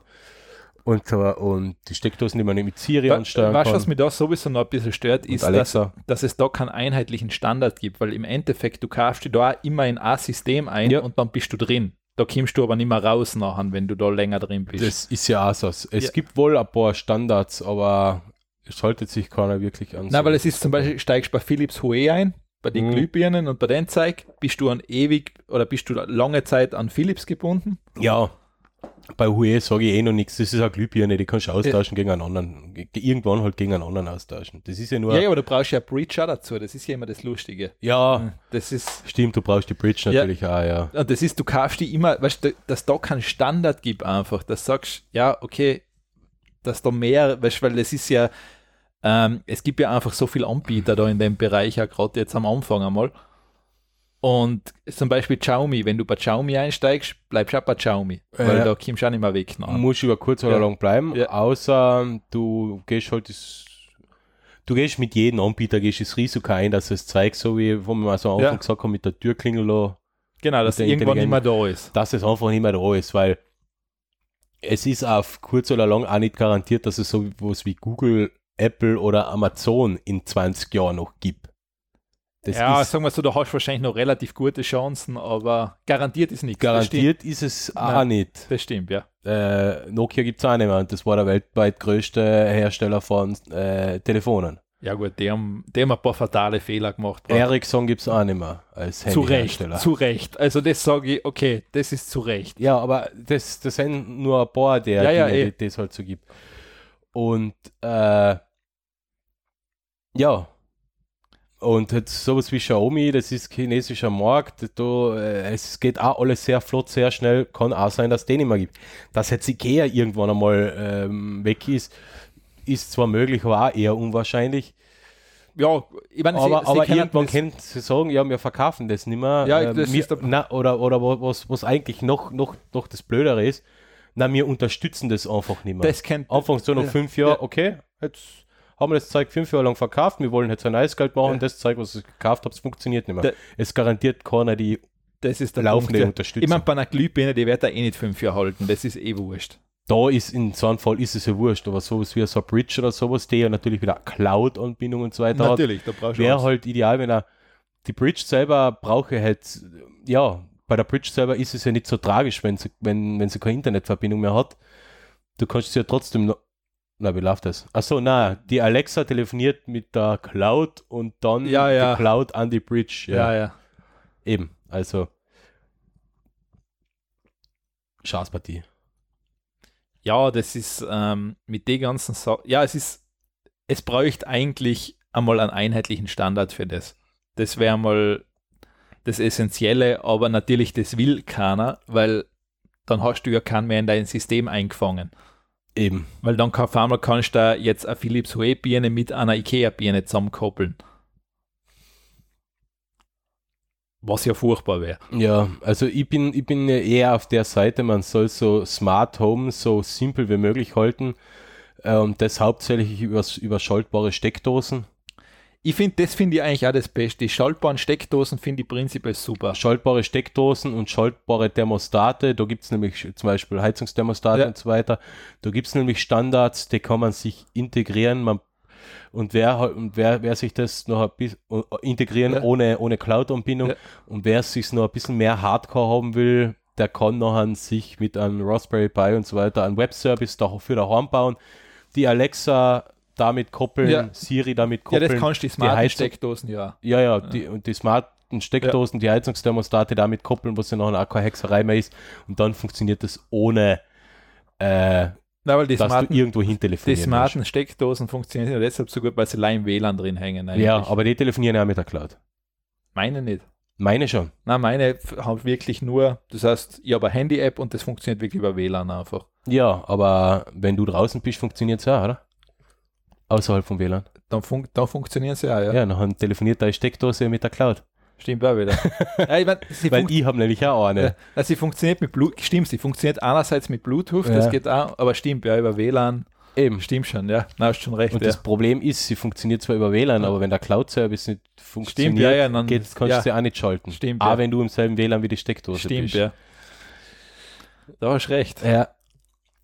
A: Und, so- und die Steckdosen, die man mit Siri
B: Wa-
A: ansteuern
B: weißt du, was
A: kann.
B: mich da sowieso noch ein bisschen stört,
A: Und
B: ist, dass,
A: Alexa.
B: dass es da keinen einheitlichen Standard gibt, weil im Endeffekt, du kaufst dir da auch immer in ein System ein
A: Ja.
B: und dann bist du drin. Da kommst du aber nicht mehr raus nachher, wenn du da länger drin bist.
A: Das ist ja auch so. Es
B: Ja.
A: gibt wohl ein paar Standards, aber es haltet sich keiner wirklich an.
B: Na, weil es ist zum Beispiel, steigst bei Philips Hue ein, bei den
A: Mhm.
B: Glühbirnen und bei den Zeig, bist du an ewig oder bist du lange Zeit an Philips gebunden.
A: ja, bei Huawei sage ich eh noch nichts. Das ist eine Glühbirne, die kannst du austauschen gegen einen anderen. Ge- Irgendwann halt gegen einen anderen austauschen. Das ist ja nur.
B: Ja, ja, aber du brauchst ja Breacher dazu, das ist ja immer das Lustige.
A: Ja,
B: Das ist,
A: stimmt, du brauchst die Bridge
B: Ja.
A: natürlich auch, ja.
B: und Ah, das ist, du kaufst die immer, weißt du, dass da keinen Standard gibt einfach, dass du sagst, ja, okay, dass da mehr, weißt du, weil das ist ja, ähm, es gibt ja einfach so viel Anbieter da in dem Bereich, ja, gerade jetzt am Anfang einmal. Und zum Beispiel Xiaomi, wenn du bei Xiaomi einsteigst, bleibst du auch bei Xiaomi, weil
A: Ja.
B: da kommst du auch nicht mehr weg. Nach.
A: Muss über kurz oder
B: Ja.
A: lang bleiben,
B: Ja.
A: außer ähm, du gehst halt das. Du gehst mit jedem Anbieter, gehst das Risiko ein, dass es zeigt, so wie wo wir so am
B: Ja.
A: Anfang gesagt haben, mit der Türklingel, da,
B: Genau, dass
A: Mit der
B: irgendwann nicht mehr
A: Intelligenz.
B: da ist.
A: dass es einfach nicht mehr da ist, weil es ist auf kurz oder lang auch nicht garantiert, dass es so was wie Google, Apple oder Amazon in 20 Jahren noch gibt. Das
B: ja,
A: ist
B: sagen wir so, da hast du wahrscheinlich noch relativ gute Chancen, aber garantiert ist nichts.
A: garantiert ist es auch
B: Nein.
A: nicht.
B: Das stimmt, das stimmt ja.
A: äh, Nokia gibt es auch nicht mehr und das war der weltweit größte Hersteller von äh, Telefonen.
B: Ja gut, die haben, die haben ein paar fatale Fehler gemacht.
A: Ericsson gibt es auch nicht mehr als
B: zu Recht,
A: Handyhersteller.
B: zu Recht. Also das sage ich, okay, das ist zu Recht.
A: Ja, aber das, das sind nur ein paar der
B: Ja, ja, eh.
A: Dinge, die es halt so gibt. Und äh, ja. Und jetzt sowas wie Xiaomi, das ist chinesischer Markt, da, äh, es geht auch alles sehr flott, sehr schnell, kann auch sein, dass es den immer gibt. Dass jetzt Ikea irgendwann einmal ähm, weg ist, ist zwar möglich, aber auch eher unwahrscheinlich.
B: Ja, ich meine,
A: aber aber
B: kennen
A: irgendwann
B: das-
A: können sie sagen, ja, wir verkaufen das nicht mehr.
B: Ja,
A: äh,
B: das
A: wir,
B: ist der-
A: na, oder oder wa- was, was eigentlich noch, noch, noch das Blödere ist, na, wir unterstützen das einfach nicht mehr.
B: das kennt
A: Anfangs so noch
B: Ja.
A: um fünf Jahre,
B: Ja.
A: okay, jetzt haben wir das Zeug fünf Jahre lang verkauft, wir wollen jetzt ein neues Geld machen,
B: Ja.
A: das Zeug, was ich gekauft habe, es funktioniert nicht mehr.
B: Da-
A: es garantiert keiner die
B: das ist der
A: laufende
B: Punkt. Ja.
A: Unterstützung.
B: Ich meine, bei einer Glühbirne, die wird er eh nicht fünf Jahre halten, das ist eh wurscht.
A: da ist in so einem Fall ist es ja wurscht, aber sowas wie ein Subbridge oder sowas, der ja natürlich wieder Cloud-Anbindung und so weiter hat,
B: da brauchst
A: wäre
B: was.
A: halt ideal, wenn er die Bridge selber brauche halt, ja, bei der Bridge selber ist es ja nicht so tragisch, wenn sie, wenn, wenn sie keine Internetverbindung mehr hat. Du kannst sie ja trotzdem noch. Na, wie läuft das? Achso, na, die Alexa telefoniert mit der Cloud und dann
B: Ja, ja.
A: die Cloud an die Bridge.
B: Ja, ja.
A: Eben, also. Schaßpartie.
B: Ja, das ist ähm, mit den ganzen Sachen. Ja, es ist, es bräuchte eigentlich einmal einen einheitlichen Standard für das. Das wäre mal das Essentielle, aber natürlich, das will keiner, weil dann hast du ja keinen mehr in dein System eingefangen.
A: Eben.
B: Weil dann kann, auf einmal kannst du da jetzt eine Philips Hue Birne mit einer Ikea Birne zusammenkoppeln. Was ja furchtbar wäre.
A: Ja, also ich bin, ich bin ja eher auf der Seite, man soll so Smart Home so simpel wie möglich halten. Ähm, das hauptsächlich über, über schaltbare Steckdosen.
B: Ich finde, das finde ich eigentlich auch das Beste. Die schaltbaren Steckdosen finde ich prinzipiell super.
A: Schaltbare Steckdosen und schaltbare Thermostate. Da gibt es nämlich zum Beispiel Heizungsthermostate
B: Ja.
A: und so weiter. Da gibt es nämlich Standards, die kann man sich integrieren. Man, und wer, halt- und wer, wer sich das noch ein bisschen integrieren
B: Ja.
A: ohne, ohne Cloud-Anbindung
B: Ja.
A: und wer sich noch ein bisschen mehr Hardcore haben will, der kann noch an sich mit einem Raspberry Pi und so weiter einen Webservice da- für daheim bauen. Die Alexa damit koppeln,
B: Ja.
A: Siri damit
B: Ja,
A: koppeln.
B: das kannst du die
A: die
B: smarten
A: Heizung-
B: Steckdosen, ja.
A: Ja, ja, die, und die smarten Steckdosen, die Heizungsthermostate damit koppeln, was ja noch eine Akku-Hexerei mehr ist. Und dann funktioniert das ohne, äh,
B: Na, weil die
A: dass du
B: smarten,
A: irgendwo hin
B: die
A: telefonierst.
B: smarten Steckdosen funktionieren ja deshalb so gut, weil sie allein im WLAN drin hängen. Eigentlich.
A: Ja, aber die telefonieren ja auch mit der Cloud.
B: meine nicht.
A: Meine schon.
B: Na, meine f- haben wirklich nur, das heißt, ich habe eine Handy-App und das funktioniert wirklich über WLAN einfach.
A: Ja, aber wenn du draußen bist, funktioniert es auch, oder? Außerhalb vom WLAN.
B: Dann, fun dann funktionieren sie auch, ja.
A: Ja, dann telefoniert deine Steckdose mit der Cloud.
B: Stimmt auch wieder. ja, ich mein, sie,
A: Weil
B: funkt-
A: ich habe nämlich auch
B: ja,
A: eine.
B: also sie funktioniert mit Bluetooth, stimmt, sie funktioniert einerseits mit Bluetooth,
A: Ja.
B: das geht auch, aber stimmt, ja, über WLAN,
A: Eben.
B: stimmt schon, ja. Na, hast schon recht,
A: Und
B: ja.
A: das Problem ist, sie funktioniert zwar über WLAN, aber wenn der Cloud-Service nicht funktioniert,
B: ja, ja, dann-
A: geht, kannst
B: ja.
A: du sie auch nicht schalten.
B: Stimmt,
A: auch
B: ja.
A: wenn du im selben WLAN wie die Steckdose
B: Stimmt,
A: bist.
B: ja. Da hast du recht.
A: Ja.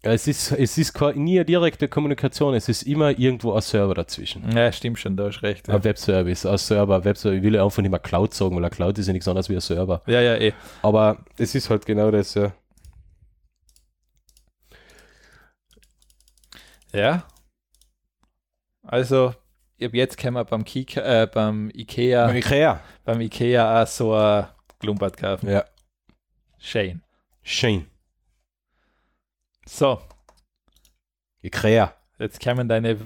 A: Es ist, es ist keine- nie eine direkte Kommunikation, es ist immer irgendwo ein Server dazwischen.
B: Ja, stimmt schon, da hast du recht. Ja,
A: Ein Webservice, ein Server, Webserver. Ich will ja einfach nicht mehr Cloud sagen, weil eine Cloud ist ja nichts anderes wie ein Server.
B: ja, ja eh.
A: Aber es ist halt genau das, ja.
B: Ja. Also, ich hab jetzt können wir beim, Kika, äh, beim Ikea,
A: Ikea.
B: beim Ikea auch so ein Klumpert kaufen.
A: Ja.
B: Shane.
A: Schön.
B: So,
A: Ikea.
B: jetzt kämen deine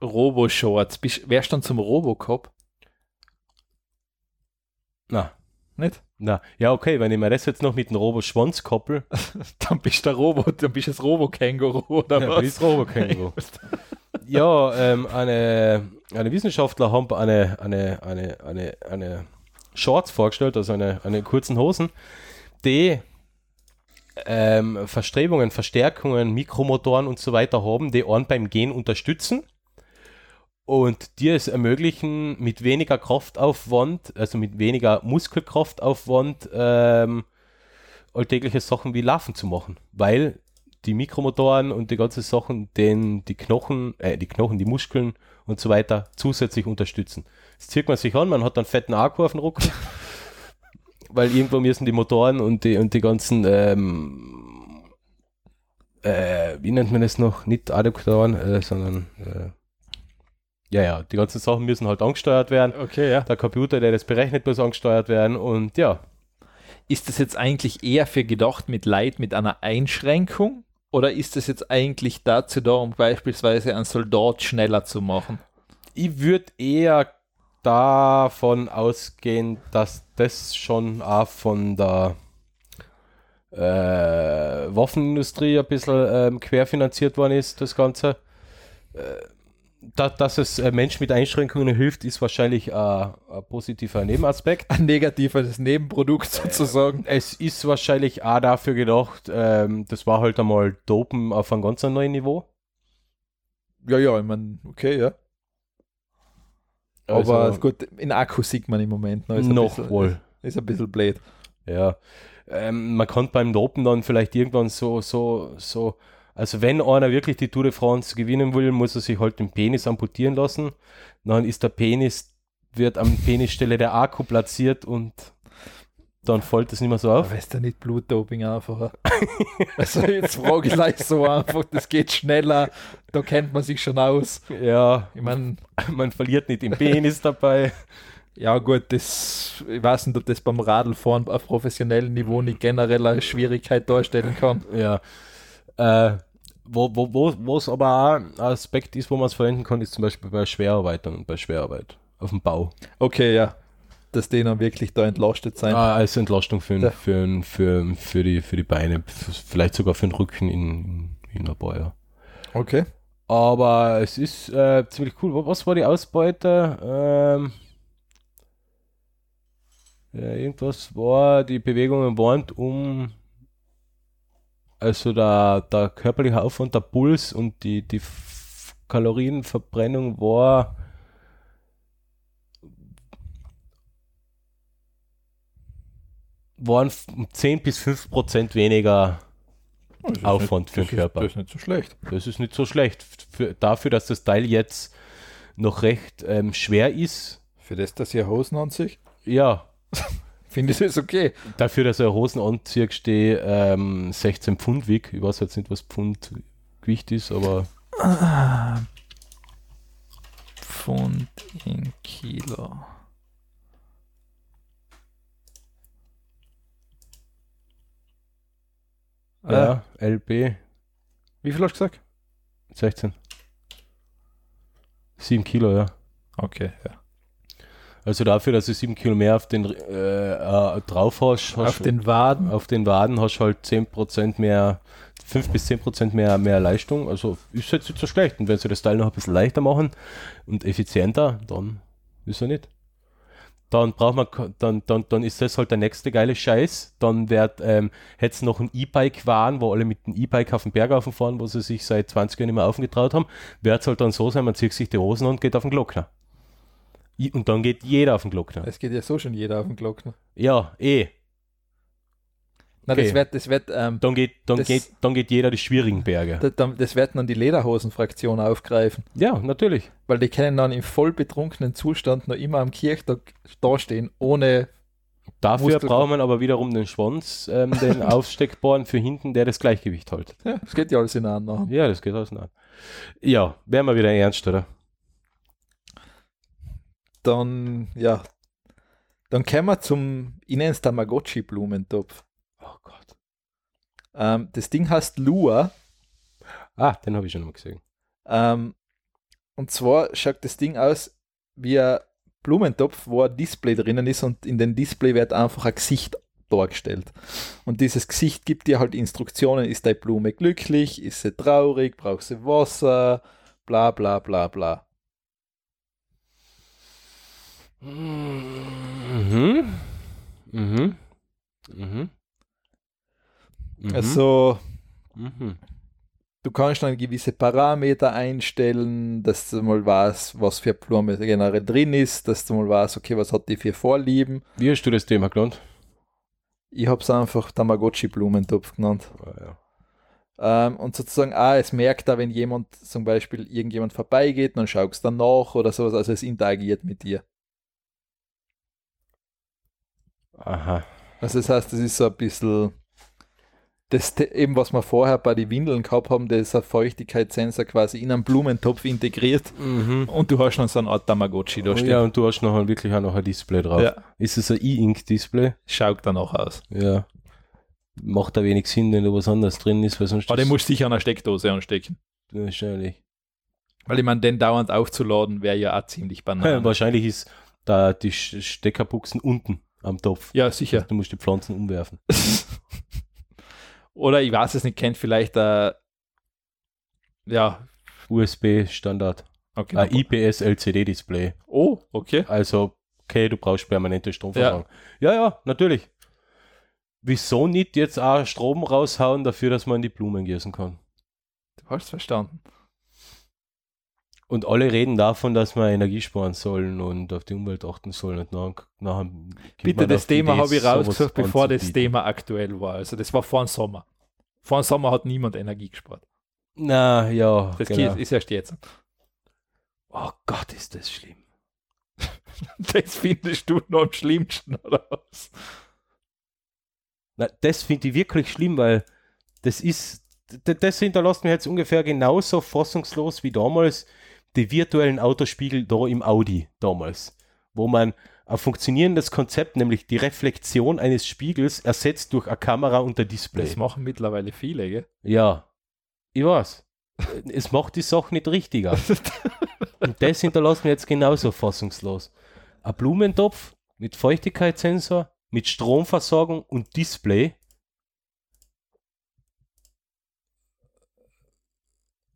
B: Robo-Shorts. Bist- Wärst du dann zum Robocop?
A: Na,
B: Nicht?
A: na. Ja, okay, wenn ich mir das jetzt noch mit dem Robo-Schwanz koppel,
B: Dann bist du der Robo, dann bist du das Robo-Känguru oder
A: Ja,
B: was?
A: bist Robo-Känguru. ja, ähm, eine, eine Wissenschaftler haben eine, eine, eine, eine, eine Shorts vorgestellt, also eine, eine kurzen Hosen, die ähm, Verstrebungen, Verstärkungen, Mikromotoren und so weiter haben, die einen beim Gehen unterstützen und dir es ermöglichen, mit weniger Kraftaufwand, also mit weniger Muskelkraftaufwand, ähm, alltägliche Sachen wie Larven zu machen, weil die Mikromotoren und die ganzen Sachen, denen die Knochen, äh, die Knochen, die Muskeln und so weiter zusätzlich unterstützen. Das zieht man sich an, man hat dann fetten Akku auf den Rücken, weil irgendwo müssen die Motoren und die, und die ganzen, ähm, äh, wie nennt man das noch, nicht Adaptoren, äh, sondern, äh, ja, ja, die ganzen Sachen müssen halt angesteuert werden.
B: Okay, ja.
A: Der Computer, der das berechnet, muss angesteuert werden und ja,
B: Ist das jetzt eigentlich eher für gedacht mit Leid mit einer Einschränkung? Oder ist das jetzt eigentlich dazu da, um beispielsweise einen Soldat schneller zu machen?
A: ich würde eher davon ausgehen, dass das schon auch von der äh, Waffenindustrie ein bisschen ähm, querfinanziert worden ist, das Ganze. Äh, da, dass es äh, Menschen mit Einschränkungen hilft, ist wahrscheinlich äh, ein positiver Nebenaspekt.
B: Ein negatives Nebenprodukt sozusagen.
A: Es ist wahrscheinlich auch dafür gedacht, ähm, das war halt einmal Dopen auf einem ganz neuen Niveau.
B: Ja, ja, ich meine, okay, ja.
A: Also-
B: Aber gut, in Akku sieht man im Moment Also noch. Ist ein
A: Noch
B: bisschen,
A: wohl.
B: Ist ein bisschen blöd.
A: Ja, ähm, man kann beim Dopen dann vielleicht irgendwann so, so, so, also wenn einer wirklich die Tour de France gewinnen will, muss er sich halt den Penis amputieren lassen. Dann ist der Penis, wird am Penisstelle der Akku platziert und dann fällt es nicht mehr so auf.
B: Aber ist da nicht Blutdoping einfacher? also jetzt frage ich gleich so einfach, das geht schneller, da kennt man sich schon aus.
A: Ja,
B: Ich meine,
A: man verliert nicht den Penis dabei.
B: ja gut, das, ich weiß nicht, ob das beim Radlfahren auf professionellem Niveau nicht generell eine Schwierigkeit darstellen kann.
A: Ja. Äh, wo, wo, wo, wo es aber auch ein Aspekt ist, wo man es verwenden kann, ist zum Beispiel bei Schwerarbeitern und bei Schwerarbeit auf dem Bau.
B: Okay, ja, dass die dann wirklich da entlastet sein.
A: Ah, als Entlastung für,
B: Ja.
A: den, für, den, für, für, die, für die Beine, f- vielleicht sogar für den Rücken in, in der Bäuer.
B: Okay.
A: Aber es ist äh, ziemlich cool. Wa- Was war die Ausbeute? Ähm, ja, irgendwas war, die Bewegungen waren um, also der, der körperliche Aufwand, der Puls und die, die F- Kalorienverbrennung war waren f- um 10 bis 5 Prozent weniger.
B: Das ist
A: Aufwand für
B: das
A: den
B: ist-
A: Körper.
B: Das ist nicht so schlecht.
A: Das ist nicht so schlecht. Für, dafür, dass das Teil jetzt noch recht ähm, schwer ist,
B: Für das, dass ihr Hosen an sich,
A: ja,
B: finde ich das okay.
A: dafür, dass er Hosen anzieht, steht ähm, 16 Pfund wiegt. Ich weiß jetzt nicht, was Pfund Gewicht ist, aber
B: Pfund in Kilo. Ah.
A: ja, LB
B: Äh, Wie viel hast du gesagt?
A: 16. 7 Kilo, ja.
B: Okay, ja.
A: Also dafür, dass du 7 Kilo mehr auf den äh, äh, drauf hast, hast
B: Auf den Waden.
A: auf den Waden hast du halt 10% mehr, 5 bis 10% mehr, mehr Leistung. Also ist jetzt nicht so schlecht. Und wenn sie das Teil noch ein bisschen leichter machen und effizienter, dann ist er nicht. Dann braucht man, ke- dann, dann, dann ist das halt der nächste geile Scheiß. Dann wird, ähm, hätte noch ein E-Bike waren, wo alle mit dem E-Bike auf den Berg fahren, wo sie sich seit 20 Jahren nicht mehr aufgetraut haben, wird es halt dann so sein, man zieht sich die Hosen an und geht auf den Glockner. I- Und dann geht jeder auf den Glockner.
B: Es geht ja so schon jeder auf den ne? Glockner.
A: Ja, eh.
B: Na,
A: Okay.
B: das wird, das wird, ähm,
A: Dann geht, dann
B: Das-
A: geht, dann geht jeder die schwierigen Berge.
B: da- da- das werden dann die Lederhosenfraktion aufgreifen,
A: Ja, natürlich.
B: weil die können dann im voll betrunkenen Zustand noch immer am Kirchtag dastehen, ohne
A: Dafür
B: Muskel-
A: braucht man aber wiederum den Schwanz, ähm, den Aufsteckbohren für hinten, der das Gleichgewicht hält.
B: ja, es geht ja alles in einen an.
A: Ja, das geht auseinander. Ja, wären wir wieder ernst, oder?
B: Dann, ja. Dann kommen wir zum Inens Tamagotchi-Blumentopf.
A: Oh Gott.
B: Ähm, das Ding heißt Lua.
A: Ah, den habe ich schon mal gesehen.
B: Ähm, und zwar schaut das Ding aus wie ein Blumentopf, wo ein Display drinnen ist und in dem Display wird einfach ein Gesicht dargestellt. Und dieses Gesicht gibt dir halt Instruktionen, ist deine Blume glücklich, ist sie traurig, braucht sie Wasser, bla bla bla bla.
A: Mhm. Mhm. Mhm. Mhm.
B: Also
A: Mhm.
B: du kannst dann gewisse Parameter einstellen, dass du mal weißt, was für Blume generell drin ist, dass du mal weißt, okay, was hat die für Vorlieben.
A: Wie hast du das Thema genannt?
B: Ich habe es einfach Tamagotchi-Blumentopf genannt.
A: Ah, ja.
B: Ähm, und sozusagen, ah, es merkt da, wenn jemand zum Beispiel irgendjemand vorbeigeht, dann schaust du dann nach oder sowas, also es interagiert mit dir.
A: Aha.
B: Also das heißt, das ist so ein bisschen das Te- eben, was wir vorher bei den Windeln gehabt haben, das ist ein Feuchtigkeitssensor quasi in einen Blumentopf integriert
A: Mhm.
B: und du hast dann so eine Art Tamagotchi da stehen.
A: Ja, und du hast nachher wirklich auch noch ein Display drauf.
B: Oh, Ja.
A: Ist es ein E-Ink-Display?
B: Schaut dann auch aus.
A: Ja. Macht da wenig Sinn, wenn da was anderes drin ist, weil sonst.
B: Aber den
A: ist-
B: musst du sicher an der Steckdose anstecken.
A: wahrscheinlich.
B: Weil ich meine, den dauernd aufzuladen wäre ja auch ziemlich banal.
A: wahrscheinlich ist da die Sch- Steckerbuchsen unten am Topf.
B: ja, sicher.
A: Du musst die Pflanzen umwerfen.
B: Oder ich weiß es nicht, kennt vielleicht äh, ja,
A: USB-Standard.
B: okay.
A: Ein IPS-LCD-Display.
B: oh, okay.
A: Also, okay, du brauchst permanente Stromversorgung. Ja. ja, natürlich. Wieso nicht jetzt auch Strom raushauen dafür, dass man die Blumen gießen kann?
B: Du hast verstanden.
A: Und alle reden davon, dass wir Energie sparen sollen und auf die Umwelt achten sollen. Und dann, nachher kommt
B: Bitte
A: man
B: das
A: auf die
B: Thema
A: Idee,
B: habe ich
A: sowas
B: rausgesucht, bevor das
A: anzubieten.
B: Thema aktuell war. Also das war vor dem Sommer. Vor dem Sommer hat niemand Energie gespart.
A: Na ja,
B: Das
A: genau.
B: ist erst jetzt.
A: Oh Gott, ist das schlimm.
B: Das findest du noch am schlimmsten, oder was?
A: Na, das finde ich wirklich schlimm, weil das ist, d- das hinterlässt mir jetzt ungefähr genauso fassungslos wie damals die virtuellen Autospiegel da im Audi damals, wo man ein funktionierendes Konzept, nämlich die Reflexion eines Spiegels, ersetzt durch eine Kamera und ein Display.
B: Das machen mittlerweile viele, gell?
A: Ja, ich weiß. es macht die Sache nicht richtiger. Und das hinterlässt mir jetzt genauso fassungslos. Ein Blumentopf mit Feuchtigkeitssensor, mit Stromversorgung und Display.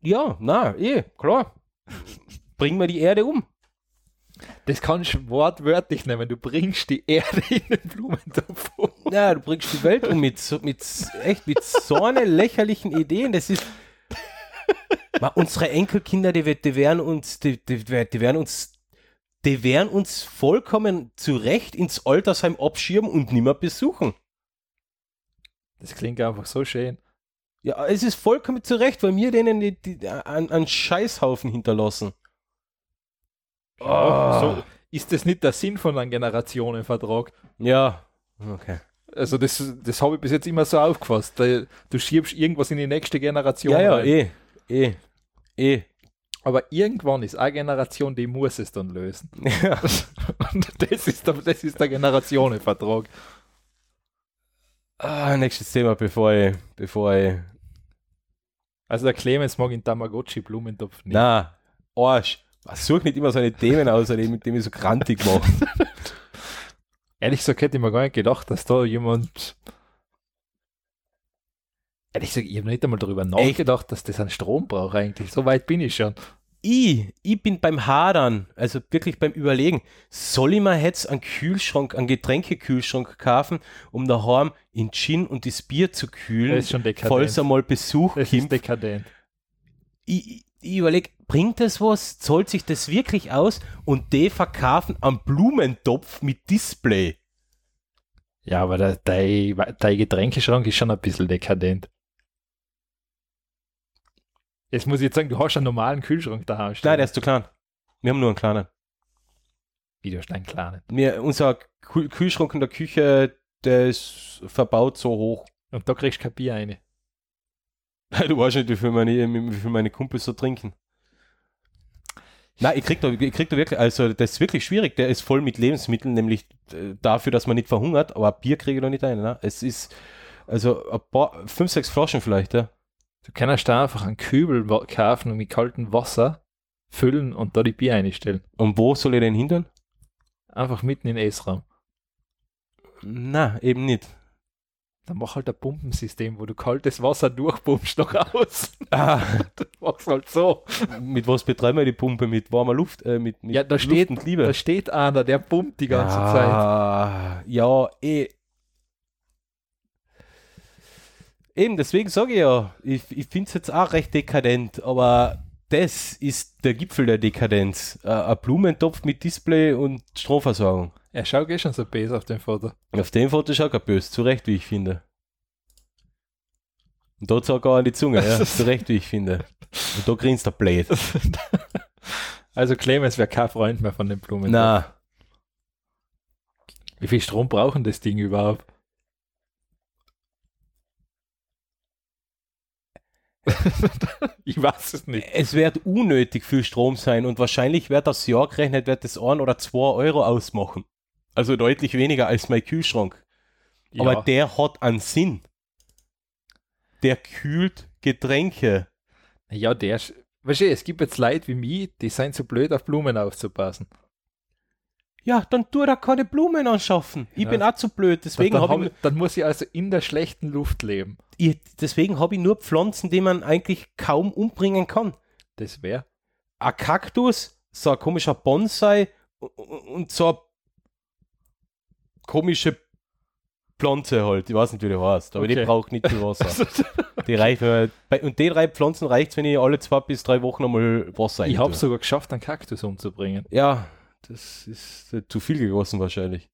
A: Ja, na, eh, klar. Bring mir die Erde um.
B: Das kannst du wortwörtlich nehmen. Du bringst die Erde in den Blumentopf um.
A: Ja, du bringst die Welt um mit, so- mit s- echt mit so einer lächerlichen Ideen. Das ist. Ma, unsere Enkelkinder, die, wird- die werden uns, die, die, die werden uns, die werden uns vollkommen zu Recht ins Altersheim abschirmen und nimmer besuchen.
B: Das klingt einfach so schön.
A: Ja, es ist vollkommen zu Recht, weil wir denen die, die, an, an Scheißhaufen hinterlassen.
B: Ja,
A: Ah.
B: So ist das nicht der Sinn von einem Generationenvertrag?
A: Ja. Okay.
B: Also das, das habe ich bis jetzt immer so aufgefasst. Da- Du schiebst irgendwas in die nächste Generation.
A: Ja, ja,
B: rein.
A: eh. Eh. Eh.
B: Aber irgendwann ist eine Generation, die muss es dann lösen. Und das ist der, das ist der Generationenvertrag.
A: Ah, nächstes Thema, bevor ich, bevor ich
B: Also der Clemens mag in Tamagotchi Blumentopf nicht.
A: Na, Arsch. Such nicht immer so eine Themen aus, mit dem ich so krantig mache.
B: Ehrlich gesagt hätte ich mir gar nicht gedacht, dass da jemand. Ehrlich gesagt, ich habe nicht einmal darüber nachgedacht, dass das einen Strom braucht eigentlich. So weit bin ich schon.
A: ich, ich bin beim Hadern, also wirklich beim Überlegen, soll ich mir jetzt einen Kühlschrank, einen Getränkekühlschrank kaufen, um daheim in Gin und das Bier zu kühlen,
B: Das ist schon dekadent.
A: falls einmal Besuch
B: Das ist
A: kommt?
B: dekadent.
A: Ich, ich- ich überlege, bringt das was? Zahlt sich das wirklich aus? Und die verkaufen einen Blumentopf mit Display.
B: Ja, aber der, dein, dein Getränkeschrank ist schon ein bisschen dekadent. Jetzt muss ich jetzt sagen, du hast einen normalen Kühlschrank daheim stehen.
A: Nein, der ist zu klein. Wir haben nur einen kleinen.
B: Wie, du hast einen kleinen.
A: Wir, unser Kühl- Kühlschrank in der Küche, der ist verbaut so hoch.
B: Und da kriegst du kein Bier rein.
A: Du weißt nicht, wie viel meine, wie viel meine Kumpels so trinken. Nein, ich krieg, da, ich krieg da wirklich, also das ist wirklich schwierig. Der ist voll mit Lebensmitteln, nämlich äh, dafür, dass man nicht verhungert, aber ein Bier kriege ich da nicht ein. Ne? Es ist, also ein paar, fünf, sechs Flaschen vielleicht, ja.
B: Du kannst da einfach einen Kübel wa- kaufen und mit kaltem Wasser füllen und da die Bier einstellen.
A: Und wo soll ich den hindern?
B: Einfach mitten in den Essraum.
A: Na, eben nicht.
B: Dann mach halt ein Pumpensystem, wo du kaltes Wasser durchpumpst nach außen.
A: Ah,
B: Du machst halt so.
A: mit was betreiben wir die Pumpe? Mit warmer Luft, äh, mit, mit
B: Ja, da steht-
A: Luft und Liebe.
B: Da steht einer, der pumpt die ganze Zeit.
A: Ah, Ja, eh. Eben, deswegen sage ich ja, ich, ich finde es jetzt auch recht dekadent, aber das ist der Gipfel der Dekadenz. Äh, ein Blumentopf mit Display und Stromversorgung.
B: Er schaut eh schon so böse auf dem Foto.
A: Auf dem Foto schaut er böse, zu Recht, wie ich finde. Und dort sagt er an die Zunge, ja, zu Recht, wie ich finde. Und da grinst er blöd.
B: Also Clemens wäre kein Freund mehr von den Blumen.
A: Na,
B: Wie viel Strom brauchen das Ding überhaupt? ich weiß es nicht.
A: es wird unnötig viel Strom sein und wahrscheinlich wird das Jahr gerechnet, wird das ein oder zwei Euro ausmachen. Also deutlich weniger als mein Kühlschrank. Aber
B: ja.
A: der hat einen Sinn. Der kühlt Getränke.
B: Ja, der. sch- Weißt du, es gibt jetzt Leute wie mich, die sind so blöd, auf Blumen aufzupassen.
A: ja, dann tu da keine Blumen anschaffen. Ich
B: Ja.
A: bin auch zu blöd. Deswegen
B: dann,
A: habe
B: hab
A: ich,
B: ich, dann muss ich also in der schlechten Luft leben.
A: ich, deswegen hab ich nur Pflanzen, die man eigentlich kaum umbringen kann.
B: Das wäre.
A: Ein Kaktus, so ein komischer Bonsai u- u- und so eine komische Pflanze halt. Ich weiß nicht, wie die heißt, aber die
B: Okay. Also
A: braucht nicht viel Wasser. die reicht mir, bei, und den drei Pflanzen reicht wenn ich alle zwei bis drei Wochen einmal Wasser
B: ich
A: reintue.
B: habe sogar geschafft, einen Kaktus umzubringen.
A: Ja, das ist äh, zu viel gegossen wahrscheinlich.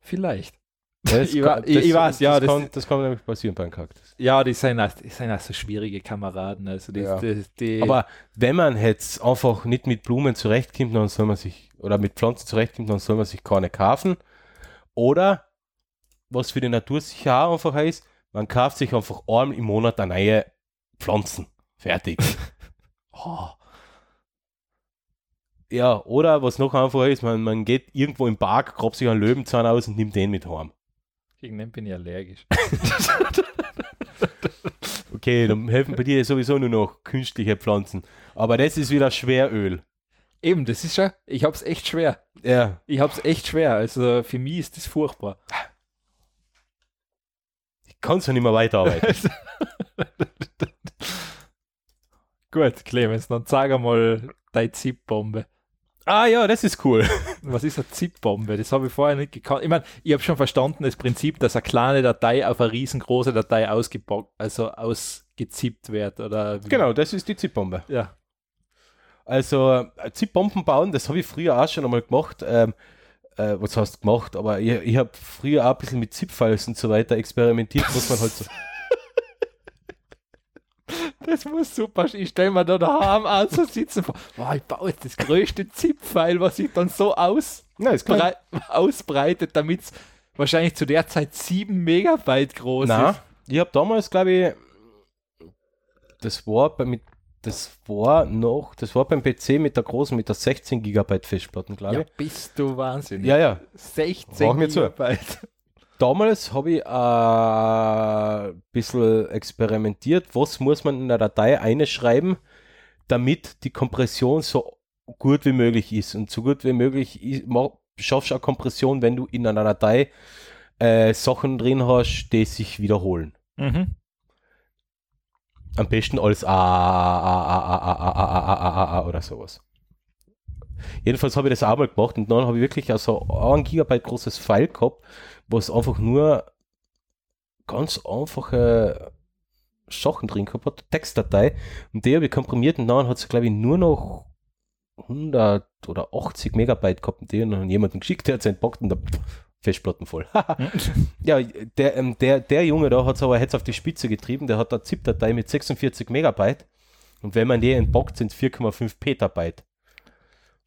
B: Vielleicht.
A: Das
B: Ich
A: kann-
B: wa- ich- ich weiß, ja,
A: das,
B: das-
A: kann, das kann nämlich passieren beim Kaktus.
B: Ja, die sind auch, die sind auch so schwierige Kameraden. Also die,
A: Ja.
B: die, die,
A: Aber wenn man jetzt einfach nicht mit Blumen zurechtkommt, dann soll man sich, oder mit Pflanzen zurechtkommt, dann soll man sich keine kaufen. Oder, was für die Natur sicher auch einfach heißt, man kauft sich einfach einmal im Monat eine neue Pflanzen. Fertig.
B: oh,
A: ja, oder was noch einfach ist, man, man geht irgendwo im Park, grabt sich einen Löwenzahn aus und nimmt den mit heim.
B: gegen den bin ich allergisch.
A: Okay, dann helfen bei dir sowieso nur noch künstliche Pflanzen. Aber das ist wieder Schweröl.
B: Eben, das ist ja, ich hab's echt schwer.
A: Ja.
B: Ich hab's echt schwer. Also für mich ist das furchtbar.
A: Ich kann ja nicht mehr weiterarbeiten.
B: Gut, Clemens, dann sag einmal deine Zip-Bombe.
A: ah ja, das ist cool.
B: Was ist eine Zip-Bombe? Das habe ich vorher nicht gekannt. Ich meine, ich habe schon verstanden das Prinzip, dass eine kleine Datei auf eine riesengroße Datei ausgebockt, also ausgezippt wird. Oder wie-
A: Genau, das ist die Zip-Bombe.
B: Ja.
A: Also äh, Zip-Bomben bauen, das habe ich früher auch schon einmal gemacht. Ähm, äh, was heißt gemacht? Aber ich, ich habe früher auch ein bisschen mit Zip-Files und so weiter experimentiert, was man halt so.
B: Das muss super. Ich stelle mir da daheim an zu sitzen. vor, Boah, ich baue jetzt das größte Zip-File, was ich dann so aus
A: Nein, ist
B: brei- ausbreitet, damit es wahrscheinlich zu der Zeit 7 Megabyte groß
A: Nein,
B: ist.
A: ich habe damals, glaube ich, das war bei mit das war noch, das war beim PC mit der großen, mit der 16 Gigabyte Festplatten, glaube
B: Ja,
A: ich.
B: bist du wahnsinnig.
A: Ja, ja.
B: 16
A: Mach mir zu.
B: Gigabyte.
A: Damals habe ich äh, ein bisschen experimentiert, was muss man in der Datei einschreiben, damit die Kompression so gut wie möglich ist. Und so gut wie möglich i- ma- schaffst du eine Kompression, wenn du in einer Datei äh, Sachen drin hast, die sich wiederholen. Am besten als A, A, A, A, A, A, A, A, A, A, A, A oder sowas. Jedenfalls habe ich das auch mal gemacht und dann habe ich wirklich also ein Gigabyte großes File gehabt, was einfach nur ganz einfache Sachen drin gehabt hat, Textdatei und die habe ich komprimiert und dann hat es glaube ich nur noch 100 oder 80 Megabyte gehabt und die habe ich dann jemanden geschickt, der hat es entpackt und da Festplatten voll. Ja, der, ähm, der, der Junge da hat es aber jetzt auf die Spitze getrieben. Der hat eine ZIP-Datei mit 46 Megabyte. Und wenn man die entbockt, sind es 4,5 Petabyte.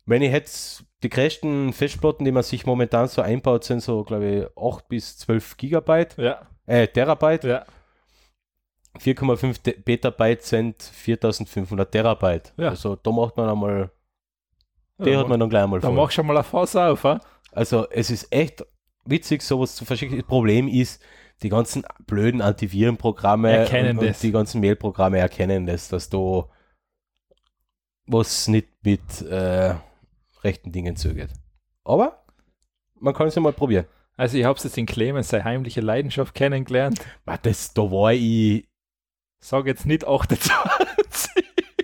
A: Wenn ich jetzt die größten Festplatten, die man sich momentan so einbaut, sind so, glaube ich, 8 bis 12 Gigabyte,
B: Ja,
A: äh, Terabyte.
B: ja.
A: 4,5 Te- Petabyte sind 4500 Terabyte.
B: Ja.
A: Also da macht man einmal, die hat man dann gleich einmal
B: da
A: voll.
B: mach schon mal eine Fass auf. ha?
A: Also es ist echt witzig, sowas zu verschicken. Das Problem ist, die ganzen blöden Antivirenprogramme
B: Erkennen
A: und,
B: das.
A: und die ganzen Mailprogramme erkennen das, dass du was nicht mit äh, rechten Dingen zugeht. Aber man kann es ja mal probieren.
B: Also ich habe jetzt in Clemens, seine heimliche Leidenschaft kennengelernt.
A: Ma, Das, da war ich.
B: Sag jetzt nicht 28.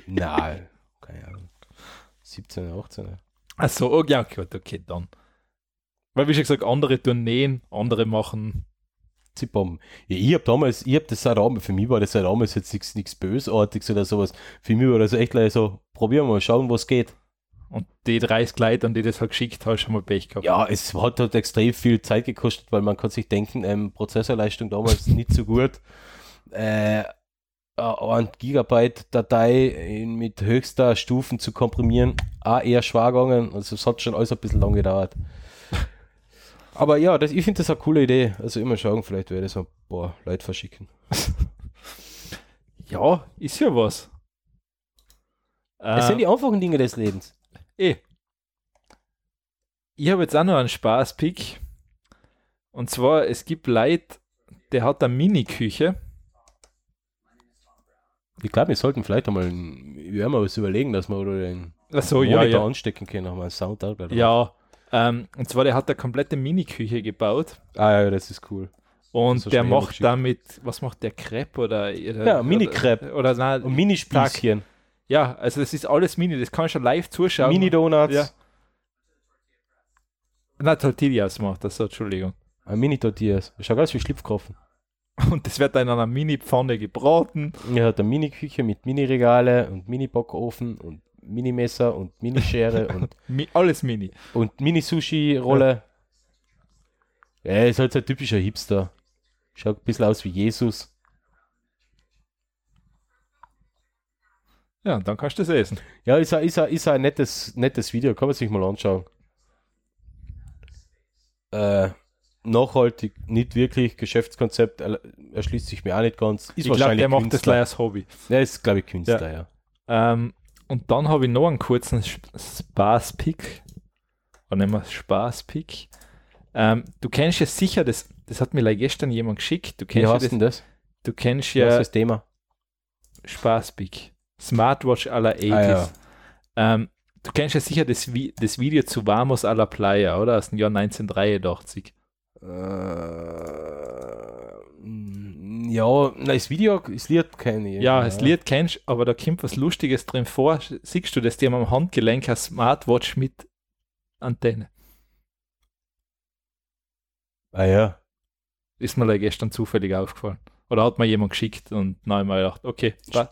A: Na, keine Ahnung. 17, 18.
B: Achso, oh, ja gut, okay, dann. Weil wie schon gesagt, andere tun nähen, andere machen.
A: Zipom. Ja, ich habe damals, ich habe das auch damals, für mich war das ja damals jetzt nichts nichts Bösartiges oder sowas. Für mich war das echt gleich so, probieren wir mal, schauen, was geht.
B: Und die 30 Leute, an die das halt geschickt hast, schon mal Pech gehabt.
A: Ja, es hat halt extrem viel Zeit gekostet, weil man kann sich denken, ähm, Prozessorleistung damals nicht so gut. Äh, ein Gigabyte-Datei in- mit höchster Stufen zu komprimieren, auch eher schwer gegangen. Also es hat schon alles ein bisschen lang gedauert. Aber ja, das, ich finde das eine coole Idee. Also immer schauen, vielleicht werde ich so ein paar Leute verschicken.
B: Ja, ist ja was.
A: Es
B: Ähm,
A: sind die einfachen Dinge des Lebens.
B: eh. Ich habe jetzt auch noch einen Spaßpick. Und zwar, es gibt Leute, der hat eine Mini-Küche.
A: Ich glaube, wir sollten vielleicht einmal, ein- wir werden mal was überlegen, dass wir oder den
B: Achso, ja,
A: Monitor
B: Oh, ja.
A: anstecken können, nochmal Sound. auch gleich drauf.
B: Ja, Ähm, und zwar, der hat eine komplette Mini-Küche gebaut
A: Ah ja, das ist cool.
B: und
A: Das hast du
B: der
A: schon
B: macht
A: geschickt.
B: damit, was macht der, Crepe oder? oder
A: Ja, Mini-Crepe.
B: Oder, oder nein,
A: Und Mini-Spätzchen,
B: ja, also das ist alles Mini, das kann ich schon live zuschauen.
A: Mini-Donuts,
B: Ja. Na, Tortillas macht das, so, Entschuldigung.
A: ein Mini-Tortillas. Schau aus wie Schlipfkopfen.
B: Und das wird dann in einer Mini-Pfanne gebraten.
A: Er hat eine Mini-Küche mit Mini-Regale und Mini-Backofen und Mini-Messer und Mini-Schere und,
B: Mi alles Mini.
A: und Mini-Sushi-Rolle. Ja, er ist halt so ein typischer Hipster. Schaut ein bisschen aus wie Jesus.
B: Ja, und dann kannst du das essen.
A: Ja, ist ein, ist ein, ist ein nettes, nettes Video, kann man sich mal anschauen. Äh, nachhaltig, nicht wirklich, Geschäftskonzept erl- erschließt sich mir auch nicht ganz. Ist
B: ich glaube, der macht das
A: Künstler.
B: leider als Hobby.
A: Ja, ist, glaube ich, Künstler, ja.
B: Ähm, und dann habe ich noch einen kurzen Sp- Spaß-Pick. Oder nehmen wir Spaß-Pick. Ähm, du kennst ja sicher, das, das hat mir leider gestern jemand geschickt. Du
A: Wie
B: kennst ja,
A: heißt
B: das,
A: denn das?
B: du kennst
A: Was ist
B: ja
A: das Thema?
B: Spaß-Pick. Smartwatch
A: Ah,
B: aller 80s. ähm, du kennst ja sicher das, Vi das Video zu Vamos a la Playa, oder? Aus dem Jahr 1983.
A: Äh, mm, ja, nein, das Video, das Lied kenne ich.
B: Ja, das Lied kennst du, aber da kommt was Lustiges drin vor. Sch- Siehst du, dass die haben am Handgelenk eine Smartwatch mit Antenne.
A: Ah ja.
B: Ist mir leider gestern zufällig aufgefallen. Oder hat mir jemand geschickt und nein, mal gedacht, okay, wa-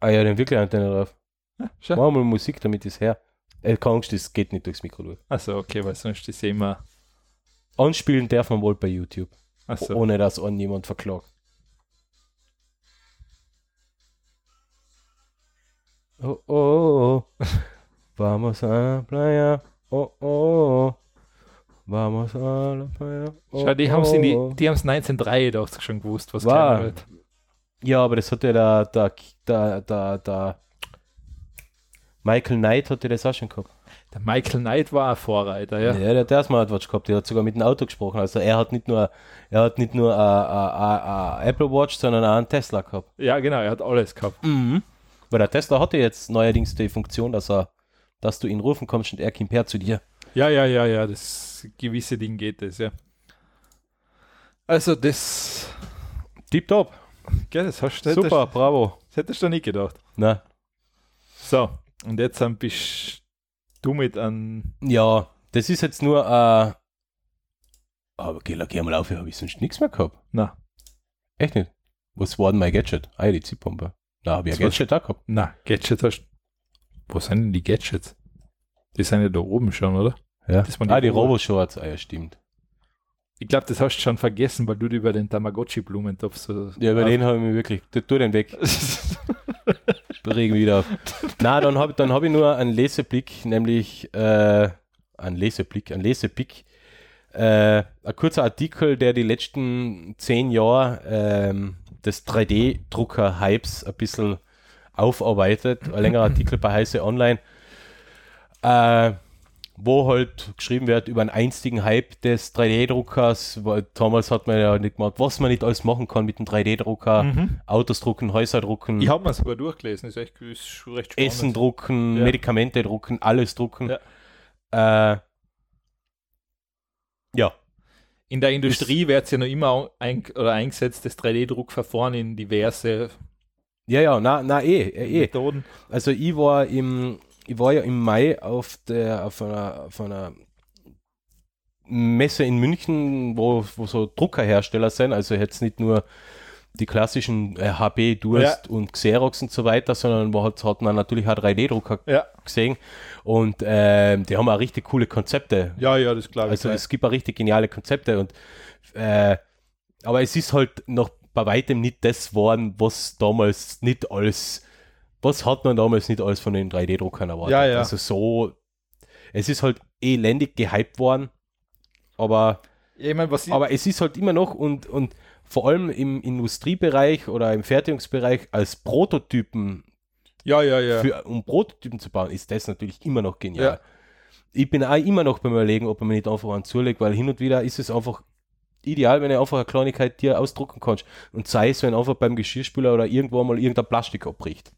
A: Ah ja, den wirklich Antenne drauf.
B: ja, Ah, schau.
A: Machen wir mal Musik, damit ist her. Äh, keine Angst, das geht nicht durchs Mikro durch.
B: Also, okay, weil sonst ist immer.
A: Anspielen darf man wohl bei YouTube,
B: Also,
A: ohne dass an jemand verklagt. Oh oh, oh, oh. vamos a la playa. Oh oh, oh, vamos a la playa. Oh,
B: schau, die haben es
A: oh,
B: in die,
A: oh.
B: die haben's 1983 schon gewusst, was
A: Wow.
B: kommen wird.
A: Ja, aber das hatte der, der, der, der, der Michael Knight hatte das auch schon gehabt.
B: Der Michael Knight war ein Vorreiter,
A: Ja,
B: ja.
A: der hat erstmal Smartwatch gehabt, der hat sogar mit dem Auto gesprochen. Also er hat nicht nur er hat nicht nur äh, eine äh, Apple Watch, sondern auch einen Tesla gehabt.
B: Ja, genau, er hat alles gehabt.
A: Weil der Tesla hatte jetzt neuerdings die Funktion, dass er, dass du ihn rufen kommst und er kommt her zu dir.
B: Ja, ja, ja, ja, das gewisse Ding geht das, ja. Also, das.
A: Tipptopp.
B: Gell, das hast du
A: Super, bravo.
B: Das hättest du nicht gedacht.
A: Na,
B: So, und jetzt ähm, bist du mit an.
A: ja, das ist jetzt nur äh, aber geh, geh mal auf, hier habe ich sonst nichts mehr gehabt.
B: Na,
A: Echt nicht? Was war denn mein Gadget? Ah, ja, die Zipombe. Da habe ich ein
B: Das
A: Gadget auch gehabt.
B: na, Gadget hast Wo sind denn die Gadgets? Die sind ja da oben schon, oder?
A: Ja.
B: Das waren die
A: ah, die
B: Robo-
A: Robo-Shorts. Ah, ja, stimmt.
B: Ich glaube, das hast du schon vergessen, weil du dir über den Tamagotchi-Blumentopf so.
A: Ja, über den habe ich mich wirklich. Tu tu den weg. Regen wieder auf. Na, dann habe dann hab ich nur einen Leseblick, nämlich äh, einen Leseblick, einen Lesepick. Äh, ein kurzer Artikel, der die letzten zehn Jahre ähm, des 3D-Drucker-Hypes ein bisschen aufarbeitet. Ein längerer Artikel bei Heiße Online, äh, wo halt geschrieben wird über einen einstigen Hype des 3D-Druckers. weil Damals hat man ja nicht gemacht, was man nicht alles machen kann mit dem 3D-Drucker.
B: Mhm.
A: Autos drucken, Häuser drucken.
B: Ich habe mir sogar durchgelesen, ist echt ist schon recht spannend.
A: Essen drucken,
B: Ja.
A: Medikamente drucken, alles drucken. Ja. Äh, ja.
B: In der Industrie wird es ja noch immer ein, oder eingesetzt, das 3D-Druckverfahren in diverse
A: Ja, ja, na, na, eh, eh, eh.
B: Methoden.
A: Also ich war im, ich war ja im Mai auf der, auf einer, auf einer Messe in München, wo, wo so Druckerhersteller sind, also jetzt nicht nur die klassischen äh, HP, Durst und Xerox und so weiter, sondern wo hat, hat man natürlich auch 3D-Drucker
B: Ja,
A: gesehen und ähm, die haben auch richtig coole Konzepte
B: ja, ja, das glaube ich.
A: Also
B: gleich.
A: es gibt auch richtig geniale Konzepte und äh, aber es ist halt noch bei weitem nicht das worden, was damals nicht alles, was hat man damals nicht alles von den 3D-Druckern erwartet.
B: Ja, ja.
A: Also so, es ist halt elendig gehypt worden, aber,
B: Ja, ich meine, was ich,
A: aber es ist halt immer noch und, und vor allem im Industriebereich oder im Fertigungsbereich als Prototypen
B: ja, ja, ja.
A: für, um Prototypen zu bauen, ist das natürlich immer noch
B: Ja.
A: genial. Ich bin auch immer noch beim Überlegen, ob man mir nicht einfach einen zulegt, weil hin und wieder ist es einfach ideal, wenn du einfach eine Kleinigkeit dir ausdrucken kannst. Und sei es, wenn einfach beim Geschirrspüler oder irgendwo mal irgendein Plastik abbricht.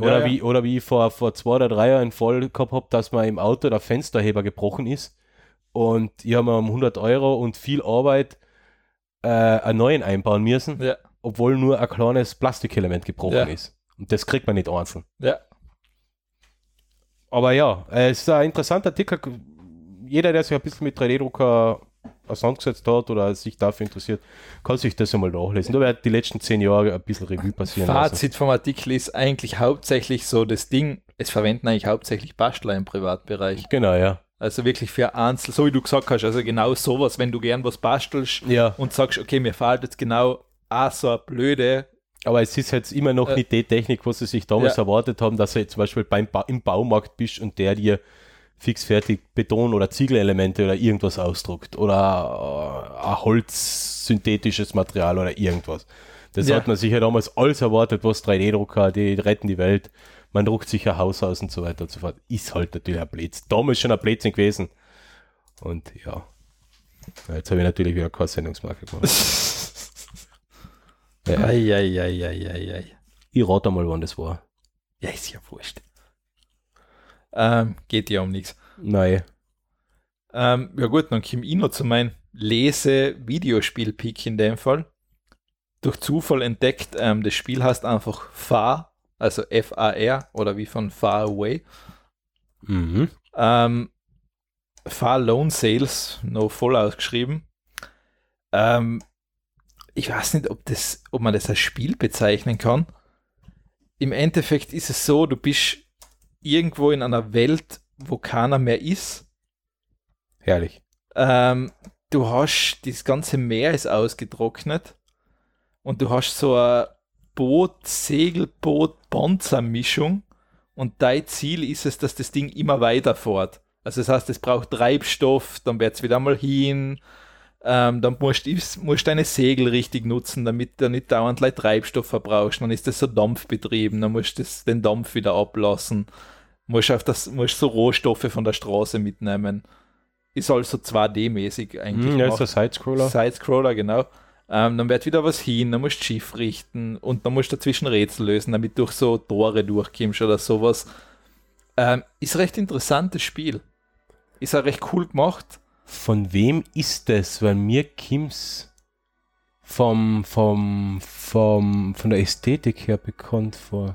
A: Oder,
B: Ja, ja.
A: Wie, oder wie ich vor, vor zwei oder drei Jahren einen Fall gehabt habe, dass mir im Auto der Fensterheber gebrochen ist und ich habe mir um 100 Euro und viel Arbeit äh, einen neuen einbauen müssen,
B: Ja.
A: obwohl nur ein kleines Plastikelement gebrochen
B: Ja.
A: ist. Und das kriegt man nicht einzeln.
B: Ja.
A: Aber ja, äh, es ist ein interessanter Artikel. Jeder, der sich ein bisschen mit 3D-Drucker auseinandergesetzt hat oder sich dafür interessiert, kann sich das einmal nachlesen. Da wird die letzten zehn Jahre ein bisschen Revue passieren. Also, lassen.
B: Fazit vom Artikel ist eigentlich hauptsächlich so das Ding, es verwenden eigentlich hauptsächlich Bastler im Privatbereich.
A: Genau, ja.
B: Also wirklich für Einzel, so wie du gesagt hast, also genau sowas, wenn du gern was bastelst
A: Ja.
B: und sagst, okay, mir fehlt jetzt genau auch so eine blöde,
A: Aber es ist jetzt immer noch
B: Äh,
A: nicht die Technik, was sie sich damals
B: ja.
A: erwartet haben, dass du jetzt zum Beispiel beim ba im Baumarkt bist und der dir fix fertig Beton- oder Ziegelelemente oder irgendwas ausdruckt oder äh, ein holzsynthetisches Material oder irgendwas. Das
B: Ja.
A: hat man sich ja damals alles erwartet, was 3D-Drucker, die retten die Welt, man druckt sich ein Haus aus und so weiter und so fort. Ist halt natürlich ein Blödsinn. Damals schon ein Blödsinn gewesen. Und ja. Ja, Jetzt habe ich natürlich wieder keine Sendungsmarke gemacht. Ja.
B: Eieieiei.
A: Ich rate mal, wann das war.
B: Ja, ist ja wurscht. Ähm, geht ja um nichts.
A: Nein.
B: Ähm, ja gut, dann komme ich noch zu meinem Lese-Videospiel-Pick in dem Fall. Durch Zufall entdeckt, ähm, das Spiel heißt einfach Far, also F-A-R oder wie von Far Away.
A: Mhm.
B: Ähm, Far Loan Sales, no voll ausgeschrieben. Ähm, ich weiß nicht, ob, das, ob man das als Spiel bezeichnen kann. Im Endeffekt ist es so, du bist irgendwo in einer Welt, wo keiner mehr ist.
A: Herrlich.
B: Ähm, du hast, das ganze Meer ist ausgetrocknet und du hast so ein Boot, Segelboot, Panzermischung und dein Ziel ist es, dass das Ding immer weiter fährt. Also das heißt, es braucht Treibstoff, dann wird es wieder mal hin, ähm, dann musst du musst deine Segel richtig nutzen, damit du nicht dauernd gleich Treibstoff verbrauchst. Dann ist das so dampfbetrieben, dann musst du das- den Dampf wieder ablassen, musst, auf das, musst so Rohstoffe von der Straße mitnehmen. Ist also 2D-mäßig eigentlich.
A: Mhm, ja, ist
B: gemacht.
A: der Sidescroller.
B: Sidescroller, genau. Ähm, dann wird wieder was hin, dann musst du Schiff richten und dann musst du dazwischen Rätsel lösen, damit du durch so Tore durchkommst oder sowas. Ähm, ist ein recht interessantes Spiel. Ist auch recht cool gemacht.
A: Von wem ist das? Weil mir Kims vom, vom, vom, von der Ästhetik her bekannt vor.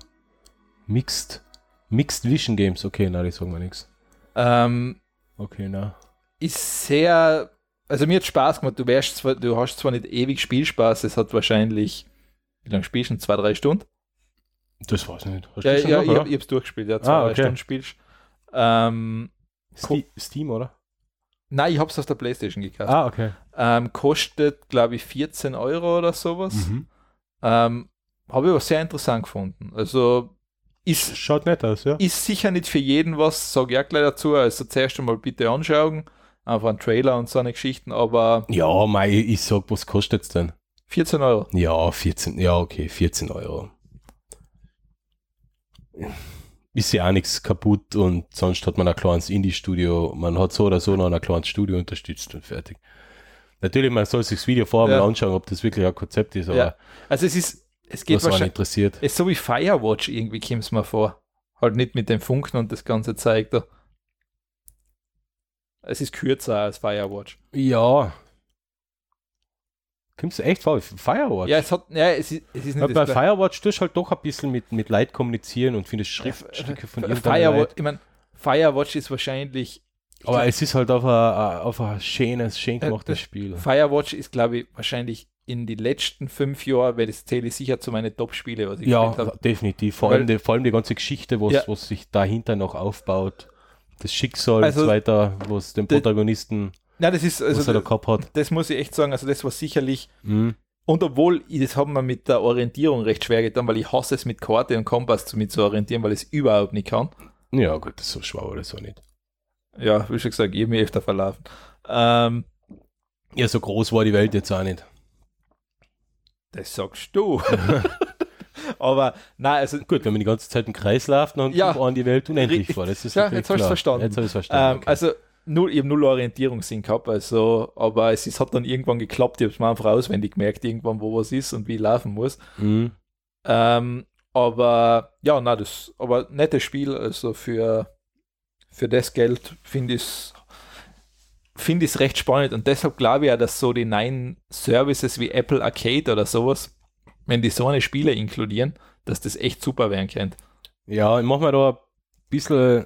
A: Mixed. Mixed Vision Games. Okay, na, die sagen mir nichts.
B: Ähm,
A: Okay, na.
B: ist sehr. Also mir hat Spaß gemacht. Du, wärst zwar, du hast zwar nicht ewig Spielspaß, es hat wahrscheinlich. Wie lange spielst du? Zwei, drei Stunden?
A: Das weiß ich nicht. Hast
B: Ja,
A: du schon
B: ja,
A: noch,
B: ich,
A: oder?
B: hab, ich hab's durchgespielt. Ja, zwei,
A: Ah,
B: drei
A: okay.
B: Stunden spielst. Ähm,
A: Ste Steam, oder?
B: nein, ich hab's auf der Playstation gekauft.
A: Ah, okay.
B: Ähm, kostet, glaube ich, 14 Euro oder sowas.
A: Mhm.
B: Ähm, Habe ich aber sehr interessant gefunden. Also ist,
A: Schaut nett aus, ja.
B: ist sicher nicht für jeden was, sage ich auch gleich dazu. Also zuerst einmal bitte anschauen. Einfach einen Trailer und so eine Geschichten, aber
A: Ja, mei, ich sag, was kostet's denn?
B: 14 Euro.
A: Ja, 14, ja, okay, 14 Euro. Ist ja auch nichts kaputt und sonst hat man ein kleines Indie-Studio. Man hat so oder so noch ein kleines Studio unterstützt und fertig. Natürlich, man soll sich das Video vorher
B: Ja.
A: mal anschauen, ob das wirklich ein Konzept ist, aber
B: Ja, Also es ist, es geht
A: was einen
B: wahrscheinlich,
A: interessiert.
B: es ist so wie Firewatch irgendwie, kommt es mir vor. Halt nicht mit den Funken und das ganze zeigt er. Es ist kürzer als Firewatch.
A: Ja. Kommst du echt vor? Firewatch?
B: Ja, es hat, ja, es ist, es ist
A: Weil
B: nicht
A: bei
B: das gleiche.
A: Firewatch tust du halt doch ein bisschen mit, mit Leid kommunizieren und findest Schriftstücke von irgendeinem
B: Firewatch,
A: Leid.
B: ich meine, Firewatch ist wahrscheinlich
A: Aber es ist halt auf ein, auf ein schönes, schön
B: Äh,
A: gemachtes
B: das-
A: Spiel.
B: Firewatch ist, glaube ich, wahrscheinlich in die letzten fünf Jahren, weil das zähle ich sicher zu meinen Top-Spiele, was ich
A: Ja,
B: gespielt habe.
A: definitiv. Vor
B: Weil-
A: allem, die, vor allem die ganze Geschichte, was,
B: Ja.
A: was sich dahinter noch aufbaut. Das Schicksal
B: Also-
A: und so weiter, was den
B: De-
A: Protagonisten,
B: Nein, das ist, also
A: was er da
B: das,
A: gehabt hat.
B: das muss ich echt sagen, also das war sicherlich,
A: Mhm.
B: und obwohl, ich- das haben wir mit der Orientierung recht schwer getan, weil ich hasse es mit Karte und Kompass zu, mit zu orientieren, weil ich es überhaupt nicht kann.
A: Ja, gut, das ist so schwer oder so nicht.
B: Ja, wie schon gesagt, ich hab mich öfter verlaufen. Ähm,
A: Ja, so groß war die Welt jetzt auch nicht.
B: das sagst du. Aber, nein, also
A: Gut, wenn man die ganze Zeit im Kreis läuft, dann
B: Ja.
A: ja. an die Welt unendlich
B: Richtig.
A: war. Das ist
B: Ja,
A: natürlich
B: jetzt hast du's
A: klar.
B: verstanden.
A: Jetzt habe ich es verstanden.
B: Ähm,
A: okay.
B: Also null, ich habe null Orientierungssinn gehabt, also, aber es ist, hat dann irgendwann also-
A: Hm.
B: geklappt. Ich habe es mir einfach auswendig gemerkt, irgendwann, wo was ist und wie ich laufen muss.
A: mhm.
B: Ähm, Aber ja, na das, aber nettes Spiel, also für, für das Geld finde ich es finde ich es recht spannend und deshalb glaube ich ja, dass so die neuen Services wie Apple Arcade oder sowas, wenn die so eine Spiele inkludieren, dass das echt super werden könnte.
A: Ja, ich mache mir da ein bisschen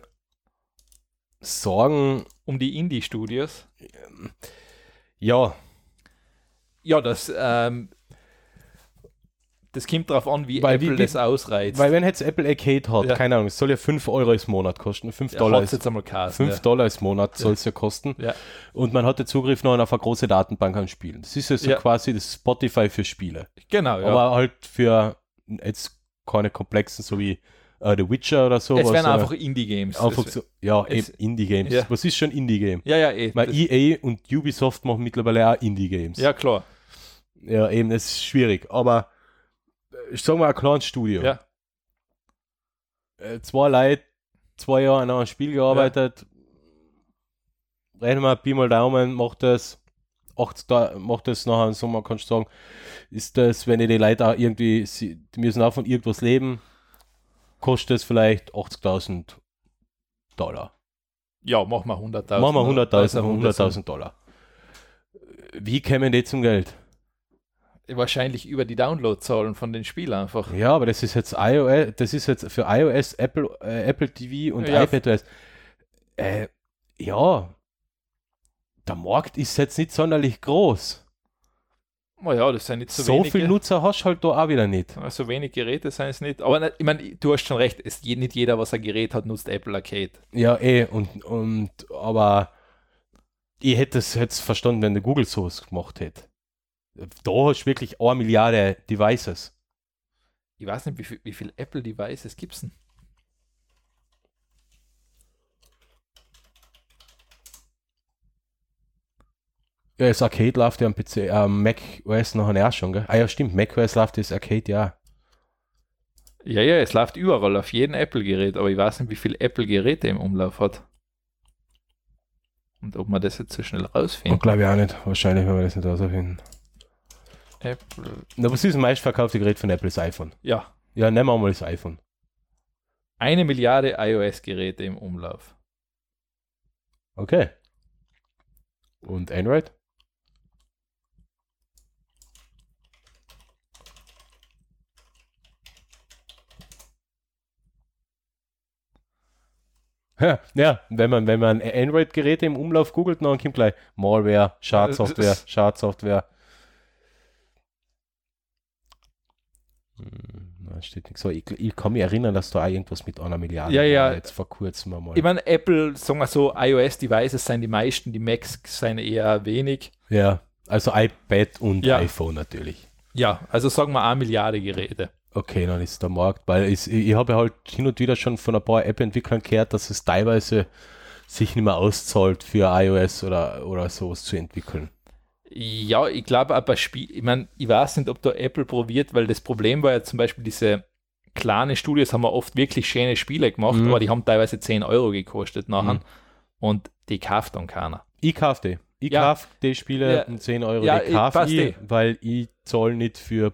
A: Sorgen.
B: Um die Indie-Studios.
A: Ja,
B: Ja, das, ähm, das kommt drauf an, wie
A: Weil
B: Apple
A: wie- wie-
B: das ausreizt.
A: weil wenn jetzt Apple Arcade hat,
B: Ja.
A: keine Ahnung, es soll ja 5 Euro im Monat kosten, 5
B: ja,
A: Dollar,
B: hat's
A: ist,
B: jetzt einmal geheißen,
A: 5 Dollar im Monat soll es ja kosten.
B: Ja.
A: Und man hatte Zugriff noch auf eine große Datenbank an Spielen. Das ist ja so
B: Ja.
A: quasi das Spotify für Spiele.
B: ja. Genau, ja.
A: Aber halt für jetzt keine komplexen, so wie äh, The Witcher oder so. äh,
B: es werden einfach Indie-Games.
A: einfach
B: Das-
A: so, ja,
B: es-
A: eben Indie-Games.
B: ja.
A: Was ist schon Indie-Game?
B: Ja, ja, eh.
A: Weil
B: Das-
A: EA und Ubisoft machen mittlerweile auch Indie-Games.
B: ja, klar.
A: Ja, eben, das ist schwierig. Aber äh, ich sag mal, ein kleines Studio.
B: Ja.
A: Äh, zwei Leute, zwei Jahre an einem Spiel gearbeitet. Rechnen wir Pi mal Daumen, macht das, acht, da, macht das nachher im Sommer, kannst du sagen, ist das, wenn ihr die Leute auch irgendwie, sie, die müssen auch von irgendwas leben, kostet es vielleicht 80.000 Dollar.
B: Ja, mach mal 100.000.
A: Machen wir 100.000,
B: Also,
A: 100.000 Dollar. Wie kämen die zum Geld?
B: Wahrscheinlich über die Downloadzahlen von den Spielen einfach.
A: Ja, aber das ist jetzt iOS, das ist jetzt für iOS, Apple, äh, Apple TV und
B: Ja.
A: iPadOS. Äh, ja, der Markt ist jetzt nicht sonderlich groß.
B: Na ja, das sind nicht so,
A: so
B: wenige.
A: viel Nutzer hast du halt da auch wieder nicht.
B: Ja, So wenig Geräte sind es nicht. Aber ne- ich meine, du hast schon recht, es, je- nicht jeder, was ein Gerät hat, nutzt Apple Arcade.
A: Ja, eh, und, und aber ich hätte es jetzt verstanden, wenn der Google sowas gemacht hätte. Da hast du wirklich eine Milliarde Devices.
B: Ich weiß nicht, wie viel, wie viel Apple-Devices gibt es denn?
A: Ja, das Arcade läuft ja am PC, äh, Mac OS nachher auch schon, gell? Ah ja, stimmt, Mac OS läuft das Arcade ja.
B: Ja, ja, es läuft überall auf jedem Apple-Gerät, aber ich weiß nicht, wie viel Apple-Geräte im Umlauf hat. Und ob man das jetzt so schnell
A: Und
B: rausfindet.
A: glaube ich auch nicht. Wahrscheinlich werden wir das nicht rausfinden.
B: Apple.
A: Na, was ist das meistverkaufte Gerät von Apple? Das iPhone.
B: Ja,
A: Ja, nehmen wir mal das iPhone.
B: eine Milliarde iOS-Geräte im Umlauf.
A: Okay. Und Android? Ja, ja, wenn man, wenn man Android-Geräte im Umlauf googelt, dann kommt gleich Malware,
B: Äh,
A: Schadsoftware, Schadsoftware. Hm, Nein, steht nichts. So, ich, ich kann mich erinnern, dass da auch irgendwas mit einer Milliarde
B: Ja,
A: war,
B: ja.
A: jetzt vor kurzem einmal.
B: Ich meine, Apple, sagen wir so, iOS-Devices sind die meisten, die Macs sind eher wenig.
A: Ja, also iPad und
B: Ja.
A: iPhone natürlich.
B: Ja, also sagen wir eine Milliarde Geräte.
A: Okay, dann ist der Markt, weil es, ich, ich habe halt hin und wieder schon von ein paar App-Entwicklern gehört, dass es teilweise sich nicht mehr auszahlt für iOS oder, oder sowas zu entwickeln.
B: Ja, ich glaube aber Spiel, ich meine, ich weiß nicht, ob da Apple probiert, weil das Problem war ja zum Beispiel diese kleinen Studios haben wir oft wirklich schöne Spiele gemacht,
A: Mhm.
B: aber die haben teilweise 10 Euro gekostet nachher
A: Mhm.
B: und die kauft dann keiner.
A: Ich kaufe die. Ich
B: Ja.
A: kaufe die Spiele
B: Ja.
A: um 10 Euro,
B: Ja,
A: die
B: ich-
A: kaufe
B: passt
A: ich,
B: eh.
A: weil ich zahle nicht für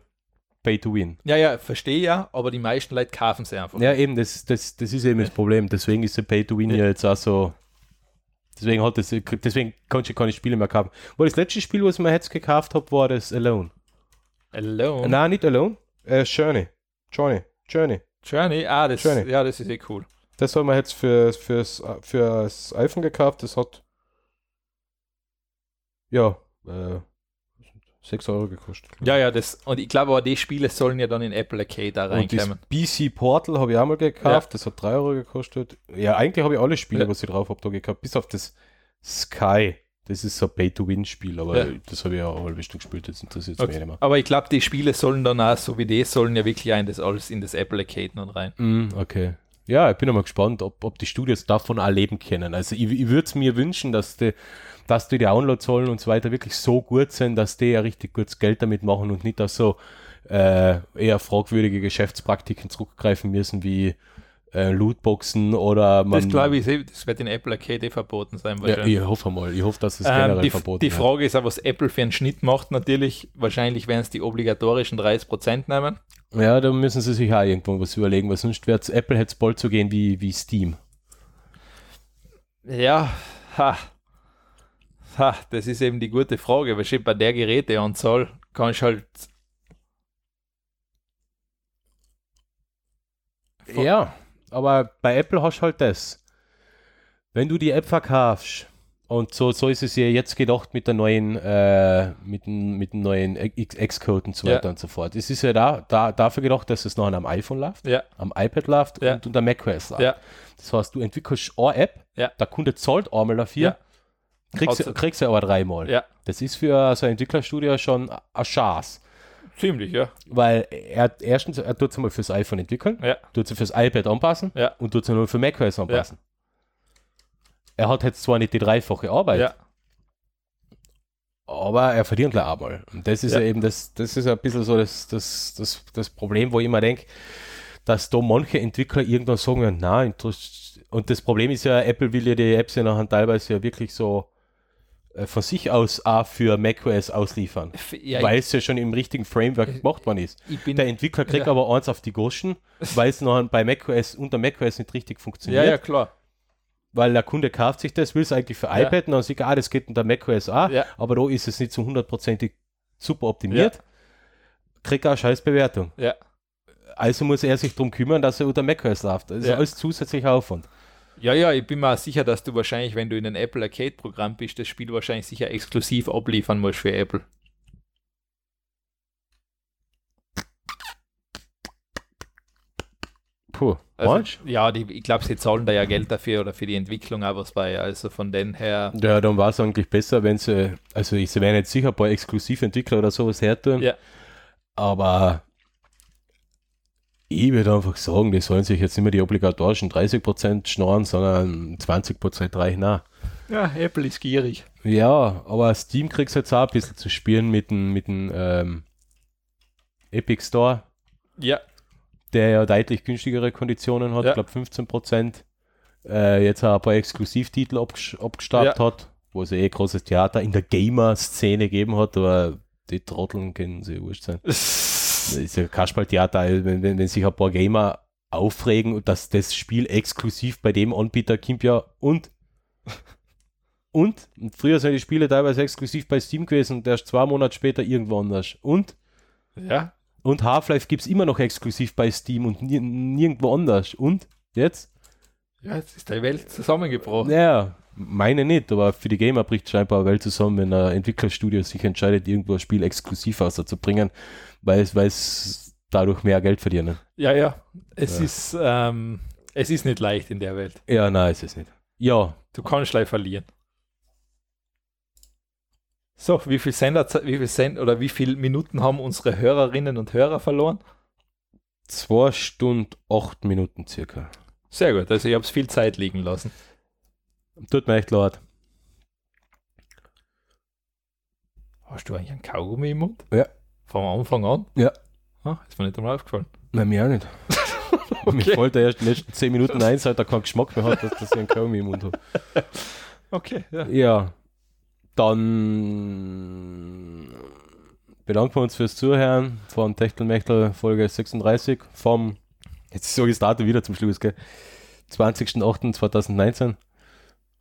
A: Pay-to-Win.
B: Ja, ja, verstehe ja, aber die meisten Leute kaufen sie einfach.
A: Ja, eben, das, das, das ist eben das Problem. Deswegen ist der Pay-to-Win ja. jetzt auch so. Deswegen, hat das, deswegen kannst du keine Spiele mehr kaufen. Weil das letzte Spiel, was ich mir jetzt gekauft habe, war das Alone.
B: Alone.
A: Nein, nicht Alone. Äh, Journey. Journey. Journey.
B: Journey, ah, das,
A: Journey.
B: Ja, das ist eh cool.
A: Das haben wir jetzt für, fürs, fürs iPhone gekauft. Das hat. Ja. Äh, 6 Euro gekostet.
B: Ja, ja, das, und ich glaube aber, die Spiele sollen ja dann in Apple Arcade da
A: Und das
B: reinkommen.
A: BC Portal habe ich auch mal gekauft, das hat 3 Euro gekostet. Ja, eigentlich habe ich alle Spiele,
B: Ja.
A: was ich drauf habe, da gekauft, bis auf das Sky. Das ist so ein Pay-to-Win-Spiel, aber
B: Ja.
A: das habe ich ja eine halbe Stunde gespielt, das interessiert mich
B: Okay.
A: nicht mehr.
B: Aber ich glaube, die Spiele sollen dann auch, so wie die, sollen ja wirklich auch in das alles in das Apple Arcade dann rein.
A: Mm, okay. Ja, ich bin mal gespannt, ob, ob die Studios davon auch leben können. Also ich, ich würde es mir wünschen, dass die, dass die Downloadzahlen und so weiter wirklich so gut sind, dass die ja richtig gutes Geld damit machen und nicht auf so äh, eher fragwürdige Geschäftspraktiken zurückgreifen müssen wie äh, Lootboxen oder man.
B: Das glaube ich, eh- das wird in Apple Arcade eh verboten sein
A: Ja,
B: wahrscheinlich.
A: ich hoffe mal. Ich hoffe, dass es
B: ähm,
A: generell
B: die,
A: verboten
B: die
A: wird.
B: Frage ist auch, was Apple für einen Schnitt macht natürlich. Wahrscheinlich werden es die obligatorischen 30% nehmen.
A: Ja, da müssen sie sich auch irgendwann was überlegen, weil sonst wird Apple jetzt bald so gehen wie, wie Steam.
B: Ja, ha. ha. Das ist eben die gute Frage, weil schon bei der Geräteanzahl kann ich halt. Von-
A: Ja, aber bei Apple hast du halt das. Wenn du die App verkaufst, und so, so ist es ja jetzt gedacht mit der neuen, äh, mit, dem- mit dem neuen X- Xcode und so
B: Ja.
A: weiter und so fort. Es ist ja da, da dafür gedacht, dass es noch an einem iPhone läuft,
B: Ja,
A: am iPad läuft
B: Ja.
A: und unter macOS läuft.
B: Ja.
A: Das heißt, du entwickelst eine App,
B: Ja.
A: der Kunde zahlt einmal dafür, kriegst,
B: Haut's-
A: kriegst du aber dreimal.
B: ja,
A: Das ist für so ein Entwicklerstudio schon eine Chance.
B: ziemlich, ja.
A: Weil er erstens, er tut es mal fürs iPhone entwickeln,
B: Ja,
A: tut sie fürs iPad anpassen
B: Ja.
A: und tut sie nur für macOS anpassen. Er hat jetzt zwar nicht die dreifache Arbeit,
B: ja.
A: aber er verdient gleich einmal. Und das ist ja,
B: Ja.
A: eben das, das ist ein bisschen so das, das, das, das Problem, wo ich immer denke, dass da manche Entwickler irgendwann sagen, ja, na, interess- und das Problem ist ja, Apple will ja die Apps ja nachher teilweise ja wirklich so äh, von sich aus auch für macOS ausliefern.
B: F- ja
A: weil es ja schon im richtigen Framework gemacht worden ist.
B: ich, ich bin.
A: Der Entwickler kriegt
B: Ja.
A: aber eins auf die Goschen, weil es noch bei macOS unter macOS nicht richtig
B: ja,
A: funktioniert,
B: ja, klar.
A: weil der Kunde kauft sich das, will es eigentlich für
B: Ja.
A: iPad und dann sieht er, ah, das geht unter macOS auch,
B: Ja.
A: aber da ist es nicht zu hundertprozentig super optimiert, kriegt er eine scheiß Bewertung.
B: Ja.
A: Also muss er sich darum kümmern, dass er unter macOS läuft. Das ist
B: Ja.
A: alles zusätzlicher Aufwand.
B: Ja, ja, ich bin mir auch sicher, dass du wahrscheinlich, wenn du in einem Apple Arcade Programm bist, das Spiel wahrscheinlich sicher exklusiv abliefern musst für Apple.
A: Puh,
B: Also,
A: Mensch.
B: ja, die, ich glaube, sie zahlen da ja Geld dafür oder für die Entwicklung auch was bei. Also von den her,
A: Ja, dann war es eigentlich besser, wenn sie, also ich, sie werden jetzt sicher ein paar Exklusiventwickler oder sowas her tun,
B: Ja.
A: aber ich würde einfach sagen, die sollen sich jetzt nicht mehr die obligatorischen 30% schnorren, sondern 20% reichen auch.
B: ja, Apple ist gierig.
A: Ja, aber Steam kriegst du jetzt auch ein bisschen zu spielen mit dem, mit dem ähm, Epic Store,
B: Ja,
A: der ja deutlich günstigere Konditionen hat, ich
B: Ja.
A: glaube 15%, äh, jetzt auch ein paar Exklusivtitel abgesch- abgestartet hat, wo es eh großes Theater in der Gamer-Szene gegeben hat, aber die Trotteln können sie wurscht sein. Das ist ja Kasperl-Theater, also wenn, wenn, wenn sich ein paar Gamer aufregen und dass das Spiel exklusiv bei dem Anbieter kommt ja und und früher sind die Spiele teilweise exklusiv bei Steam gewesen und erst zwei Monate später irgendwo anders und
B: ja,
A: und Half-Life gibt es immer noch exklusiv bei Steam und nir nirgendwo anders. Und jetzt?
B: ja, jetzt ist die Welt zusammengebrochen.
A: Naja, meine nicht, aber für die Gamer bricht scheinbar eine Welt zusammen, wenn ein Entwicklerstudio sich entscheidet, irgendwo ein Spiel exklusiv rauszubringen, weil es, weil es dadurch mehr Geld verdienen.
B: Ja, ja, es
A: Ja.
B: ist, ähm, es ist nicht leicht in der Welt.
A: Ja, nein, ist es nicht. Ja,
B: Du kannst gleich verlieren. So, wie viel Sender, wie viel Send oder wie viele Minuten haben unsere Hörerinnen und Hörer verloren?
A: zwei Stunden, acht Minuten circa.
B: Sehr gut, also ich habe es viel Zeit liegen lassen.
A: Tut mir echt leid.
B: Hast du eigentlich einen Kaugummi im Mund?
A: Ja.
B: Vom Anfang an?
A: Ja.
B: Ah, ist mir nicht einmal aufgefallen.
A: Nein, mir auch nicht. Mich
B: Okay.
A: fällt da erst in den letzten zehn Minuten ein, seit er keinen Geschmack mehr hat, dass, dass ich einen Kaugummi im Mund habe.
B: Okay, ja.
A: Ja, dann bedanken wir uns fürs Zuhören von Techtelmechtel Folge 36 vom, jetzt so gestartet wieder zum Schluss, gell? 20.08.2019.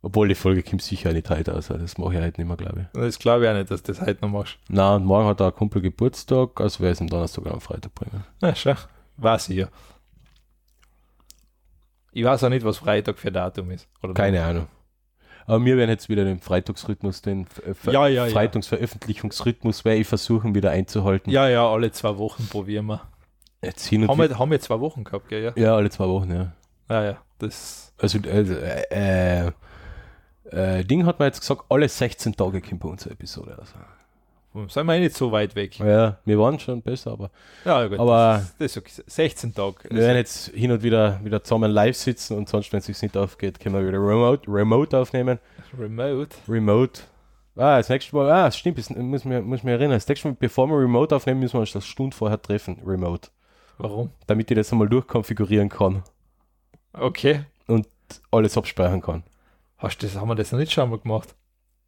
A: Obwohl die Folge kommt sicher nicht heute aus, also das mache ich heute nicht mehr, glaube ich.
B: Das glaube ich auch nicht, dass du das heute noch machst.
A: Na, und morgen hat der Kumpel Geburtstag, also werde ich es am Donnerstag oder am Freitag bringen.
B: Na, schau. Weiß ich ja. Ich weiß auch nicht, was Freitag für Datum ist. Oder
A: Keine Ahnung. Aber wir werden jetzt wieder den Freitagsrhythmus, den Ver Ver-
B: Ja, ja, ja.
A: Freitagsveröffentlichungsrhythmus, werde ich versuchen wieder einzuhalten.
B: Ja, ja, alle zwei Wochen probieren wir.
A: Jetzt hin und
B: Haben
A: wieder.
B: wir, haben wir zwei Wochen gehabt, gell? Ja,
A: Ja, alle zwei Wochen, ja.
B: ja, ja. Das,
A: Also, äh, äh, äh, Ding hat man jetzt gesagt, alle 16 Tage kommt bei uns eine Episode. Also.
B: sind wir eh nicht so weit weg.
A: Ja, wir waren schon besser, aber
B: Ja, gut.
A: Aber-
B: das ist, das ist okay. 16 Tage.
A: wir werden jetzt hin und wieder wieder zusammen live sitzen und sonst, wenn es sich nicht aufgeht, können wir wieder remote, remote aufnehmen.
B: Remote.
A: Remote. Ah, das nächste Mal, ah, stimmt, das muss mir muss mir erinnern. Das nächste Mal, bevor wir remote aufnehmen, müssen wir uns das Stunde vorher treffen, remote.
B: Warum?
A: Damit ich das einmal durchkonfigurieren kann,
B: Okay.
A: alles abspeichern kann.
B: Hast du das, haben wir das noch nicht schon mal gemacht?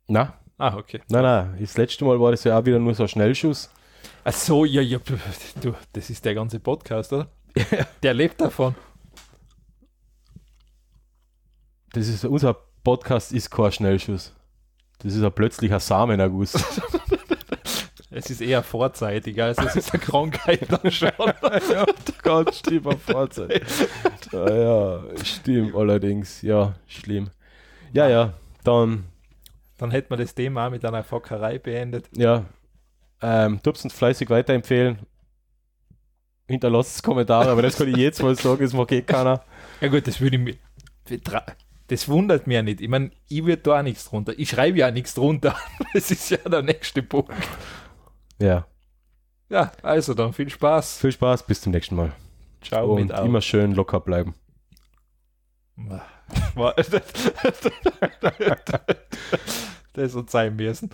A: Na,
B: Ah, okay.
A: na, na, das letzte Mal war das ja auch wieder nur so ein Schnellschuss.
B: Ach so, ja, ja, du, das ist der ganze Podcast, oder? Der lebt davon.
A: Das ist unser Podcast ist kein Schnellschuss. Das ist ein plötzlicher Samenerguss.
B: Es ist eher vorzeitig, also es ist eine Krankheit dann schon.
A: ja, Gott, stimmt, am Vorzeit. Ja, Ah ja, stimmt allerdings. Ja, schlimm. Ja, ja, dann,
B: Dann hätte man das Thema auch mit einer Fockerei beendet.
A: ja. Ähm, du uns fleißig weiterempfehlen. Hinterlasst Kommentare, aber das kann ich jetzt mal sagen, das mag eh keiner.
B: Ja gut, das würde ich mir. betra- Das wundert mich ja nicht. Ich meine, ich würde da auch nichts drunter. Ich schreibe ja auch nichts drunter. Das ist ja der nächste Punkt.
A: Ja,
B: Ja, also dann viel Spaß.
A: viel Spaß, bis zum nächsten Mal.
B: Ciao
A: Und
B: mit Au.
A: immer schön locker bleiben.
B: War- Das hat sein müssen.